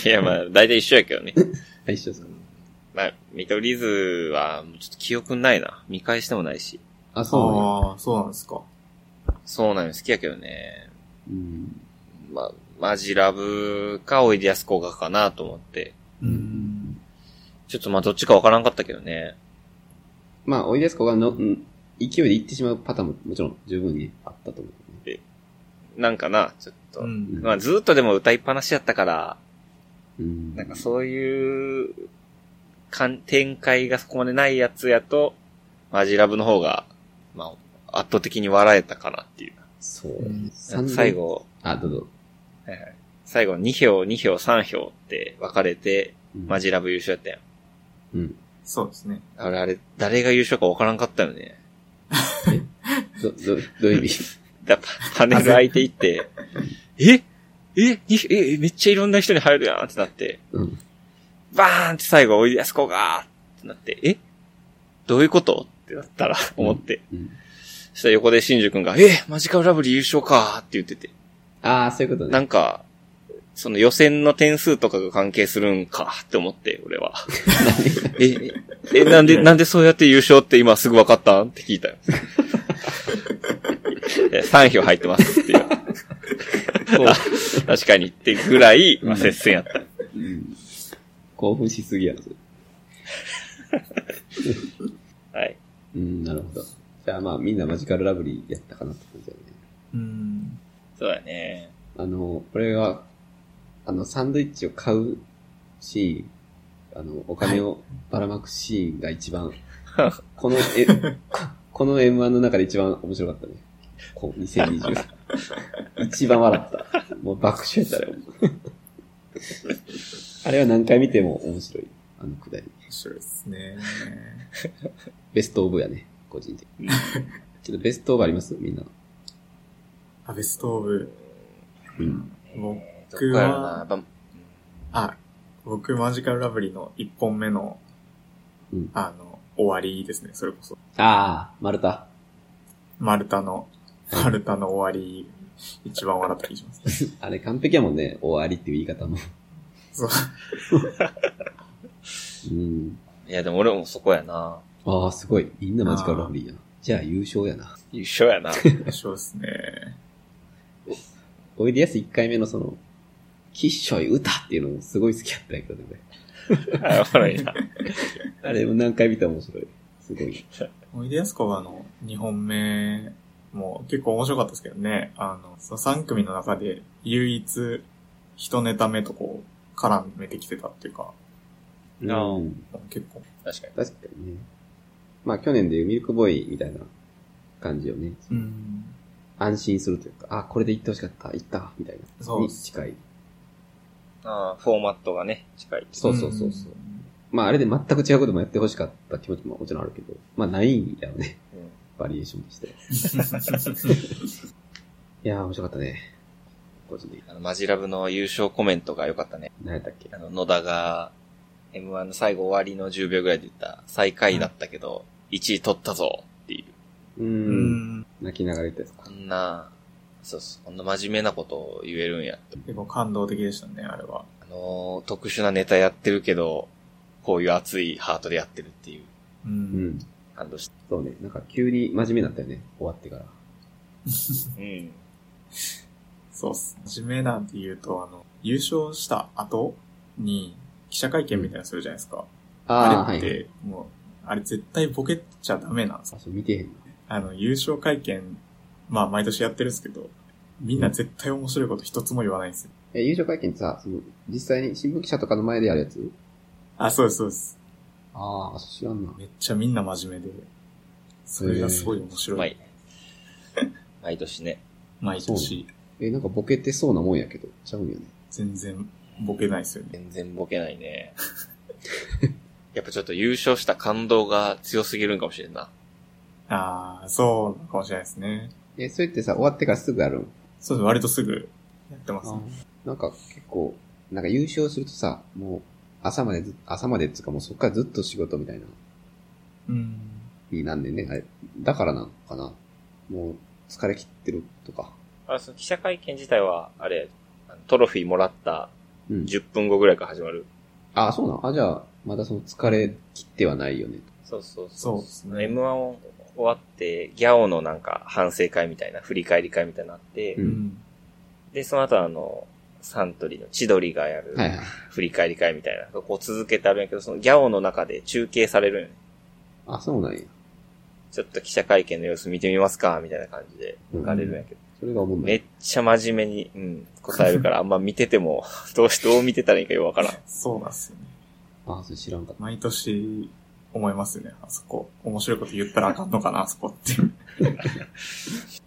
Speaker 2: いや、まあ、大体一緒やけどね。
Speaker 1: あ、一緒ですか
Speaker 2: まあ、見取り図は、ちょっと記憶にないな。見返してもないし。
Speaker 1: あ、そうなんや
Speaker 3: ああ、そうなんですか。
Speaker 2: そうなんよ、好きやけどね。
Speaker 1: うん。
Speaker 2: まあ、マジラブか、おいでやすこがかなと思って。
Speaker 3: うーん。
Speaker 2: ちょっとまあ、どっちかわからんかったけどね。
Speaker 1: まあ、おいでやすこがの、ん勢いで行ってしまうパターンももちろん十分にあったと思う、ね。
Speaker 2: なんかな、ちょっと。
Speaker 3: うん
Speaker 2: まあ、ずっとでも歌いっぱなしやったから、
Speaker 1: うん。
Speaker 2: なんかそういう、かん展開がそこまでないやつやと、マジラブの方が、まあ、圧倒的に笑えたかなっていう。
Speaker 1: そう
Speaker 3: うん。
Speaker 1: 三連
Speaker 2: 最。後、
Speaker 1: あ、どうぞ。
Speaker 2: はいはい最後2票、2票、3票って分かれて、マ
Speaker 1: ジ。
Speaker 2: ジラブ優勝やったやん。
Speaker 1: うん。
Speaker 3: そうですね。
Speaker 2: あれ、あれ、誰が優勝か分からんかったよね。
Speaker 1: ど、 ど、どういう意味
Speaker 2: だパネル開いていって、ええにえめっちゃいろんな人に入るやんってなって、
Speaker 1: うん。
Speaker 2: バーンって最後、おいでやすこがーってなって、えどういうことってなったら、思って。
Speaker 1: うん。
Speaker 2: そしたら横で新宿くんが、えマジカルラブリー優勝かーって言ってて。
Speaker 1: ああ、そういうこと
Speaker 2: な
Speaker 1: ね。
Speaker 2: んか、その予選の点数とかが関係するんかって思って、俺は。 え、え、なんで、なんでそうやって優勝って今すぐ分かったんって聞いたよ。え3票入ってますっていう。あ確かにってぐらい、まあ、接戦やった。
Speaker 1: うん興奮しすぎやろ、それ
Speaker 2: はい。
Speaker 1: うん、なるほど。じゃあまあ、みんなマジカルラブリーやったかなって感じだよね。
Speaker 3: うん。
Speaker 2: そうだね。
Speaker 1: あの、俺は、あの、サンドイッチを買うシーン、あの、お金をばらまくシーンが一番、この、え、この M1 の中で一番面白かったね。こう、2020。一番笑った。もう爆笑やったら、あれは何回見ても面白い。あのくだり。
Speaker 3: 面白いですね。
Speaker 1: ベストオブやね、個人的に。ちょっとベストオブありますみんな。
Speaker 3: あ、ベストオブ。
Speaker 1: うん。
Speaker 3: 僕
Speaker 2: どっからな。やっぱ
Speaker 3: あ、僕、マジカルラブリーの1本目の、
Speaker 1: うん
Speaker 3: あの、終わりですね、それこそ。
Speaker 1: ああ、丸太。
Speaker 3: 丸太の、丸太の終わり、一番笑ったりし ます。
Speaker 1: あれ完璧やもんね、終わりっていう言い方も。
Speaker 3: そう。
Speaker 1: うん。
Speaker 2: いや、でも俺もそこやな。
Speaker 1: ああ、すごい。みんなマジカルラブリーやな。じゃあ優勝やな。
Speaker 2: 優勝やな。
Speaker 3: そうですね。
Speaker 1: おいでやす1回目のその、きっしょい歌っていうのもすごい好きやったんやけどね。俺
Speaker 2: あおもろいな。
Speaker 1: あれも何回見たら面白い。すごい。
Speaker 3: おいでやすこがの2本目も結構面白かったですけどね。あの、その3組の中で唯一一ネタ目とこう絡めてきてたっていうか、
Speaker 2: ああ
Speaker 1: うん
Speaker 3: 結構。
Speaker 2: 確かに。
Speaker 1: 確かにね。まあ去年でいうミルクボーイみたいな感じをね、
Speaker 3: うん。
Speaker 1: 安心するというか、あ、これで行ってほしかった、行った、みたいな。
Speaker 3: そう
Speaker 1: に近い。
Speaker 2: ああ、フォーマットがね、近い。
Speaker 1: そうそうそうそう。まああれで全く違うこともやってほしかった気持ちももちろんあるけど、まあないんやろね。
Speaker 2: うん
Speaker 1: バリエーションとして。い
Speaker 3: ん。
Speaker 1: やー面白かったね。個人的に。
Speaker 2: あの、マジラブの優勝コメントが良かったね。
Speaker 1: 何やったっけ
Speaker 2: あの、野田が、M1 の最後終わりの10秒ぐらいで言った、最下位だったけど、1位取ったぞっていう。
Speaker 1: うー。
Speaker 3: うんん。
Speaker 1: 泣きながら言ったやつか
Speaker 2: こ。んな、そうそう、こんな真面目なことを言えるんやって。
Speaker 3: 結構感動的でしたね、あれは。
Speaker 2: あのー特殊なネタやってるけど、こういう熱いハートでやってるっていう
Speaker 1: う
Speaker 3: う。
Speaker 1: んん。
Speaker 2: 感動した。
Speaker 1: そうね。なんか急に真面目になったよね。終わってから。
Speaker 2: うん。
Speaker 3: そうっす。真面目なんて言うと、あの、優勝した後に記者会見みたいなのするじゃないですか。あれって、
Speaker 1: はい。
Speaker 3: もう、あれ絶対ボケちゃダメなんです
Speaker 1: あ、そう、見てへんな。
Speaker 3: あの、優勝会見、まあ、毎年やってるんですけど、みんな絶対面白いこと一つも言わないんですよ。
Speaker 1: え、優勝会見ってさ、その、実際に新聞記者とかの前でやるやつ
Speaker 3: あ、そうです、そうです。
Speaker 1: ああ、知らんな。
Speaker 3: めっちゃみんな真面目で、それがすごい面
Speaker 2: う
Speaker 3: 白
Speaker 2: ま
Speaker 3: い。
Speaker 2: い。毎年ね。
Speaker 3: 毎年、
Speaker 1: え、なんかボケてそうなもんやけど、ちゃうんよね。
Speaker 3: 全然ボケないですよね。
Speaker 2: 全然ボケない ね。やっぱちょっと優勝した感動が強すぎるんかもしれんな。
Speaker 3: ああ、そうかもしれないですね。
Speaker 1: え、それってさ、終わってからすぐやるん
Speaker 3: そうです、割とすぐやってます、ね。
Speaker 1: なんか結構、なんか優勝するとさ、もう、朝までず、朝までっていうかもうそっからずっと仕事みたいな、
Speaker 3: うん。
Speaker 1: になんでねんあれ。だからなのかな。もう、疲れ切ってるとか。
Speaker 2: あ、その記者会見自体は、あれ、あのトロフィーもらった
Speaker 1: うん。
Speaker 2: 10分後ぐらいから始まる。
Speaker 1: あ、そうなのあ、じゃあ、まだその疲れ切ってはないよね。
Speaker 2: そうそう
Speaker 3: そうですね。
Speaker 2: M1 を終わって、ギャオのなんか反省会みたいな、振り返り会みたいなのあって、
Speaker 1: う
Speaker 3: うんん。
Speaker 2: で、その後あの、サントリーの千鳥がやる
Speaker 1: はいはい。
Speaker 2: 振り返り会みたいな、こう続けてあるんやけど、そのギャオの中で中継されるんよね
Speaker 1: あ、そうなんや。
Speaker 2: ちょっと記者会見の様子見てみますかみたいな感じで
Speaker 1: うん
Speaker 2: 行かれるんやけど、
Speaker 1: それが思うん
Speaker 2: めっちゃ真面目に、うん、答えるから、あんま見てても、 どうし、どう見てたらいいかよくわからん。
Speaker 3: そうなんですよね。
Speaker 1: あ、それ知らんかった。
Speaker 3: 毎年思いますよね。あそこ、面白いこと言ったらあかんのかな、あそこっていう。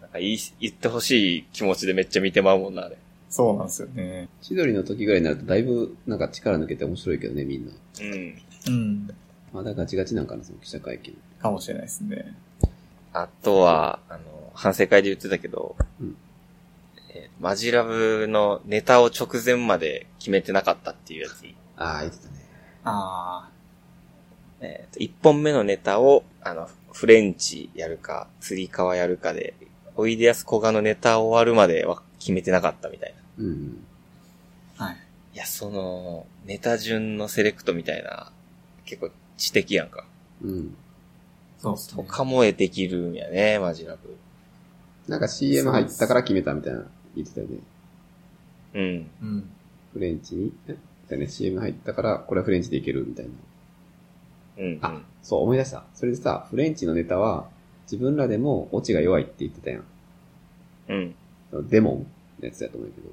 Speaker 2: なんか言い、言ってほしい気持ちでめっちゃ見てまうもんな、あれ。
Speaker 3: そうなんですよね。
Speaker 1: 千鳥の時ぐらいになるとだいぶなんか力抜けて面白いけどね、みんな。
Speaker 2: うん。
Speaker 3: うん。
Speaker 1: まだガチガチなんかな、その記者会見。
Speaker 3: かもしれないですね。
Speaker 2: あとは、あの、反省会で言ってたけど、
Speaker 1: うん
Speaker 2: えーマジラブのネタを直前まで決めてなかったっていうやつ。
Speaker 1: ああ、言ってたね。
Speaker 3: あ
Speaker 2: え1本目のネタを、あの、フレンチやるか、釣り革やるかで、おいでやすこがのネタ終わるまでは決めてなかったみたいな。
Speaker 1: うん。
Speaker 3: あ、はい。
Speaker 2: いや、その、ネタ順のセレクトみたいな、結構知的やんか。
Speaker 1: うん。
Speaker 3: そうっす
Speaker 2: と
Speaker 3: ね。
Speaker 2: かもえできるんやね、マジラブ。
Speaker 1: なんか CM 入ったから決めたみたいな言ってたよね。
Speaker 2: うん。
Speaker 3: うん。
Speaker 1: フレンチに。えだね、CM 入ったから、これはフレンチでいけるみたいな。
Speaker 2: うん。
Speaker 1: あそう、思い出した。それでさ、フレンチのネタは、自分らでもオチが弱いって言ってたやん。
Speaker 2: うん。
Speaker 1: そのデモンのやつだと思うけど。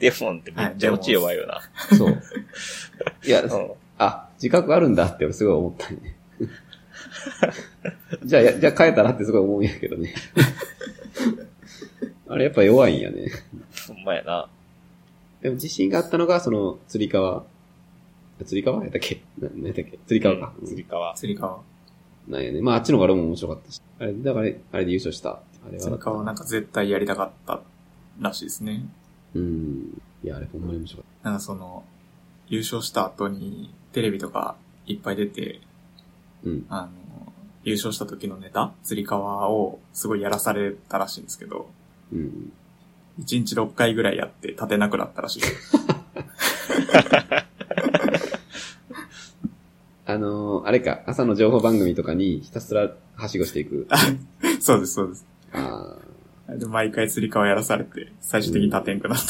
Speaker 2: デフォンってめっちゃ落ち弱いよな。
Speaker 1: そう。いや、
Speaker 2: うん。
Speaker 1: あ、自覚あるんだって俺すごい思ったね。 じゃあ、やじゃあ変えたらってすごい思うんやけどね。 あれやっぱ弱いんやね。
Speaker 2: ほんまやな。
Speaker 1: でも自信があったのが、その、釣り革。釣り革やったっけな何やったっけ釣り革か。
Speaker 2: うん釣り革。
Speaker 3: 釣り革。
Speaker 1: なんやね。まああっちの方が俺も面白かったし。あれ、だからあれあれで優勝した。あれ
Speaker 3: 釣り革は
Speaker 1: は。
Speaker 3: なんか絶対やりたかったらしいですね。
Speaker 1: うん。いや、あれほんまに面白かっ
Speaker 3: なんかその、優勝した後にテレビとかいっぱい出て、
Speaker 1: た。うん。
Speaker 3: あの、優勝した時のネタ、釣り革をすごいやらされたらしいんですけど、
Speaker 1: うん。
Speaker 3: 1日6回ぐらいやって立てなく なったらしいです。
Speaker 1: ああのーあれか、朝の情報番組とかにひたすらはしごしていく。あ
Speaker 3: そうです、そうです。
Speaker 1: あー
Speaker 3: で、毎回釣り革やらされて、最終的に立てんくなった。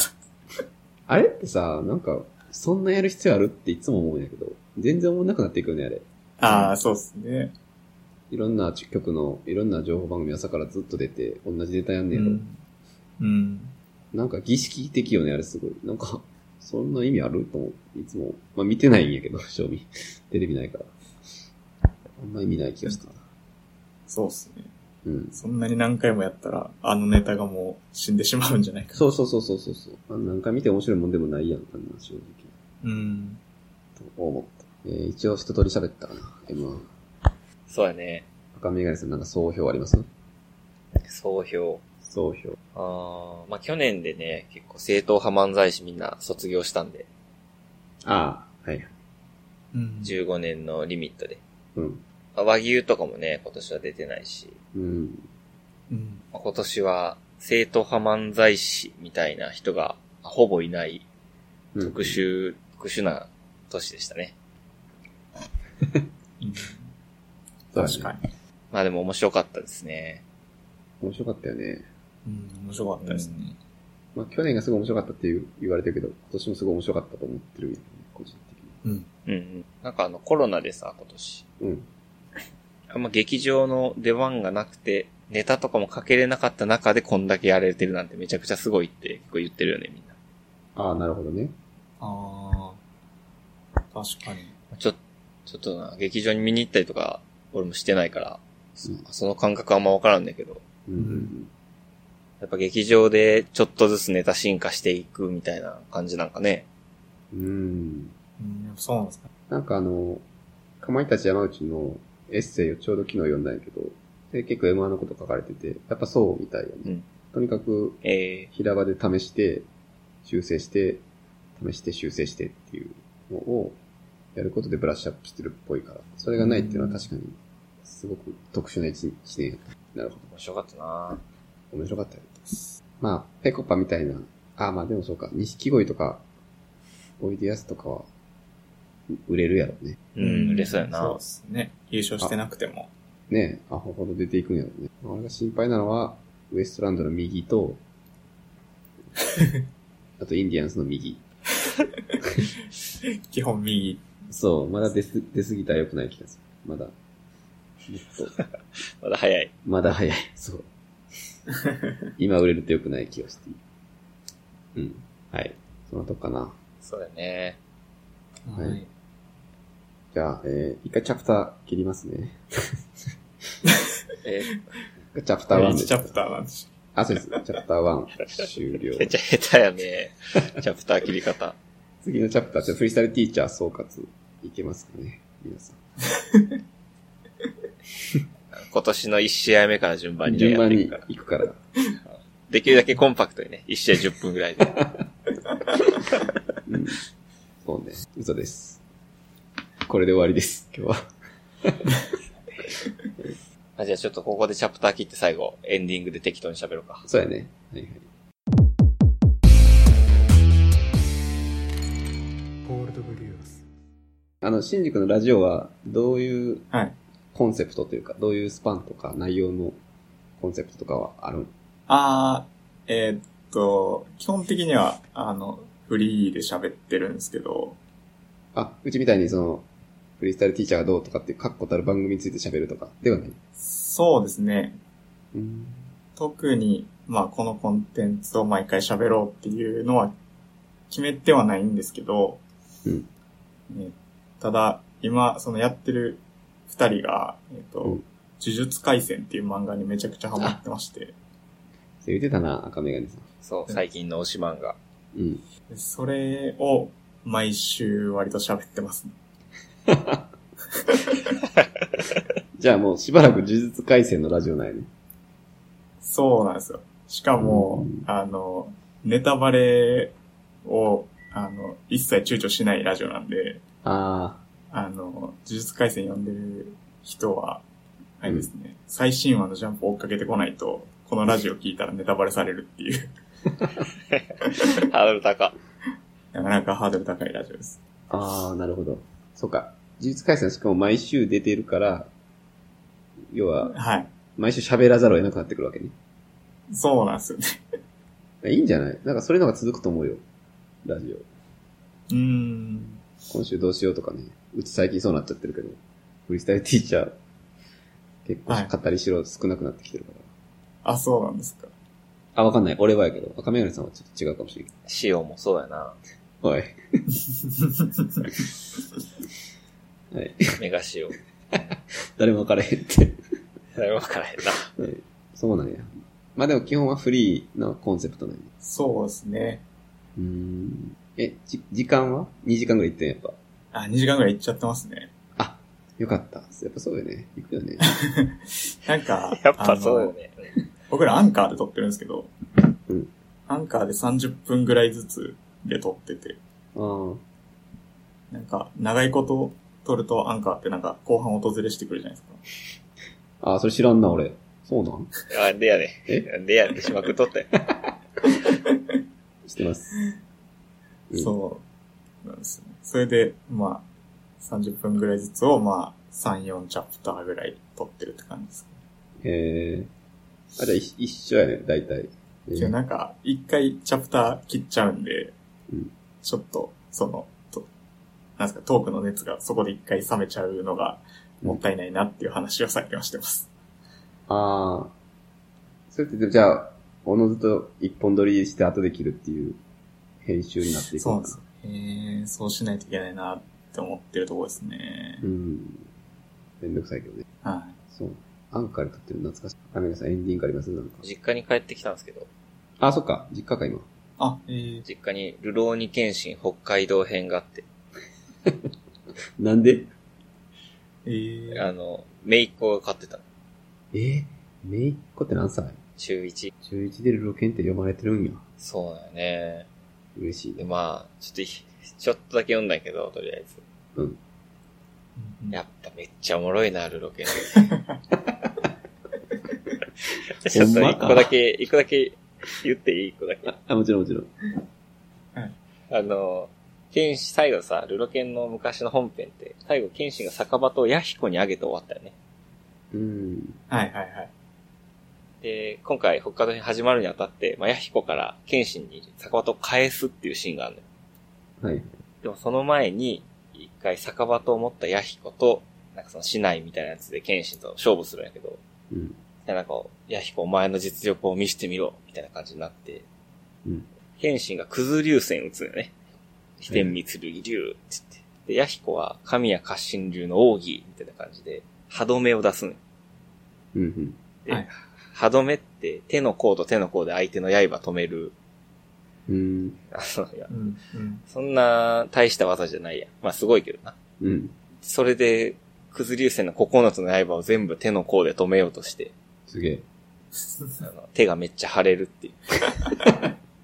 Speaker 1: あれってさ、なんか、そんなやる必要あるっていつも思うんやけど、全然思んなくなっていくよね、あれ。
Speaker 3: ああ、そうっすね。
Speaker 1: いろんな局の、いろんな情報番組朝からずっと出て、同じネタやん
Speaker 3: う
Speaker 1: ねやろ。
Speaker 3: ん。うん。
Speaker 1: なんか儀式的よね、あれすごい。なんか、そんな意味あると思って、いつも。まあ見てないんやけど、 賞味。テレビないから。あんま意味ない気がしてた。
Speaker 3: そうっすね。
Speaker 1: うん。
Speaker 3: そんなに何回もやったら、あのネタがもう死んでしまうんじゃないか。
Speaker 1: そうそうそうそうそうそう。あんなんか見て面白いもんでもないやん、あんな正直。
Speaker 3: うん。
Speaker 1: と思った。えー、一応一通り喋ったかな。M1。
Speaker 2: そうやね。
Speaker 1: 赤メガネさんなんか総評あります
Speaker 2: 総評。
Speaker 1: 総評。
Speaker 2: あーまあ去年でね、結構正統派漫才師みんな卒業したんで、
Speaker 1: ああ、はい。
Speaker 3: うん
Speaker 2: 15年のリミットで。
Speaker 1: うん。
Speaker 2: まあ和牛とかもね、今年は出てないし、
Speaker 1: うん。
Speaker 3: うん。
Speaker 2: まあ今年は正統派漫才師みたいな人がほぼいない
Speaker 1: うん
Speaker 2: 特。殊、特殊な年でしたね。
Speaker 3: うん
Speaker 1: そう
Speaker 3: 確
Speaker 1: だ
Speaker 3: か
Speaker 1: ね。
Speaker 3: に。
Speaker 2: まあでも面白かったですね。
Speaker 1: 面白かったよね。
Speaker 3: うん、面白かったですね。
Speaker 1: まあ去年がすごい面白かったっていう言われてるけど、今年もすごい面白かったと思ってるよね、個人的
Speaker 3: うん。
Speaker 2: うんうん。なんかあのコロナでさ、今年。
Speaker 1: に。うん。
Speaker 2: あんま劇場の出番がなくて、ネタとかもかけれなかった中でこんだけやれてるなんてめちゃくちゃすごいって結構言ってるよね、みんな。
Speaker 1: ああ、なるほどね。
Speaker 3: ああ。確かに。
Speaker 2: ちょ、ちょっとな、劇場に見に行ったりとか、俺もしてないから、そ
Speaker 1: うん
Speaker 2: その感覚あんまわからんだけど、
Speaker 1: うんうん
Speaker 2: やっぱ劇場でちょっとずつネタ進化していくみたいな感じなんかね。
Speaker 1: うん。うん。
Speaker 3: うん、そうなんですか。
Speaker 1: なんかあの、かまいたち山内のエッセイをちょうど昨日読んだんやけど、で結構 M1 のこと書かれてて、やっぱそうみたいよね。
Speaker 2: うん
Speaker 1: とにかく
Speaker 2: え
Speaker 1: 平場で試して、修正して、試して修正してっていうのをやることでブラッシュアップしてるっぽいから、それがないっていうのは確かにすごく特殊な一一年やった。なるほど。
Speaker 2: ー、面白かったな
Speaker 1: 面白かったよ。まあ、ペコパみたいな、あまあでもそうか、錦鯉とか、おいでやすとかは、う売れるやろね。
Speaker 2: うん、嬉しそうや
Speaker 3: そう
Speaker 2: な
Speaker 3: で。すね。優勝してなくても。
Speaker 1: ねえ、アホほど出ていくんやろね。俺が心配なのは、ウエストランドの右と、あとインディアンスの右。
Speaker 3: 基本右。
Speaker 1: そう、まだ出す、出すぎたら良くない気がする。まだ。もっと、
Speaker 2: まだ早い。
Speaker 1: まだ早い。そう。 今売れると良くない気がしている。うん。はい。そのとこかな。
Speaker 2: そうだね。
Speaker 1: はいじゃあ、えー、一回チャプター切りますね。
Speaker 2: え
Speaker 1: チャプター
Speaker 3: 第
Speaker 1: 1で
Speaker 3: 一
Speaker 1: す。
Speaker 3: チャプターなんでし
Speaker 1: あ、そうです。チャプター1終 了
Speaker 2: ー、め。っちゃ下手やね。チャプター切り方。
Speaker 1: 次のチャプター、じゃあフリースタイルティーチャー総括いけますかね皆さん。
Speaker 2: 今年の1試合目から順番にね
Speaker 1: 順
Speaker 2: やっ
Speaker 1: 番
Speaker 2: てい
Speaker 1: に
Speaker 2: くから。
Speaker 1: 行くから。
Speaker 2: できるだけコンパクトにね、1試合10分ぐらいで。
Speaker 1: うん。そうね。嘘です。これで終わりです。今日は。
Speaker 2: あじゃあちょっとここでチャプター切って最後、エンディングで適当に喋ろうか。
Speaker 1: そうやね。はいはい。
Speaker 4: ポールドブリュース
Speaker 1: あの、新宿のラジオは、どういう
Speaker 3: た。はい。
Speaker 1: コンセプトというか、どういうスパンとか内容のコンセプトとかはあるん
Speaker 3: あー、えーっと、基本的には、あの、フリーで喋ってるんですけど、
Speaker 1: あ、うちみたいにその、フリースタイルティーチャーがどうとかっていう確固たる番組について喋るとかではない。
Speaker 3: そうですね。
Speaker 1: うん。
Speaker 3: 特に、まあ、このコンテンツを毎回喋ろうっていうのは決めてはないんですけど、
Speaker 1: うん
Speaker 3: ねただ、今、そのやってる二人が、えーっと、
Speaker 1: うん
Speaker 3: 呪術廻戦っていう漫画にめちゃくちゃハマってまして、
Speaker 1: それ言ってたな、赤メガネさん。
Speaker 2: そう、最近の推し漫画。
Speaker 1: うん。
Speaker 3: でそれを毎週割と喋ってますね。
Speaker 1: じゃあもうしばらく呪術廻戦のラジオなんやね。
Speaker 3: そうなんですよ。しかも、
Speaker 1: うん
Speaker 3: あの、ネタバレを、あの、一切躊躇しないラジオなんで、
Speaker 1: あ
Speaker 3: あの、呪術廻戦読んでる人は、あれですね、最新話のジャンプを追っかけてこないと、このラジオ聞いたらネタバレされるっていう、
Speaker 2: ハードル高。
Speaker 3: なかなかハードル高いラジオです。
Speaker 1: あ、ああ、なるほど。そうか。呪術回戦しかも毎週出てるから、要は、
Speaker 3: はい。
Speaker 1: 毎週喋らざるを得なくなってくるわけね。
Speaker 3: そうなんですよね。
Speaker 1: いいんじゃないなんかそういうのが続くと思うよ。ラジオ。
Speaker 3: うーん。
Speaker 1: 今週どうしようとかね。うち最近そうなっちゃってるけど、フリースタイルティーチャー、結
Speaker 3: はい
Speaker 1: 構語りしろ少なくなってきてるから。
Speaker 3: あ、そうなんですか。
Speaker 1: あ、わかんない。俺はやけど。赤メガネさんはちょっと違うかもしれない。
Speaker 2: 仕様もそうやな。
Speaker 1: おい。はい。
Speaker 2: メガ仕様。
Speaker 1: 誰も分からへんって。
Speaker 2: 誰もわから へんな。、
Speaker 1: そうなんや。まあでも基本はフリーのコンセプトなんや。
Speaker 3: そうですね。
Speaker 1: うーん。え、じ、時間は ?2 時間ぐらい行ってんやっぱ。
Speaker 3: あ、2時間ぐらい行っちゃってますね。
Speaker 1: あ、よかった。やっぱそうよね。行くよね。
Speaker 3: なんか
Speaker 2: やっぱそう
Speaker 3: あ
Speaker 2: よ
Speaker 3: の
Speaker 2: ね。
Speaker 3: 僕らアンカーで撮ってるんですけど、
Speaker 1: うん
Speaker 3: アンカーで30分ぐらいずつで撮ってて、
Speaker 1: ああ。
Speaker 3: なんか、長いこと撮るとアンカーってなんか、後半訪れしてくるじゃないです
Speaker 1: あー、それ知らんな、俺。そうなん
Speaker 2: あ、でやね。
Speaker 1: え
Speaker 2: でやね。しまくっとったよ。
Speaker 1: 知ってます。
Speaker 3: か。そう。なんですよね。それで、まあ、30分ぐらいずつを、まあ、3、4チャプターぐらい撮ってるって感じです。
Speaker 1: へえ。あ、じゃあい一緒やね、大体。え
Speaker 3: けど
Speaker 1: ー
Speaker 3: なんか、一回チャプター切っちゃうんで、
Speaker 1: うん
Speaker 3: ちょっと、その、となんですか、トークの熱がそこで一回冷めちゃうのが、もったいないなっていう話をさっきはしてます。
Speaker 1: ああ。それって、じゃあ、おのずと一本撮りして後で切るっていう編集になっていく
Speaker 3: そうなん
Speaker 1: ん
Speaker 3: で
Speaker 1: だ
Speaker 3: す。えー、そうしないといけないなって思ってるところですね
Speaker 1: う。ん。めんどくさいけどね。
Speaker 3: は
Speaker 1: そう。アンカーで撮ってるの懐かしい。あ、皆さんエンディングありますなんか。
Speaker 2: 実家に帰ってきたんですけど、
Speaker 1: あ、そっか。実家か、今。
Speaker 3: い。あ、えー、
Speaker 2: 実家にルローニケンシン北海道編があって、
Speaker 1: なんで
Speaker 3: えー、
Speaker 2: あの、めいっ子が買ってた。
Speaker 1: えー、めいっ子って何歳
Speaker 2: 中1。
Speaker 1: 中1でルロケンって読まれてるんや。
Speaker 2: そうだよね。
Speaker 1: 嬉しい
Speaker 2: で、
Speaker 1: ね。
Speaker 2: まあ、ちょっとい、ちょっとだけ読んだけど、とりあえず。
Speaker 1: うん。
Speaker 3: うん
Speaker 2: やっぱめっちゃおもろいな、ル ロケン。ちょっ
Speaker 1: ほん
Speaker 2: と
Speaker 1: ま
Speaker 2: 一
Speaker 1: か
Speaker 2: 個だけ、一個だけ言っていい一個だけ。
Speaker 1: あ、もちろんもちろん。
Speaker 2: あの、剣士、最後さ、ルロケンの昔の本編って、最後、剣士が酒場とヤヒコにあげて終わったよね。
Speaker 1: うん。
Speaker 3: はいはいはい。
Speaker 2: で、今回、北海道に始まるにあたって、まあ、ヤヒコから剣士に酒場と返すっていうシーンがあるのよ。
Speaker 1: はい。
Speaker 2: でもその前に、一回酒場と思ったヤヒコと、なんかその市内みたいなやつで剣士と勝負するんやけど、
Speaker 1: うん。
Speaker 2: でなんか、ヤヒコお前の実力を見せてみろ、みたいな感じになって、
Speaker 1: うん。
Speaker 2: 剣心がクズ流線打つのよね。飛天密流竜、つって。で、ヤヒコは神谷活心流の奥義、みたいな感じで、歯止めを出すのよ。
Speaker 1: うんうん。
Speaker 2: で
Speaker 3: はい
Speaker 2: 歯止めって手の甲と手の甲で相手の刃止める。
Speaker 1: うん。
Speaker 2: あのいや
Speaker 3: うん、うん。
Speaker 2: そんな大した技じゃないや。まあすごいけどな。
Speaker 1: うん。
Speaker 2: それで、クズ流線の9つの刃を全部手の甲で止めようとして、
Speaker 1: すげえ。
Speaker 2: あの手がめっちゃ腫れるっていう。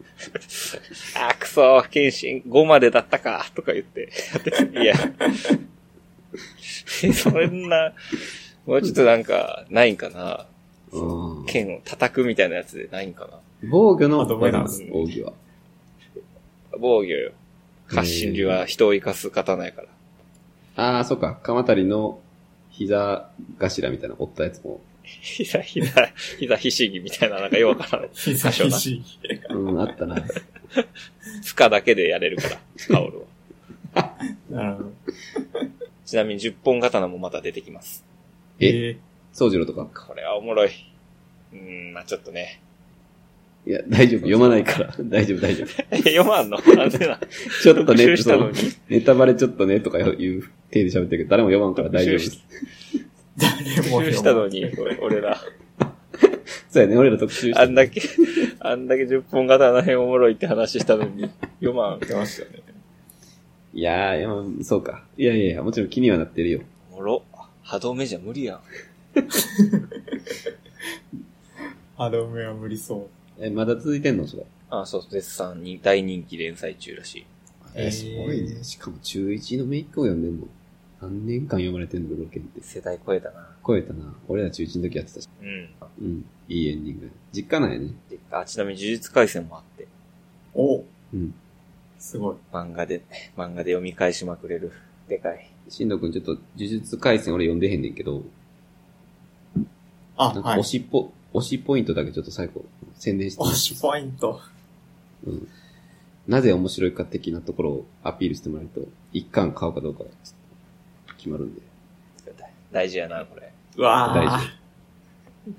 Speaker 2: あー、くそー、剣心5までだったか、とか言って。 いや、そんな、もうちょっとなんか、ないんかな。
Speaker 1: うん
Speaker 2: 剣を叩くみたいなやつでないんかな。
Speaker 1: 防御の
Speaker 3: あと思い
Speaker 1: 技
Speaker 3: ま
Speaker 1: な
Speaker 3: す
Speaker 1: ん奥義は。
Speaker 2: 防御よ。発信流は人を生かす刀やから。
Speaker 1: ああ、そっか。鎌足りの膝頭みたいな折ったやつも。
Speaker 2: 膝、膝、膝ひしぎみたいな、なんかよくわからない。
Speaker 3: 久
Speaker 2: しぶり
Speaker 3: し
Speaker 1: うん、あったな。
Speaker 2: 負荷だけでやれるから、タオルは。
Speaker 3: ぶり。なるほど。
Speaker 2: ちなみに10本刀もまた出てきます。
Speaker 1: え、
Speaker 3: え
Speaker 1: 宗次郎とか
Speaker 2: これはおもろい。うーん、まあちょっとね。
Speaker 1: いや、大丈夫。読まないから。大丈夫、大丈夫。
Speaker 2: 読まん のなんでなん
Speaker 1: ちょっと
Speaker 2: 復
Speaker 1: ね、
Speaker 2: 習した
Speaker 1: そ
Speaker 2: の
Speaker 1: う
Speaker 2: に。
Speaker 1: ネタバレちょっとね、とかいう手で喋ってるけど、誰も読まんから大丈夫です。
Speaker 3: ー、
Speaker 2: 復習したのに、 俺ら。
Speaker 1: そうやね、俺ら特集し
Speaker 2: あ
Speaker 1: て。
Speaker 2: んだけ、 あんだけ10本型の辺おもろいって話したのに、読まん。
Speaker 3: 出ましたね。
Speaker 1: いやーいや、うんそうか。いやいやいや、もちろん気にはなってるよ。
Speaker 2: おもろ。歯止めじゃ無理やん。
Speaker 3: 歯止めは無理そう。
Speaker 1: え、まだ続いてんのそれ。
Speaker 2: あ、そう、絶賛に大人気連載中らしい。
Speaker 1: えー、
Speaker 3: えー
Speaker 1: すごいね。しかも中1のメイクを読んでんの。何年間読まれてんの、ロケンって。
Speaker 2: 世代超えたな。
Speaker 1: 超えたな。俺ら中1の時やってたし。
Speaker 2: うん。
Speaker 1: うん。いいエンディング。実家なんやね。
Speaker 2: であ、ちなみに呪術廻戦もあって、
Speaker 3: お
Speaker 1: うん。
Speaker 3: すごい。
Speaker 2: 漫画で、漫画で読み返しまくれる。でかい。
Speaker 1: しんどくんちょっと、呪術回戦俺読んでへんねんけど、
Speaker 3: あ、
Speaker 1: なんか
Speaker 3: はい
Speaker 1: 推。しっぽ、推しポイントだけちょっと最後、宣伝して
Speaker 3: 推しポイント。
Speaker 1: うん。なぜ面白いか的なところをアピールしてもらえると、一巻買うかどうかがちょっと決まるんで。
Speaker 2: 大事やな、これ。
Speaker 3: うわ
Speaker 1: 大
Speaker 3: ー
Speaker 1: 事。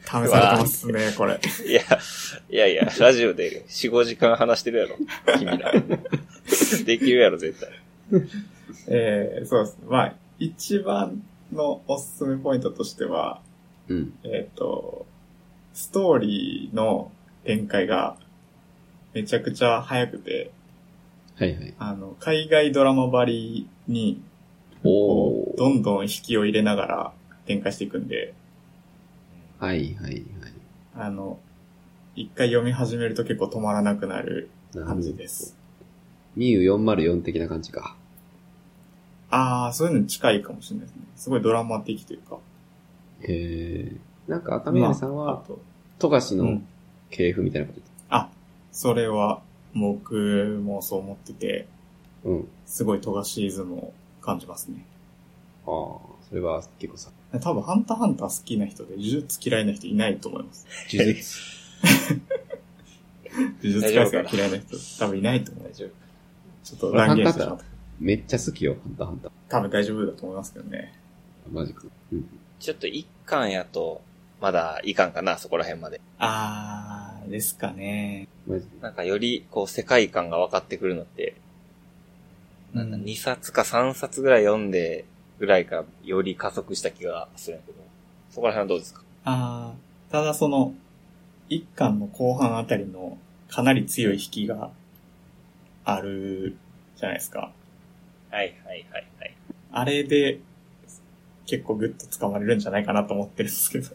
Speaker 3: 試されてますね、これ。
Speaker 2: いや、いやいや、ラジオで4、5時間話してるやろ。君 ら。できるやろ、絶対。
Speaker 3: えー、そうですね。まあ、一番のおすすめポイントとしては、
Speaker 1: うん。
Speaker 3: えっ、と、ストーリーの展開がめちゃくちゃ早くて、
Speaker 1: はいはい。
Speaker 3: あの、海外ドラマばりに、
Speaker 1: お
Speaker 3: こう
Speaker 1: ー。
Speaker 3: どんどん引きを入れながら展開していくんで、
Speaker 1: はいはいはい。
Speaker 3: あの、一回読み始めると結構止まらなくなる
Speaker 1: な
Speaker 3: 感じです。
Speaker 1: ミュ404的な感じか。
Speaker 3: あー、そういうのに近いかもしれないですね。すごいドラマ的というか。
Speaker 1: へえ。なんか赤嶺さん
Speaker 3: あ
Speaker 1: は、
Speaker 3: と、
Speaker 1: 富樫
Speaker 3: う
Speaker 1: の
Speaker 3: ん
Speaker 1: 系譜みたいなこと言っ
Speaker 3: あ、それは僕もそう思ってて、
Speaker 1: てうん。
Speaker 3: すごい富樫イズムを感じますね。
Speaker 1: ああ、それは結構さ、
Speaker 3: 多分、ハンターハンター好きな人で、呪術嫌いな人いないと思います。
Speaker 1: 呪術。
Speaker 3: 呪術回戦が嫌いな人、多分いないと思う。
Speaker 2: 大丈夫。
Speaker 3: ちょっと断言してしまった。
Speaker 1: めっちゃ好きよ、ハンターハンター。
Speaker 3: 多分大丈夫だと思いますけどね。
Speaker 1: マジか。うん。
Speaker 2: ちょっと一巻やと、まだいかんかな、そこら辺まで。
Speaker 3: あー、ですかね。
Speaker 1: マジで。
Speaker 2: なんかより、こう、世界観が分かってくるのって、
Speaker 3: うん
Speaker 2: 2冊か3冊ぐらい読んで、ぐらいからより加速した気がするんやけど、そこら辺はどうですか
Speaker 3: あー、ただその、一巻の後半あたりの、かなり強い引きが、ある、じゃないですか。
Speaker 2: はいはいはいはい。
Speaker 3: あれで、結構グッと掴まれるんじゃないかなと思ってるんですけど。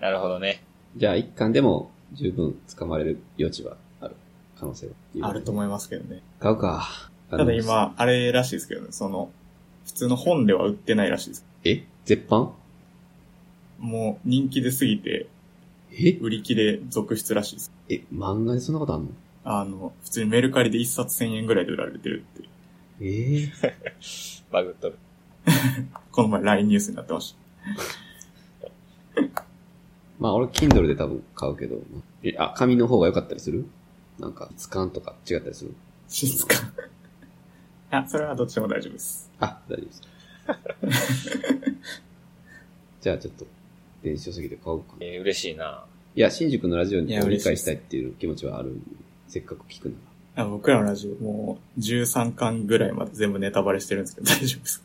Speaker 2: なるほどね。
Speaker 1: じゃあ一巻でも十分掴まれる余地はある可能性は。
Speaker 3: あると
Speaker 1: う。
Speaker 3: 思いますけどね。
Speaker 1: 買うか。
Speaker 3: ただ。今、あれらしいですけどね、その、普通の本では売ってないらしいです。
Speaker 1: え絶版
Speaker 3: もう人気出すぎて、
Speaker 1: え
Speaker 3: 売り切れ続出らしいです。
Speaker 1: え、漫画でそんなことあんの
Speaker 3: あの、普通にメルカリで1冊1000円ぐらいで売られてるってい
Speaker 1: え
Speaker 3: う、
Speaker 1: え
Speaker 2: バグっとる。
Speaker 3: この前 LINE ニュースになってました。
Speaker 1: まあ俺、Kindle で多分買うけど。え、あ、紙の方が良かったりするなんか、図鑑とか違ったりする
Speaker 3: 静か。あ、それはどっちでも大丈夫です。
Speaker 1: あ、大丈夫です。 じゃあちょっと、電子書籍で買おうかな。い
Speaker 2: えー嬉しいな。
Speaker 1: や、新宿のラジオに
Speaker 3: いや
Speaker 1: 理解したいっていう気持ちはあるんでせっかく聞くなら。
Speaker 3: あ僕らのラジオ、もう13巻ぐらいまで全部ネタバレしてるんですけど、大丈夫です。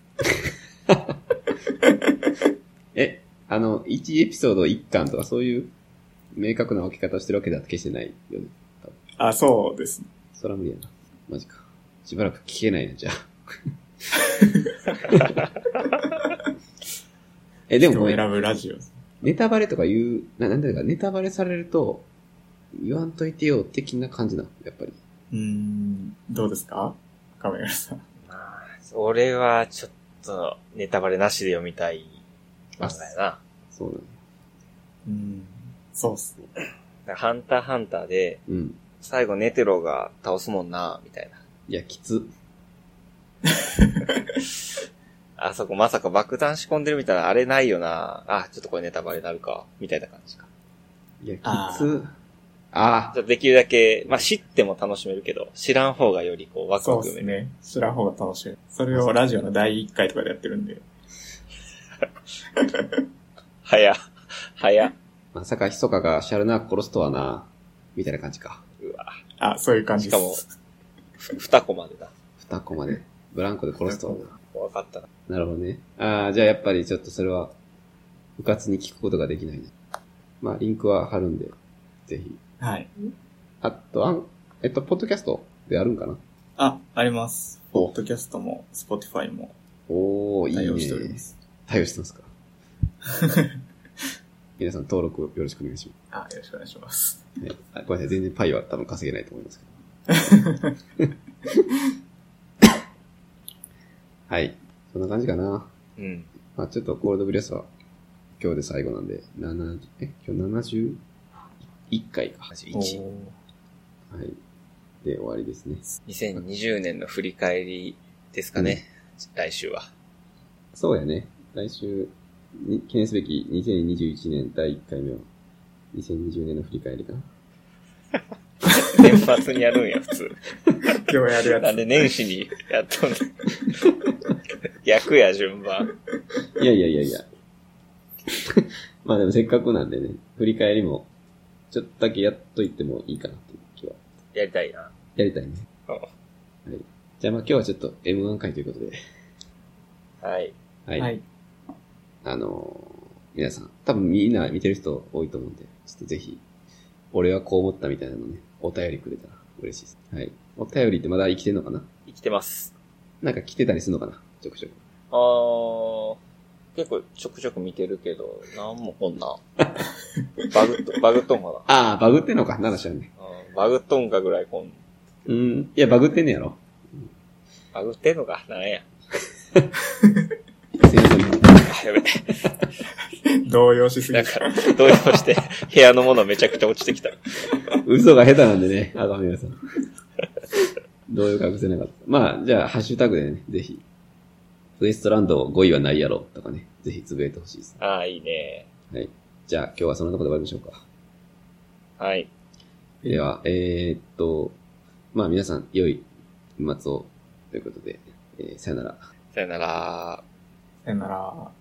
Speaker 1: え、あの、1エピソード1巻とかそういう明確な分け方をしてるわけだって決してないよね。
Speaker 3: あ、そうですね。
Speaker 1: そら無理やな。マジか。しばらく聞けないな、じゃあ。 え、で
Speaker 3: で
Speaker 1: も
Speaker 3: も
Speaker 1: ごめ
Speaker 3: 選
Speaker 1: ん、
Speaker 3: ぶラジオ。
Speaker 1: ネタバレとか言う、な、なんていうか、ネタバレされると、言わんといてよ、的な感じなの、やっぱり。
Speaker 3: うーん、どうですか亀村さん。
Speaker 2: まあ、俺はちょっと、ネタバレなしで読みたい漫画やな。
Speaker 1: そうなの。
Speaker 3: うん、そうっすね。
Speaker 2: なんかハンターハンターで、
Speaker 1: うん。
Speaker 2: 最後ネテロが倒すもんな、みたいな。
Speaker 1: いや、きつ。
Speaker 2: あそこまさか爆弾仕込んでるみたいな、あれないよな。あ、ちょっとこれネタバレになるか、みたいな感じか。
Speaker 1: いや、き
Speaker 3: あ
Speaker 1: つ。あ
Speaker 2: ちょっとできるだけ、まあ、知っても楽しめるけど、知らん方がよりこう、ワク
Speaker 3: そ
Speaker 2: ワ
Speaker 3: う
Speaker 2: クめ
Speaker 3: で
Speaker 2: る。
Speaker 3: すね。知らん方が楽しい。それをラジオの第1回とかでやってるんで。
Speaker 2: 早っ。早っ。
Speaker 1: まさか、ひそかがシャルナー殺すとはな、みたいな感じか。
Speaker 3: あ、そういう感じ
Speaker 2: し
Speaker 3: で
Speaker 2: かも
Speaker 3: す。、
Speaker 2: ふ二個までだ。
Speaker 1: 二コマで、ブランコで殺すとはな。
Speaker 2: わかったな。
Speaker 1: なるほどね。ああ、じゃあやっぱりちょっとそれは、部活に聞くことができないね。まあ、リンクは貼るんで、ぜひ。
Speaker 3: はい。
Speaker 1: あと、あん、えっと、ポッドキャストであるんかな
Speaker 3: あ、あります。ポッドキャストも、スポティファイも
Speaker 1: おー、いいね。
Speaker 3: 対応しております。
Speaker 1: 対応してますか。 皆さん登録よろしくお願いしま
Speaker 3: あ、よろしくお願いします。
Speaker 1: す。ね、あごめんなさい、全然パイは多分稼げないと思いますけど。はい。そんな感じかな。
Speaker 2: うん。
Speaker 1: まあちょっとコールドブリュスは今日で最後なんで、70、え、今日71回か。
Speaker 3: お
Speaker 2: 81。
Speaker 3: ー
Speaker 1: はい。で、終わりですね。
Speaker 2: 2020年の振り返りですかね。来週は。
Speaker 1: そうやね。来週、に記念すべき2021年第1回目を、2020年の振り返りかな。
Speaker 2: 年末にやるんや、普通。
Speaker 3: 今日やる
Speaker 2: な
Speaker 3: や
Speaker 2: んで年始にやっと んの逆や、順番。
Speaker 1: いやいやいや いや。まあでもせっかくなんでね、振り返りも、ちょっとだけやっといてもいいかなっていう気は。
Speaker 2: やりたいな。
Speaker 1: やりたいね。
Speaker 2: うん
Speaker 1: はい。じゃあまあ今日はちょっと M1 回ということで。
Speaker 2: はい。
Speaker 1: は
Speaker 3: つ。
Speaker 1: い。
Speaker 3: はい。
Speaker 1: あのー皆さん、多分みんな見てる人多いと思うんで、ちょっとぜひ、俺はこう思ったみたいなのね、お便りくれたら嬉しいです。はい。お便りってまだ生きてんのかな
Speaker 2: 生きてます。
Speaker 1: なんか来てたりするのかなちょくちょく。
Speaker 2: あー、結構ちょくちょく見てるけど、なんもこんな。バグっと、 バグっとんか
Speaker 1: ああ、バグってんのかなんだしらね。
Speaker 2: な。うんバグっとんかぐらいこん、
Speaker 1: うん。いや、バグってんねやろ。
Speaker 2: バグってんのかなんや。
Speaker 1: すいません。
Speaker 2: あやべ。
Speaker 3: 動揺しすぎ
Speaker 2: なん
Speaker 3: る。
Speaker 2: か、動揺して、部屋のものめちゃくちゃ落ちてきた。
Speaker 1: 嘘が下手なんでね、赤宮さん。動揺隠せなかった。まあ、じゃあ、ハッシュタグでね、ぜひ、ウエストランド5位はないやろとかね、ぜひつぶえてほしいです。
Speaker 2: ああ、いいね。
Speaker 1: はい。じゃあ、今日はそんなところで終わりましょうか。
Speaker 2: はい。
Speaker 1: では、えー、っと、まあ皆さん、良い年末をということで、えーさよなら。
Speaker 2: さよなら。
Speaker 3: さよなら。